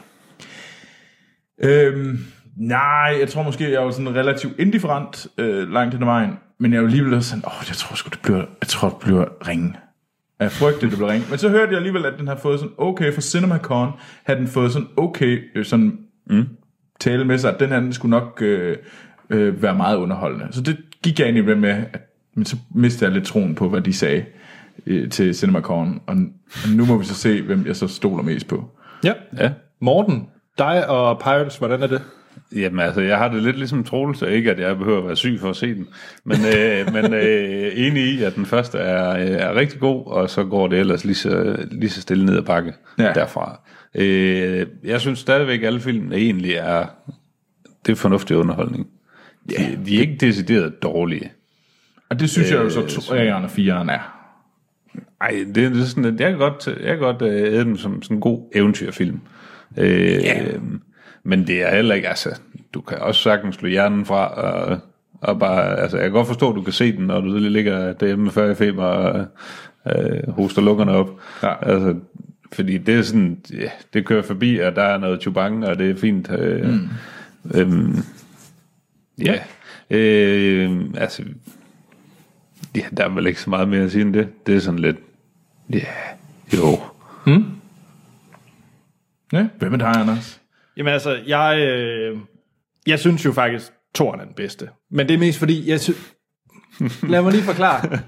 Speaker 2: Øhm, nej, jeg tror måske, jeg var sådan relativt indifferent øh, langt hen ad vejen. Men jeg var alligevel også sådan, åh, jeg tror sgu, det bliver, jeg tror, det bliver ringe. Jeg frygtede, det blev ringe. Men så hørte jeg alligevel, at den har fået sådan okay for CinemaCon, har den fået sådan okay øh, sådan mm. tale med sig, at den her, den skulle nok øh, øh, være meget underholdende. Så det gik jeg egentlig med, at, men så mistede jeg lidt troen på, hvad de sagde øh, til CinemaCon. Og n- nu må vi så se, hvem jeg så stoler mest på.
Speaker 1: Ja.
Speaker 3: Ja.
Speaker 1: Morten, dig og Pirates, hvordan er det?
Speaker 3: Jamen altså, jeg har det lidt ligesom Troels, og ikke at jeg behøver at være syg for at se den, men, øh, men øh, enig i, at den første er, øh, er rigtig god, og så går det ellers lige så, lige så stille ned ad bakke
Speaker 2: Ja.
Speaker 3: ja. derfra. Øh, jeg synes stadigvæk, at alle filmene egentlig er, det er fornuftig underholdning. Yeah. De, de er ikke decideret dårlige.
Speaker 2: Og det synes øh, jeg jo så, træerne og fireren er.
Speaker 3: Ej, det, det er sådan, at jeg kan godt, jeg kan godt øh, æde dem som sådan en god eventyrfilm. Øh, yeah. Men det er heller ikke, altså, du kan også sagtens slå hjernen fra, og, og bare, altså, jeg kan godt forstå, at du kan se den, når du lige ligger derhjemme med 40 i feber og øh, hoster lungerne op.
Speaker 2: Ja.
Speaker 3: Altså, fordi det er sådan, ja, det kører forbi, og der er noget chubang, og det er fint. Øh, mm. øhm, ja. Øh, altså, ja, der er vel ikke så meget mere at sige end det. Det er sådan lidt, ja, yeah, jo.
Speaker 2: Ja, hvad med dig, Anders?
Speaker 1: Jamen altså, jeg, øh, jeg synes jo faktisk, Toren er den bedste. Men det er mest fordi, jeg synes... Lad mig lige forklare.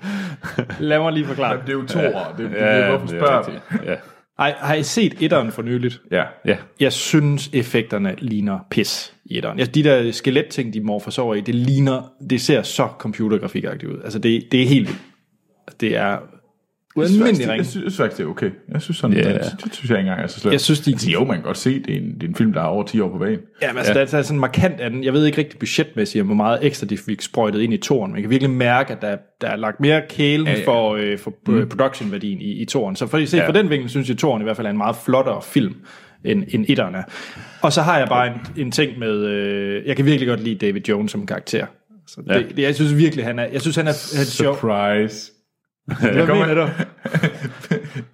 Speaker 1: Lad mig lige forklare.
Speaker 2: Det er jo to år. Det, det, det,
Speaker 3: Ja,
Speaker 2: ja, hvorfor
Speaker 3: det er
Speaker 2: spørger
Speaker 3: rigtigt.
Speaker 2: vi?
Speaker 3: Ja,
Speaker 1: Ej, har I set etteren for nyligt?
Speaker 2: Ja.
Speaker 3: ja.
Speaker 1: Jeg synes, effekterne ligner pis i etteren. Altså, de der skeletting, de morfer sig over i, det ligner, det ser så computergrafikagtigt ud. Altså, det, det er helt vildt. Det er
Speaker 2: Jeg synes,
Speaker 1: ualmindelig
Speaker 2: faktisk, jeg
Speaker 1: ringe.
Speaker 2: synes, jeg synes, faktisk, det er okay. Jeg synes sådan,
Speaker 3: Ja.
Speaker 2: yeah. det, det, synes jeg ikke engang er så slemt.
Speaker 1: Jeg synes, de-
Speaker 2: Altså, jo, man kan godt se, det er, en, det er en film, der er over 10 år på banen.
Speaker 1: Jamen, altså, ja. der er sådan en markant anden. Jeg ved ikke rigtig budgetmæssigt, hvor meget ekstra de fik sprøjtet ind i toren. Man kan virkelig mærke, at der, der er lagt mere kælen ja, ja. for, øh, for mm. production-værdien i, i toren. Så for, set ja. fra den vinkel, synes jeg, at toren i hvert fald er en meget flottere film end, end etteren er. Og så har jeg bare en, en ting med... Øh, jeg kan virkelig godt lide David Jones som karakter. Så det, ja. det, jeg synes virkelig, han er, jeg synes, han er, han er sjov.
Speaker 2: Surprise.
Speaker 1: Hvad mener du?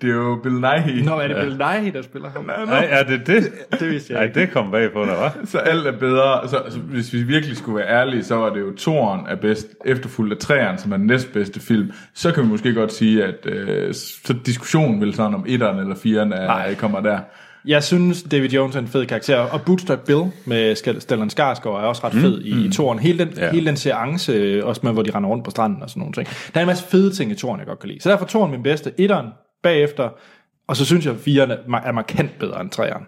Speaker 2: det er jo Bill Nighy.
Speaker 1: Nå, er det Bill Nighy, der spiller ham?
Speaker 3: Ej, er det det?
Speaker 1: Det vidste jeg
Speaker 3: Ej,
Speaker 1: ikke.
Speaker 3: det kom bag på dig, hva'?
Speaker 2: Så alt er bedre. Så, så, hvis vi virkelig skulle være ærlige, så var det jo Toren er bedst, efterfulgt af Træeren, som er den næstbedste film. Så kan vi måske godt sige, at øh, så diskussionen vil sådan om etteren eller firen er, kommer der.
Speaker 1: Jeg synes, David Jones er en fed karakter, og Bootstrap Bill med Skal- Stellan Skarsgård er også ret fed mm. i, i toren. Hele den, ja. hele den seance, øh, også med, hvor de render rundt på stranden og sådan nogle ting. Der er en masse fede ting i toren, jeg godt kan lide. Så derfor er toren min bedste, etteren bagefter, og så synes jeg, at firen er mar- er markant bedre end træeren.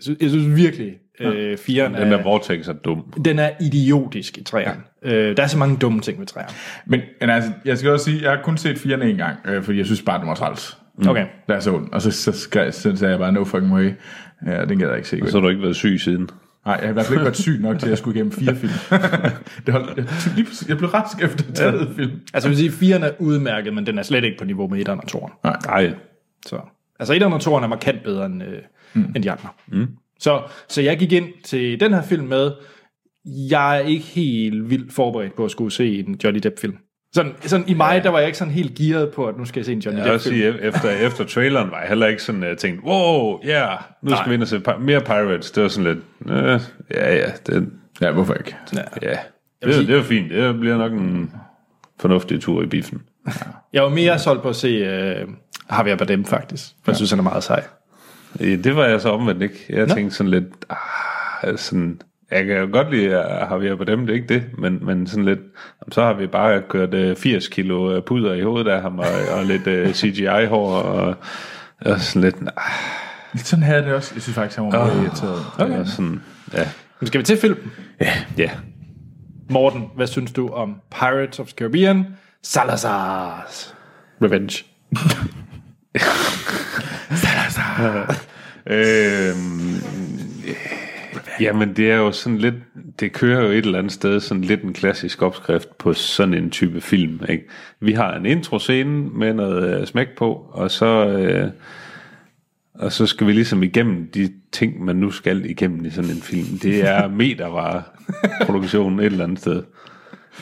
Speaker 1: synes, jeg synes virkelig, øh, firen
Speaker 3: Den der
Speaker 1: er,
Speaker 3: Vortex er dum.
Speaker 1: den er idiotisk i træerne. Øh, der er så mange dumme ting ved træerne.
Speaker 2: Men, men altså, jeg skal også sige, jeg har kun set firene en gang, øh, fordi jeg synes bare, den var træls.
Speaker 1: Okay.
Speaker 2: Da jeg så den. Og så, så, skal, så sagde jeg bare, no fucking way. Ja, den gad jeg ikke se.
Speaker 3: Så har du ikke været syg siden.
Speaker 2: Nej, jeg har i hvert fald ikke været syg nok til, at jeg skulle igennem fire film. det holdt, jeg, lige præcis- jeg blev rask efter tredje film.
Speaker 1: Altså, jeg vil sige, firen er udmærket, men den er slet ikke på niveau med 1'eren og 2'eren.
Speaker 3: Nej.
Speaker 1: Så. Altså 1'eren og 2'eren er markant bedre end, øh, mm. end de andre. Mm. Så, så jeg gik ind til den her film med, jeg er ikke helt vildt forberedt på at skulle se en Johnny Depp-film. Sådan, sådan i mig, der var jeg ikke sådan helt gearet på, at nu skal jeg se en Johnny
Speaker 3: Jeg vil også
Speaker 1: Depp-film.
Speaker 3: sige, e- efter, efter traileren var jeg heller ikke sådan, at jeg tænkte, wow, ja, yeah, nu skal vi ind og se pi- mere Pirates. Det var sådan lidt, øh, ja, ja, den,
Speaker 2: Ja, hvorfor ikke?
Speaker 3: ja. Det, det var fint. Det bliver nok en fornuftig tur i biffen.
Speaker 1: Jeg var mere solgt på at se øh, Javier Bardem, faktisk. For jeg synes, han er meget sej.
Speaker 3: Ja, det var jeg så omvendt ikke. Jeg Nå. tænkte sådan lidt, ah, sådan, jeg kan jo godt lide, at har vi på dem, det er ikke det, men, men sådan lidt, jamen, så har vi bare kørt øh, 80 kilo øh, puder i hovedet af ham, og, og lidt øh, CGI-hår, og, og sådan lidt, "Ah, nej,
Speaker 2: Sådan havde jeg det også. Jeg synes faktisk, han var meget irriteret.
Speaker 3: Ah. okay. og sådan, ja,
Speaker 1: Nu skal vi til filmen.
Speaker 3: ja.
Speaker 1: Morten, hvad synes du om Pirates of the Caribbean? Salazar's Revenge.
Speaker 3: Øhm, jamen, det er jo sådan lidt, det kører jo et eller andet sted, sådan lidt en klassisk opskrift på sådan en type film, ikke? Vi har en introscene med noget øh, smæk på, og så... Øh, og så skal vi ligesom igennem de ting, man nu skal igennem i sådan en film. Det er metervare produktionen et eller andet sted.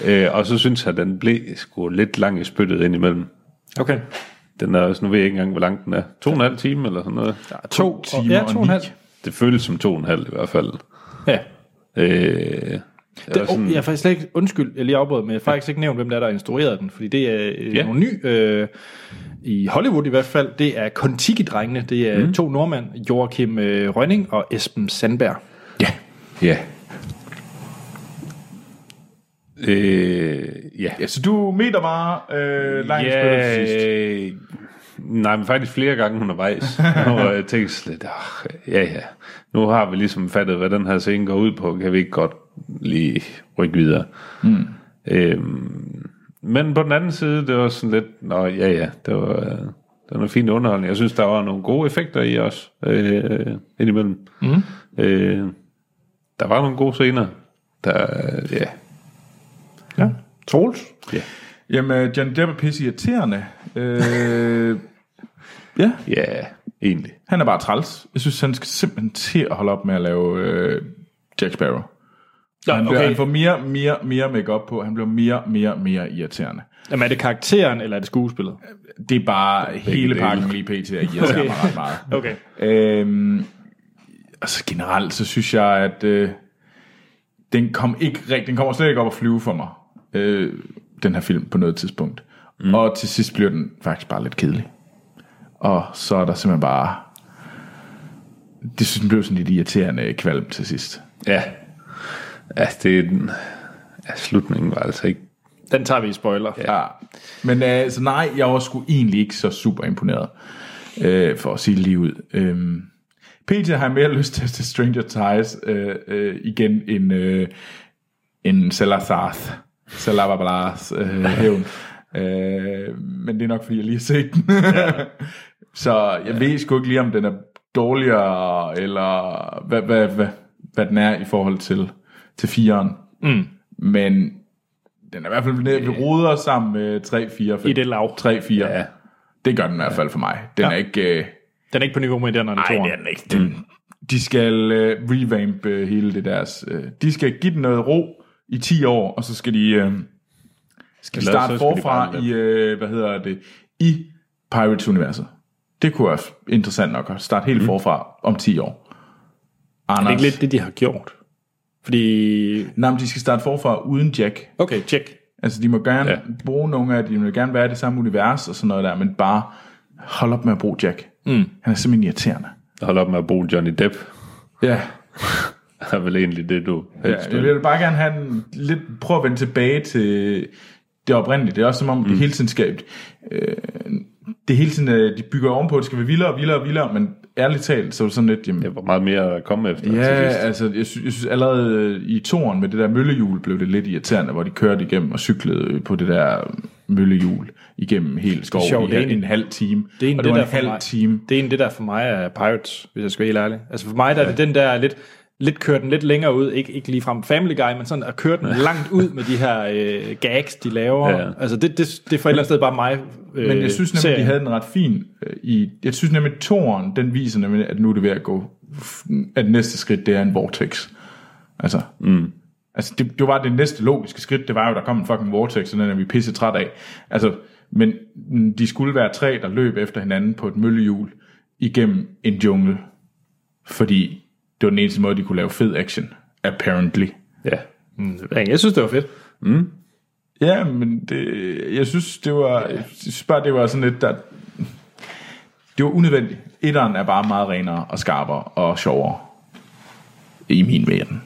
Speaker 3: Øh, og så synes jeg, at den blev sgu lidt lang i spyttet indimellem.
Speaker 1: Okay.
Speaker 3: Den er også, nu ved jeg ikke engang, hvor lang den er. To og en halv time eller sådan noget.
Speaker 1: To, to timer ja, to og en halv.
Speaker 3: Det føles som to og en halv i hvert fald.
Speaker 1: Ja.
Speaker 3: Øh, det,
Speaker 1: Det,
Speaker 3: var sådan,
Speaker 1: oh, jeg har faktisk slet ikke, undskyld, jeg lige afbrød, men jeg har faktisk ikke nævnt, hvem der er, der har instrueret den, fordi det er øh,
Speaker 3: Ja.
Speaker 1: yeah. nogle ny, øh, i Hollywood i hvert fald, det er Kontiki-drengene, det er mm. to nordmænd, Joachim øh, Rønning og Esben Sandberg.
Speaker 3: ja. Øh, ja.
Speaker 2: Ja, så altså, du meter bare øh, langt yeah. spillet til sidst.
Speaker 3: Øh, Nej, men faktisk flere gange undervejs, hvor jeg tænkte sådan lidt, "Ah, ja ja, nu har vi ligesom fattet, hvad den her scene går ud på, kan vi ikke godt lige rykke videre. Mm. Øhm, men på den anden side, det var sådan lidt, nå ja ja, det var, øh, det var noget fint underholdning. Jeg synes, der var nogle gode effekter i os, øh, indimellem. Mm. Øh, der var nogle gode scener, der, øh, ja,
Speaker 1: Ja. Troels?
Speaker 2: Jamen, øh, John Depp er pisse irriterende. Øh, ja,
Speaker 3: ja, egentlig.
Speaker 2: han er bare træls. Jeg synes, han skal simpelthen til at holde op med at lave øh, Jack Sparrow.
Speaker 1: Ja,
Speaker 2: Han, okay.
Speaker 1: Ah, okay.
Speaker 2: han får mere, mere, mere makeup på. Han bliver mere, mere, mere irriterende.
Speaker 1: Jamen, er det karakteren, eller er det skuespillet?
Speaker 2: Det er bare hele
Speaker 3: dele.
Speaker 2: pakken lige pt. Jeg irriterer okay. mig ret meget.
Speaker 1: Okay.
Speaker 2: Øhm, altså generelt, så synes jeg, at øh, den, kom ikke, rigt- den kommer slet ikke op at flyve for mig, øh, den her film, på noget tidspunkt. Mm. Og til sidst bliver den faktisk bare lidt kedelig. Og så er der simpelthen bare... Det synes jeg blev sådan lidt irriterende kvalm til sidst.
Speaker 3: Ja, altså det er den, ja, slutningen var altså ikke
Speaker 1: Den tager vi i spoiler. Ja.
Speaker 2: Ja. Men øh, så nej, jeg var sgu egentlig ikke så super imponeret, øh, for at sige det lige ud. Øhm, Peter har jeg mere lyst til at se Stranger Ties øh, øh, igen end, øh, end Salazar's Salazar's øh, hævn. Øh, men det er nok, fordi jeg lige har set den. så jeg ved sgu ikke lige, om den er dårligere, eller hvad, hvad, hvad, hvad den er i forhold til, til fireren. Mm. Men den er i hvert fald nede ved ruder sammen med 3, 4, 5.
Speaker 1: I det lav.
Speaker 2: 3, 4.
Speaker 3: Ja.
Speaker 2: Ja. Det gør den i hvert fald for mig. Den ja. er ikke... Øh,
Speaker 1: Den er ikke på niveau med den, og den
Speaker 2: nej, det er
Speaker 1: toeren.
Speaker 2: den ikke. Den, de skal øh, revamp øh, hele det deres... Øh, de skal give den noget ro i 10 år, og så skal de, øh, skal de
Speaker 3: Eller
Speaker 2: starte
Speaker 3: så skal de
Speaker 2: forfra
Speaker 3: brænde
Speaker 2: i, øh, hvad hedder det, i Pirates-universet. Det kunne være interessant nok at starte helt mm. forfra om 10 år.
Speaker 1: Er det
Speaker 2: Anders.
Speaker 1: ikke lidt det, de har gjort? Fordi...
Speaker 2: Nej, men de skal starte forfra uden Jack.
Speaker 1: Okay, check.
Speaker 2: Altså, de må gerne
Speaker 3: Ja.
Speaker 2: ja. bruge nogle af de må gerne være i det samme univers og sådan noget der, men bare hold op med at bruge Jack. Mm. Han er simpelthen irriterende.
Speaker 3: holde op med at bruge Johnny Depp.
Speaker 2: Ja,
Speaker 3: er vel egentlig det, du
Speaker 2: ja
Speaker 3: helst
Speaker 2: jeg
Speaker 3: vil.
Speaker 2: vil bare gerne have en, lidt, prøve at vende tilbage til det oprindelige. Det er også som om, mm. det hele tiden skal, øh, det hele tiden, øh, de bygger ovenpå, det skal være vildere og vildere og vildere, men ærligt talt, så var det sådan lidt, jamen,
Speaker 3: Det var meget mere at komme
Speaker 2: Ja,
Speaker 3: efter til sidst.
Speaker 2: altså, jeg, sy- jeg synes allerede øh, i toren med det der møllehjul blev det lidt irriterende, hvor de kørte igennem og cyklede øh, på det der møllehjul igennem hele skoven
Speaker 1: sjovt,
Speaker 2: i
Speaker 1: det er
Speaker 2: en,
Speaker 1: en-
Speaker 2: en halv time.
Speaker 1: Det er en,
Speaker 2: og
Speaker 1: det,
Speaker 2: det,
Speaker 1: det der
Speaker 2: var en
Speaker 1: for
Speaker 2: halv
Speaker 1: mig,
Speaker 2: time.
Speaker 1: Det er en det der for mig er Pirates, hvis jeg skal være helt ærlig. Altså for mig der er det den der lidt, lidt kører den lidt længere ud, ikke, ikke lige frem Family Guy, men sådan at køre den langt ud med de her øh, gags, de laver.
Speaker 3: Ja.
Speaker 1: Ja. Altså det, det, det er for et eller andet sted bare mig. Øh,
Speaker 2: Men jeg synes nemlig,
Speaker 1: serien.
Speaker 2: de havde den ret fin. øh, I, jeg synes nemlig, toren, den viser nemlig, at nu er det ved at gå, f- at næste skridt, det er en vortex. Altså, mm. altså det, det, var det næste logiske skridt, det var jo, der kom en fucking vortex, og den er vi pisse træt af. Altså, men mm, de skulle være tre, der løb efter hinanden på et møllehjul igennem en jungle, fordi det var den eneste måde, de kunne lave fed action, apparently.
Speaker 3: Ja.
Speaker 1: Ja, jeg synes, Mm, det var fedt.
Speaker 2: Ja, men det, jeg synes, det var, jeg synes bare, det var sådan lidt, der, det var unødvendigt. Etteren er bare meget renere og skarpere og sjovere i min verden.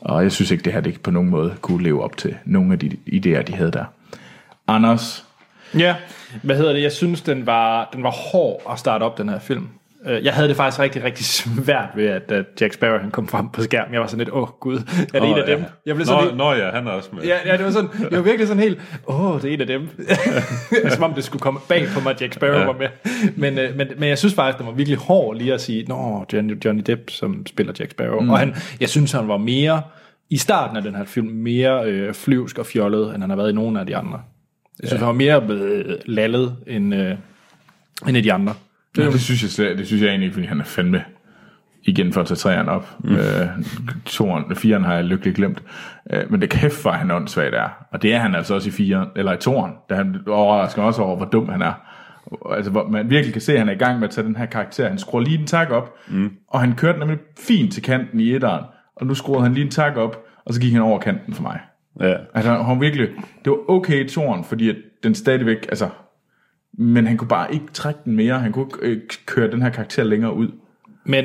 Speaker 2: Og jeg synes ikke, det her det på nogen måde kunne leve op til nogle af de idéer, de havde der. Anders,
Speaker 1: Ja, hvad hedder det? Jeg synes, den var, den var hård at starte op, den her film. Øh, Jeg havde det faktisk rigtig, rigtig svært ved, at øh, Jack Sparrow han kom frem på skærmen. Jeg var sådan lidt, åh oh, gud, er det oh, en af
Speaker 3: ja.
Speaker 1: dem? Jeg blev
Speaker 3: nå,
Speaker 1: sådan helt,
Speaker 3: nå ja, han er også med.
Speaker 1: Ja, ja, det var sådan, jeg var virkelig sådan helt, åh, det er en af dem. Som om det skulle komme bag på mig, at Jack Sparrow ja. var med. Men, øh, men, men jeg synes faktisk, det var virkelig hård lige at sige, nå, Johnny, Johnny Depp, som spiller Jack Sparrow. Mm. Og han, jeg synes, han var mere, i starten af den her film, mere øh, flyvsk og fjollet, end han har været i nogen af de andre. Jeg synes, ja. han var mere øh, lallet end, øh, end af de andre.
Speaker 2: det, det, synes jeg, slet- det synes jeg egentlig, ikke, fordi han er fandme igen for at tage træerne op. Mm. Øh, toren, firen har jeg lykkeligt glemt. Øh, men det kæft, hvor han åndssvagt er. Og det er han altså også i firen, eller i toren, da han overrasker også over, hvor dum han er. Altså, hvor man virkelig kan se, at han er i gang med at tage den her karakter. Han skruer lige en tak op, mm. og han kørte nemlig fint til kanten i etteren. Og nu skruede han lige en tak op, og så gik han over kanten for mig.
Speaker 3: ja.
Speaker 2: Altså, han var virkelig, det var okay i toren, fordi at den stadigvæk, altså, men han kunne bare ikke trække den mere. Han kunne ikke øh, køre den her karakter længere ud.
Speaker 1: Men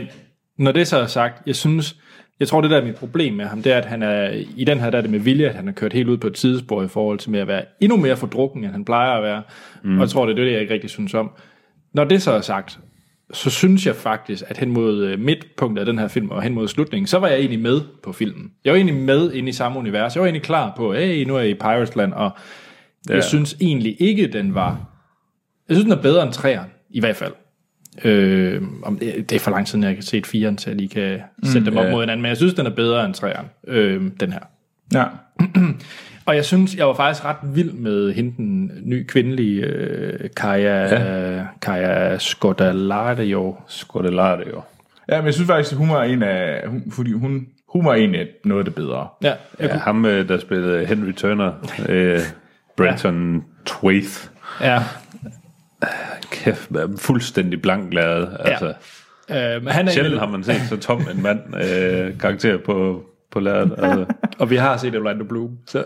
Speaker 1: når det så er sagt, jeg synes, jeg tror det der er mit problem med ham, det er, at han er, i den her der er det med vilje, at han er kørt helt ud på et sidespor i forhold til med at være endnu mere fordrukken, end han plejer at være. Mm. Og jeg tror, det er det, jeg ikke rigtig synes om. Når det så er sagt, så synes jeg faktisk, at hen mod øh, midtpunktet af den her film, og hen mod slutningen, så var jeg egentlig med på filmen. Jeg var egentlig med inde i samme univers. Jeg var egentlig klar på, hey, nu er jeg i Piratesland, og ja. jeg synes egentlig ikke, den var... Jeg synes, den er bedre end træeren, i hvert fald. Øh, om det, det er for lang tid, siden, jeg kan se et fireren, til jeg lige kan sætte mm, dem op yeah. mod hinanden. Men jeg synes, den er bedre end træeren, øh, den her.
Speaker 2: Ja.
Speaker 1: Og jeg synes, jeg var faktisk ret vild med hende, den nye kvindelige øh, Kaja, ja. Kaja Skodalario.
Speaker 3: Skulle det lade det jo.
Speaker 2: Ja, men jeg synes faktisk, at hun var en af... Hun, fordi hun, hun var en af noget af det bedre.
Speaker 1: Ja, jeg,
Speaker 3: Ja, ham, øh, der spillede Henry Turner, øh, Brenton ja. Twaith.
Speaker 1: ja.
Speaker 3: Kæft, man er fuldstændig blank lavet. Altså, ja.
Speaker 1: Øh, men han er
Speaker 3: Sjældent
Speaker 1: en,
Speaker 3: har man set så tom en mand øh, karakter på, på lærret. Altså,
Speaker 1: og vi har set Orlando Bloom. Så,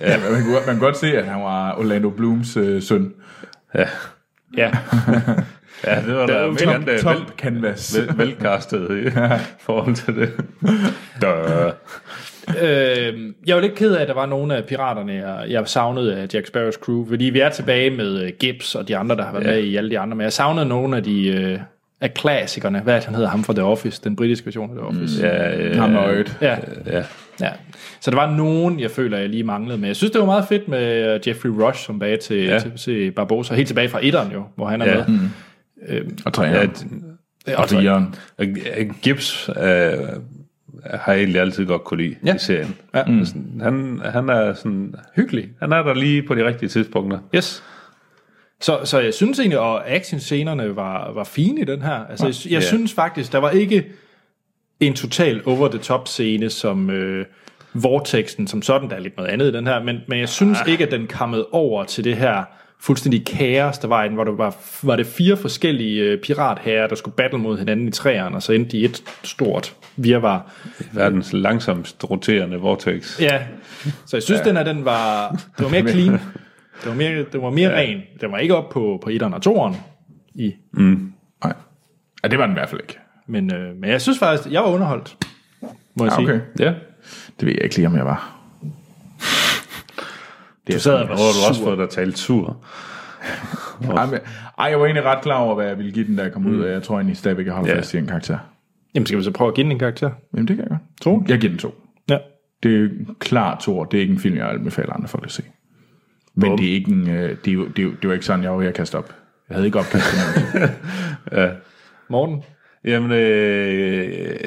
Speaker 2: Ja, man, man, kunne, man kan godt se, at han var Orlando Blooms øh, søn.
Speaker 1: ja.
Speaker 3: ja, det var da
Speaker 1: jo
Speaker 3: en
Speaker 2: Top,
Speaker 3: vel,
Speaker 2: top canvas.
Speaker 3: vel, velkastet i forhold til det. Duh.
Speaker 1: øh, jeg var lidt ked af, at der var nogle af piraterne, jeg, jeg savnede af Jack Sparrows crew, fordi vi er tilbage med øh, Gibbs og de andre, der har været ja. med i alle de andre, men jeg savnede nogle af de øh, af klassikerne. Hvad er det, han hedder? Ham fra The Office, den britiske version af The Office. Mm,
Speaker 3: Ja, øh,
Speaker 2: Ham og Øjet.
Speaker 1: ja.
Speaker 3: ja.
Speaker 1: Ja, så der var nogen, jeg føler, jeg lige manglede med. Jeg synes, det var meget fedt med øh, Jeffrey Rush, som bag til, ja.
Speaker 3: Ja.
Speaker 1: til, til Barbosa, helt tilbage fra etteren jo, hvor han er
Speaker 3: Ja.
Speaker 1: med. Mm.
Speaker 2: Og træneren.
Speaker 3: At,
Speaker 2: og træneren.
Speaker 3: Og Gibbs øh, har jeg egentlig altid godt kunne lide ja. i serien. Ja. Mm. Sådan, han, han er sådan,
Speaker 1: Hyggelig.
Speaker 3: han er der lige på de rigtige tidspunkter.
Speaker 1: Yes. Så, så jeg synes egentlig, og actionscenerne var, var fine i den her. Altså, jeg, jeg yeah. synes faktisk, der var ikke en total over-the-top scene, som øh, Vortexen, som sådan, der er lidt noget andet i den her, men, men jeg synes ah. ikke, at den kammede over til det her fuldstændig kaos, der var en, hvor der var, var det fire forskellige øh, piratherrer, der skulle battle mod hinanden i træerne, og så endte de i et stort virvar.
Speaker 3: Verdens langsomst roterende vortex.
Speaker 1: Ja, så jeg synes, ja. den her, den var, det var mere clean. Det var mere, det var mere ja. ren. Den var ikke op på, på 1'eren og 2'eren. I.
Speaker 2: Nej. Ja, det var den i hvert fald ikke.
Speaker 1: Men, øh, men jeg synes faktisk, jeg var underholdt. Må jeg
Speaker 2: Ja, okay.
Speaker 1: sige.
Speaker 3: Ja.
Speaker 2: Det ved jeg ikke lige, om jeg var.
Speaker 3: Det er du sad og var du også fået dig talt sur.
Speaker 2: Ej, men, ej, jeg var egentlig ret klar over, hvad jeg ville give den, da jeg kom ud, og jeg tror egentlig stadigvæk, jeg holder
Speaker 3: Ja.
Speaker 2: yeah. fast i en karakter.
Speaker 1: Jamen, skal vi så prøve at give den en karakter?
Speaker 2: Jamen, det kan jeg godt. Tror Jeg giver den to.
Speaker 1: Ja.
Speaker 2: Det er klart to år. Det er ikke en film, jeg anbefaler andre folk at se. Men det er ikke en, øh, det, er jo, det, er jo, det var ikke sådan, jeg var ved at kaste op. Jeg havde ikke opkast. fornemmelse.
Speaker 1: Morten?
Speaker 3: Jamen, øh,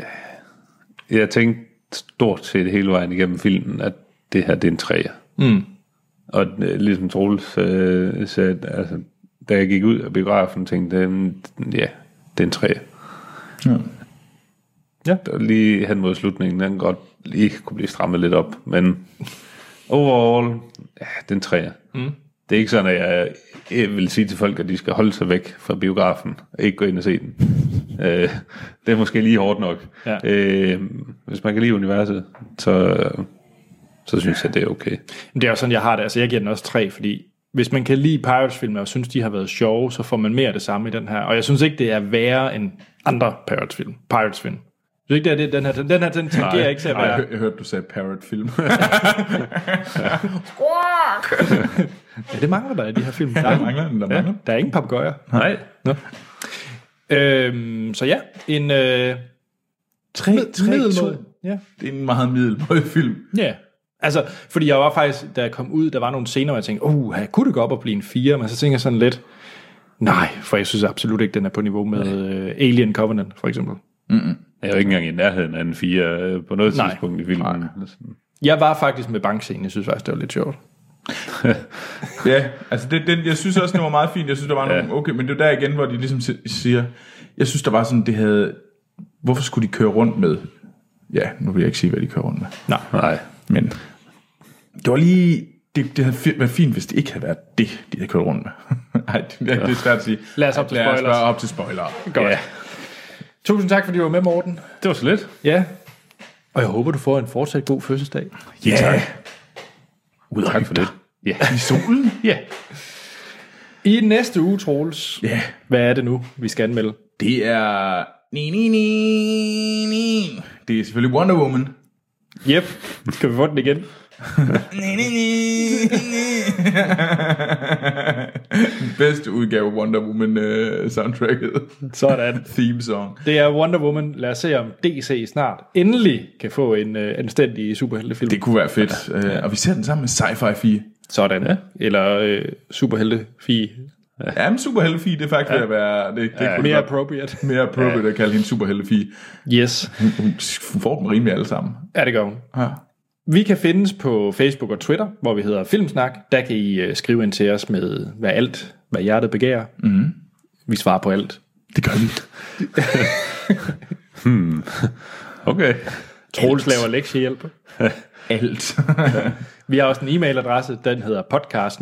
Speaker 3: jeg tænkte stort set hele vejen igennem filmen, at det her, det er en træer. Mm. Og øh, ligesom Troels øh, sagde, altså, da jeg gik ud af biografen, tænkte jeg, "Mm, ja, det er en træer.
Speaker 2: Ja.
Speaker 1: Ja.
Speaker 3: Og lige hen mod slutningen, den godt lige kunne blive strammet lidt op, men overall, ja, det er en træer. Mm. Det er ikke sådan, at jeg, jeg vil sige til folk, at de skal holde sig væk fra biografen og ikke gå ind og se den. øh, det er måske lige hårdt nok.
Speaker 1: Ja.
Speaker 3: Øh, hvis man kan lide universet, så, så synes jeg, det er okay.
Speaker 1: Jamen, Det er også sådan, jeg har det. Altså, jeg giver den også tre, fordi hvis man kan lide Pirates-filmer og synes, de har været sjove, så får man mere af det samme i den her. Og jeg synes ikke, det er værre end andre Pirates-film. Pirates-film. Jeg synes ikke, det er det, den her, den, den her, den tangerer ikke til at
Speaker 2: Ej, jeg,
Speaker 1: være.
Speaker 2: hør- jeg hørte, du sagde parrot-film.
Speaker 1: Ja, det mangler der i de her film. Der
Speaker 2: der
Speaker 1: er,
Speaker 2: mangler den, der mangler.
Speaker 1: der er ingen papegøjer.
Speaker 3: Nej.
Speaker 1: Øhm, så ja, en øh,
Speaker 2: Tre,
Speaker 1: middelmåde. Ja.
Speaker 2: Det er en meget middelmåde film.
Speaker 1: Ja. Altså, fordi jeg var faktisk, da jeg kom ud, der var nogle scener, hvor jeg tænkte, uh, kunne det gå op og blive en 4? Men så tænker jeg sådan lidt, nej, for jeg synes absolut ikke, den er på niveau med øh, Alien Covenant, for eksempel.
Speaker 3: Jeg er jo ikke engang i nærheden af en fire øh, på noget
Speaker 1: Nej.
Speaker 3: tidspunkt i filmen.
Speaker 1: Jeg var faktisk med bankscenen, jeg synes faktisk, det var lidt sjovt.
Speaker 2: Ja, altså det, den, jeg synes også, den var meget fint. Jeg synes, der var ja. nogle okay, men det er der igen, hvor de ligesom si- siger, jeg synes, der var sådan, det havde, hvorfor skulle de køre rundt med? Ja, nu vil jeg ikke sige, hvad de kører rundt med.
Speaker 1: Nej.
Speaker 3: Nej.
Speaker 2: Men det var lige, det, det havde fi- været fint, hvis det ikke havde været det, de havde kørt rundt med. Nej, det, det er svært at sige.
Speaker 1: Lad os op til
Speaker 2: Lad os
Speaker 1: spoilers.
Speaker 2: bare op til spoiler.
Speaker 3: Godt. Ja,
Speaker 1: Tusind tak, fordi du var med, Morten.
Speaker 3: det var så lidt.
Speaker 1: Ja. Og jeg håber, du får en fortsat god fødselsdag.
Speaker 2: Ja, yeah.
Speaker 3: Ud tak for det. Ja.
Speaker 2: i solen.
Speaker 1: Ja. I næste uge, Troels,
Speaker 2: Ja,
Speaker 1: hvad er det nu, vi skal anmelde?
Speaker 2: det er... Ni, ni, ni, ni. Det er selvfølgelig Wonder Woman.
Speaker 1: Jep, skal vi få den igen?
Speaker 2: Bedste udgave af Wonder Woman uh, soundtracket.
Speaker 1: Sådan.
Speaker 2: Theme song.
Speaker 1: Det er Wonder Woman. Lad os se, om DC snart endelig kan få en øh, anstændig superheltefilm.
Speaker 2: Det kunne være fedt. Uh, og vi ser den sammen med Sci-Fi Fie.
Speaker 1: Sådan. Ja. Eller øh, superhelte fi
Speaker 2: Ja, men Superhelte Fie, det er faktisk ja. ved at være... Det, det ja,
Speaker 1: Mere
Speaker 2: mere, godt,
Speaker 1: appropriate.
Speaker 2: mere appropriate at kalde hende Superhelte Fie.
Speaker 1: Yes.
Speaker 2: Hun får dem rimelig alle sammen.
Speaker 1: Ja, det gør hun.
Speaker 2: Ja.
Speaker 1: Vi kan findes på Facebook og Twitter, hvor vi hedder Filmsnak. Der kan I øh, skrive ind til os med hvad alt, hvad hjertet begærer. Mm. Vi svarer på alt.
Speaker 2: Det gør vi.
Speaker 3: Okay.
Speaker 1: Troels laver lektiehjælp.
Speaker 2: Alt.
Speaker 1: Vi har også en e-mailadresse, den hedder podcast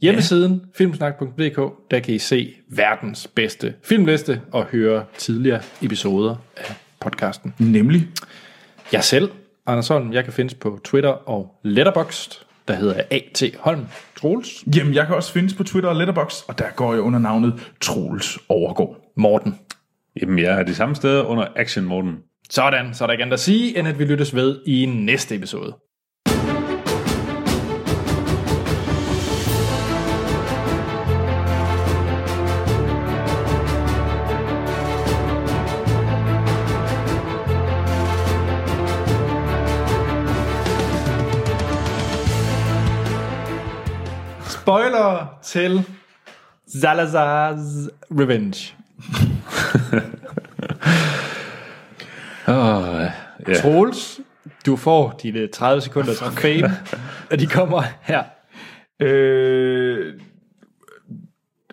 Speaker 1: Hjemmesiden ja. filmsnak.dk, der kan I se verdens bedste filmliste og høre tidligere episoder af podcasten.
Speaker 2: Nemlig.
Speaker 1: Jeg selv, Anders Holm, jeg kan findes på Twitter og Letterboxd, der hedder A.T. Holm Troels
Speaker 2: Jamen, jeg kan også findes på Twitter og Letterboxd, og der går jeg under navnet Troels Overgaard.
Speaker 1: Morten.
Speaker 3: Jamen, jeg er de samme steder under Action Morten.
Speaker 1: Sådan, så er der ikke andet at sige, end at vi lyttes ved i næste episode. Spoiler til Salazar's Revenge.
Speaker 3: Åh, ja.
Speaker 1: Troels, du får dine 30 sekunder som fame, og de kommer her.
Speaker 2: Øh,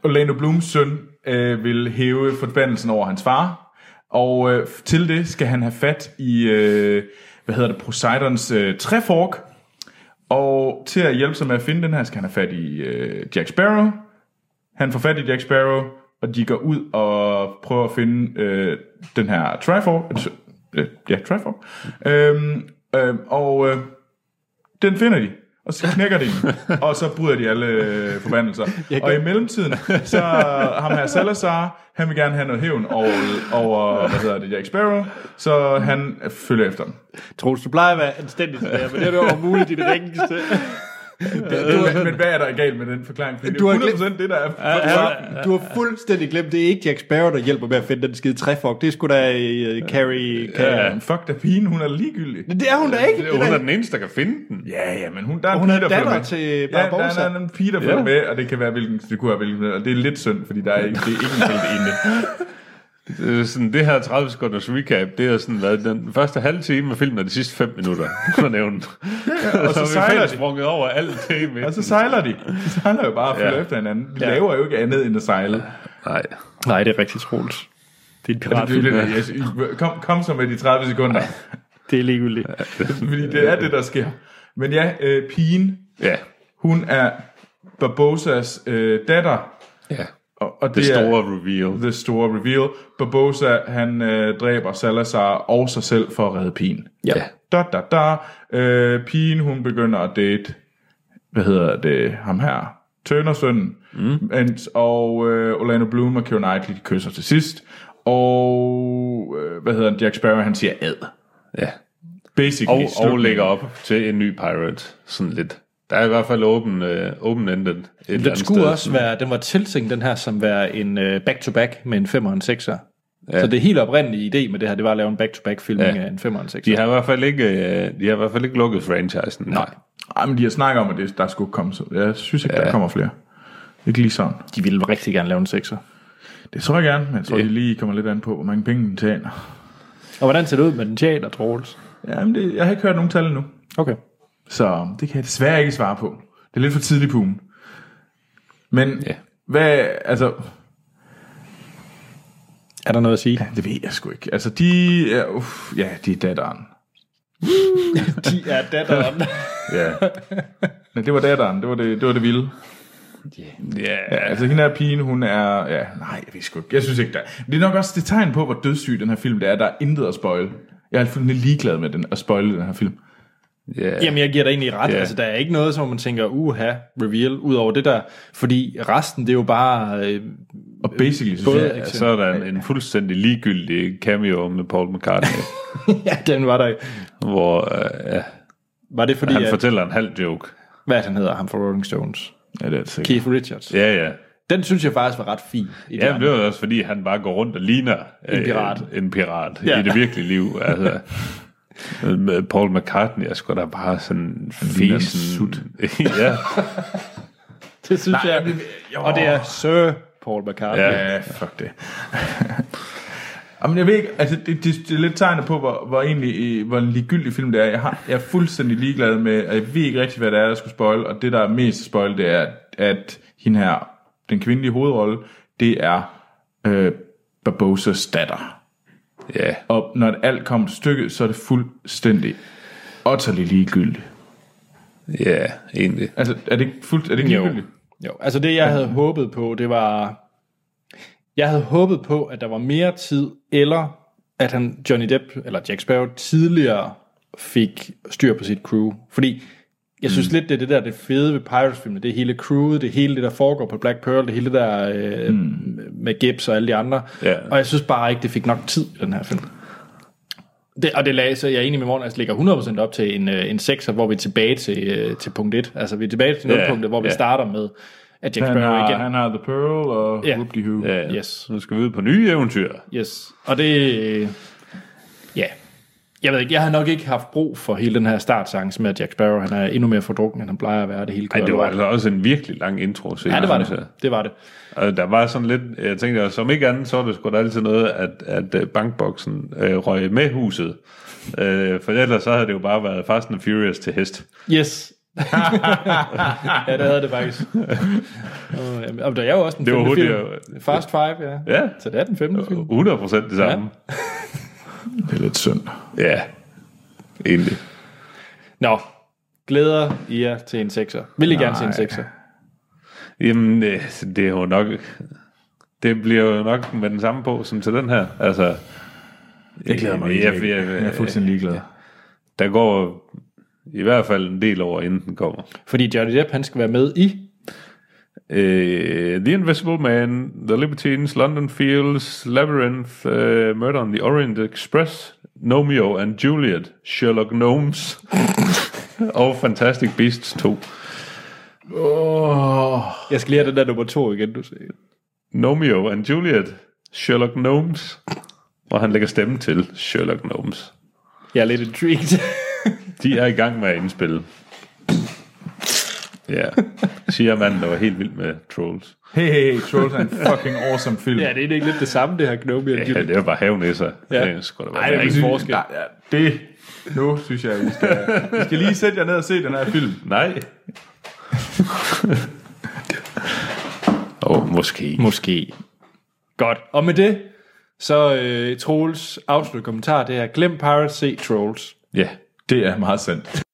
Speaker 2: Orlando Blooms søn øh, vil hæve forbandelsen over hans far, og øh, til det skal han have fat i, øh, hvad hedder det, Poseidons øh, træfork, og til at hjælpe sig med at finde den her, skal han have fat i øh, Jack Sparrow. Han får fat i Jack Sparrow, og de går ud og prøver at finde øh, den her Trifork. Øh, ja, Trifork. Øhm, øhm, og øh, den finder de. Og så knækker de den, og så bryder de alle øh, forbandelser. Og i mellemtiden, så ham her Salazar, han vil gerne have noget hævn over, over hvad hedder det, Jack Sparrow, så han følger efter dem.
Speaker 1: Troels, du plejer at være anstændig til det her, men det er jo muligt i det ringeste.
Speaker 2: du, men hvad er der galt med den forklaring? Fordi du
Speaker 9: har
Speaker 2: det
Speaker 9: glemt-
Speaker 2: er 100% det, der er...
Speaker 9: Du har fuldstændig glemt, det er ikke Jack Sparrow, der hjælper med at finde den skide træfok. Det er sgu da uh, Carrie... Carrie.
Speaker 2: Ja, fuck da pigen, hun er ligegyldig.
Speaker 9: Det er hun da ikke. Det
Speaker 3: Hun
Speaker 9: er
Speaker 3: er
Speaker 9: da-
Speaker 3: den eneste, der kan finde den.
Speaker 2: Ja, ja, men hun, der er en
Speaker 9: Hun
Speaker 2: pige,
Speaker 9: er
Speaker 2: der følger
Speaker 9: datter
Speaker 2: med.
Speaker 9: til
Speaker 2: Ja, der
Speaker 9: Barbosa.
Speaker 2: er en pige, der følger
Speaker 3: Ja.
Speaker 2: med, og det kan være, hvilken, det kunne være, hvilken, og det er lidt synd, fordi der er, ikke- det er ikke en helt ene.
Speaker 3: Det, er sådan, det her 30 sekunders recap, det har sådan været den første halve time af filmen og de sidste 5 minutter, kunne nævne. Ja,
Speaker 2: og så
Speaker 3: har vi
Speaker 2: sejler
Speaker 3: fælles
Speaker 2: de.
Speaker 3: sprunget over alt det i midten.
Speaker 2: Og så sejler de. De sejler jo bare og følger
Speaker 3: Ja.
Speaker 2: efter hinanden. De laver jo ikke andet end at sejle.
Speaker 3: Nej.
Speaker 1: Nej, det er rigtig troligt. Det er en
Speaker 2: Det er
Speaker 1: piratfilm.
Speaker 2: lidt- yes, Kom, kom så med de 30 sekunder,
Speaker 1: Det er ligegyldigt.
Speaker 2: fordi det er det, der sker. Men ja, øh, pigen,
Speaker 3: Ja.
Speaker 2: hun er Barbosas øh, datter.
Speaker 3: ja.
Speaker 2: Og, og
Speaker 3: Det,
Speaker 2: det
Speaker 3: store
Speaker 2: er
Speaker 3: reveal.
Speaker 2: the store reveal. Barbosa, han øh, dræber Salazar og sig selv for at redde pigen.
Speaker 1: Ja.
Speaker 2: Da, da, da. Øh, pigen, hun begynder at date, hvad hedder det, ham her, Tøndersønnen. Mm. Mens, og øh, Orlando Bloom og Keira Knightley, de kysser til sidst. Og, øh, hvad hedder han, Jack Sparrow, han siger ad.
Speaker 3: Ja.
Speaker 2: Basically.
Speaker 3: Og, og
Speaker 2: slutningen.
Speaker 3: lægger op til en ny pirate. Sådan lidt. Der er i hvert fald åben, øh, open-ended. Et eller
Speaker 1: Den
Speaker 3: andet
Speaker 1: skulle
Speaker 3: sted.
Speaker 1: også være, den var tiltænkt den her som være en øh, back-to-back med en 5'er og en 6'er. Ja. Så det helt oprindelige idé med det her, det var at lave en back-to-back filmning
Speaker 3: Ja.
Speaker 1: af en 5'er og en 6'er.
Speaker 3: De har i hvert fald ikke, øh, de har i hvert fald ikke lukket franchisen. Nej.
Speaker 2: Ej, men de har snakket om, at det, der skulle komme, så jeg synes ikke, ja. der kommer flere. Ikke lige sådan.
Speaker 1: De ville rigtig gerne lave en 6'er.
Speaker 2: Det tror jeg gerne, men jeg tror, yeah. de lige kommer lidt an på, hvor mange penge den tjener.
Speaker 1: Og hvordan ser det ud med den teater, Troels?
Speaker 2: Jamen, det, jeg har ikke hørt nogen tal endnu.
Speaker 1: Okay.
Speaker 2: Så det kan jeg desværre ikke svare på. Det er lidt for tidligt på ugen. Men
Speaker 3: Ja.
Speaker 2: ja. hvad, altså,
Speaker 1: Er der noget at sige?
Speaker 2: det ved jeg sgu ikke. Altså, de er, uff, ja, de er datteren.
Speaker 1: De er datteren.
Speaker 2: Ja. Men det var datteren, det var det, det, var det vilde.
Speaker 3: Yeah.
Speaker 2: Ja, altså hende her pigen, hun er, ja, nej, jeg ved sgu ikke. Jeg synes ikke, der Det er nok også det tegn på, hvor dødssyg den her film det er. Der er intet at spoil. Jeg er fuldstændig ligeglad med den, at spoile den her film.
Speaker 3: Yeah.
Speaker 1: Jamen, jeg giver dig egentlig ret.
Speaker 3: Ja.
Speaker 1: Yeah. Altså, der er ikke noget, som man tænker, uha, reveal, ud over det der. Fordi resten, det er jo bare... Øh,
Speaker 2: Og basically, synes
Speaker 1: Både-
Speaker 2: jeg,
Speaker 3: Ja, så er der en, en fuldstændig ligegyldig cameo med Paul McCartney,
Speaker 1: ja, den var der.
Speaker 3: hvor øh, ja,
Speaker 1: Var det fordi,
Speaker 3: han
Speaker 1: at,
Speaker 3: fortæller en halv joke.
Speaker 1: hvad han hedder, ham fra Rolling Stones?
Speaker 2: ja, det er det sikkert.
Speaker 1: Keith Richards.
Speaker 3: Ja, ja.
Speaker 1: Den synes jeg faktisk var ret fin. I
Speaker 3: Ja,
Speaker 1: den.
Speaker 3: men det var også fordi, han bare går rundt og ligner
Speaker 1: En pirat.
Speaker 3: Øh, en pirat ja.
Speaker 1: Ja.
Speaker 3: i det virkelige liv. Altså, med Paul McCartney er sgu da bare sådan
Speaker 2: ligner en
Speaker 3: fesen.
Speaker 2: sut.
Speaker 3: ja,
Speaker 1: det synes Nej, jeg. og det er Sir Paul McCartney. Ja.
Speaker 2: Ja, fuck det. Jamen, jeg ved ikke, altså, det, det, det er lidt tegnet på, hvor, hvor egentlig, øh, hvor en ligegyldig film det er. Jeg, har, jeg er fuldstændig ligeglad med, og jeg ved ikke rigtig, hvad det er, der skulle spoil, og det, der er mest spoil, det er, at hende her, den kvindelige hovedrolle, det er øh, Barbosas datter.
Speaker 3: ja.
Speaker 2: Og når alt kommer til stykket, så er det fuldstændig utterly ligegyldigt.
Speaker 3: Ja, egentlig.
Speaker 2: Altså, er det ikke, fuldt, er det ikke
Speaker 1: Jo.
Speaker 2: ligegyldigt?
Speaker 1: Jo, altså det, jeg havde håbet på, det var... Jeg havde håbet på, at der var mere tid, eller at han, Johnny Depp, eller Jack Sparrow, tidligere fik styr på sit crew. Fordi jeg synes mm. lidt, det er det der det fede ved pirates filmene det er hele crewet, det er hele det, der foregår på Black Pearl, det hele det der øh, mm. med Gibbs og alle de andre.
Speaker 3: Ja.
Speaker 1: Og jeg synes bare ikke, det fik nok tid i den her film. Det, og det lagde, så jeg er enig med Morten, altså ligger 100% op til en, øh, en 6'er, hvor vi er tilbage til, øh, til punkt 1. Altså vi er tilbage til
Speaker 3: Ja,
Speaker 1: nulpunktet, hvor vi
Speaker 3: ja.
Speaker 1: starter med, at Jack
Speaker 2: Han
Speaker 1: Sparrow
Speaker 2: har,
Speaker 1: igen.
Speaker 2: Ah, han har The Pearl og
Speaker 1: Ja.
Speaker 2: yeah. Whoop-de-hoo.
Speaker 3: Ja,
Speaker 1: Yes.
Speaker 3: Nu skal vi ud på nye eventyr.
Speaker 1: Yes. Og det... øh, Ja. Jeg ved ikke, jeg har nok ikke haft brug for hele den her startsang med, at Jack Sparrow han er endnu mere fordrukken, end han plejer at være det hele
Speaker 3: Ej,
Speaker 1: kører.
Speaker 3: det var
Speaker 1: lort.
Speaker 3: altså også en virkelig lang intro.
Speaker 1: Ja, det var det. Det var det.
Speaker 3: Og der var sådan lidt, jeg tænkte, at som ikke andet, så var det sgu da altid noget, at, at øh, bankboksen øh, røg med huset. Øh, for ellers så havde det jo bare været Fast and Furious til hest.
Speaker 1: Yes. ja, det havde det faktisk. Og, jamen, og der er jo også den
Speaker 3: Det var
Speaker 1: femte
Speaker 3: hurtigere.
Speaker 1: film. Fast Five, ja.
Speaker 3: Ja,
Speaker 1: Så det er den femte film.
Speaker 3: 100 procent det samme.
Speaker 2: Det er lidt synd.
Speaker 3: Ja, ja. egentlig.
Speaker 1: Nå, glæder I jer til en sekser. Vil I gerne se en sekser?
Speaker 3: Jamen, øh, det er jo nok... Det bliver jo nok med den samme på, som til den her. Altså, jeg glæder mig jeg, jeg, jeg,
Speaker 2: Jeg er fuldstændig ligeglad.
Speaker 3: Der går i hvert fald en del over, inden den kommer.
Speaker 1: Fordi Johnny Depp, han skal være med i...
Speaker 3: Uh, the Invisible Man, The Libertines, London Fields, Labyrinth, uh, Murder on the Orient Express, Nomeo and Juliet, Sherlock Gnomes og Fantastic Beasts 2.
Speaker 2: Oh.
Speaker 9: Jeg skal lige have den der nummer to igen, du siger.
Speaker 3: Romeo and Juliet, Sherlock Gnomes, og han lægger stemme til Sherlock Gnomes.
Speaker 9: Jeg er lidt intrigued.
Speaker 3: De er i gang med at indspille. Ja, siger manden, der var helt vild med Trolls.
Speaker 2: Hey, hey, hey, Trolls er en fucking awesome film.
Speaker 9: ja, det er ikke lidt det samme, det her Gnome. Ja,
Speaker 3: Ja, det var bare havnæsser.
Speaker 9: Ja.
Speaker 3: Det skulle da
Speaker 9: Ej, det
Speaker 3: være.
Speaker 9: er
Speaker 3: Ej,
Speaker 9: ikke forskel.
Speaker 2: Nej, ja, det... Nu synes jeg, vi skal, vi skal lige sætte jer ned og se den her film.
Speaker 3: Nej. Åh, oh, måske.
Speaker 1: Måske. Godt. Og med det, så øh, Troels afslutte kommentar, det er glem Pirates, se Trolls.
Speaker 3: Ja.
Speaker 2: Det er meget sandt.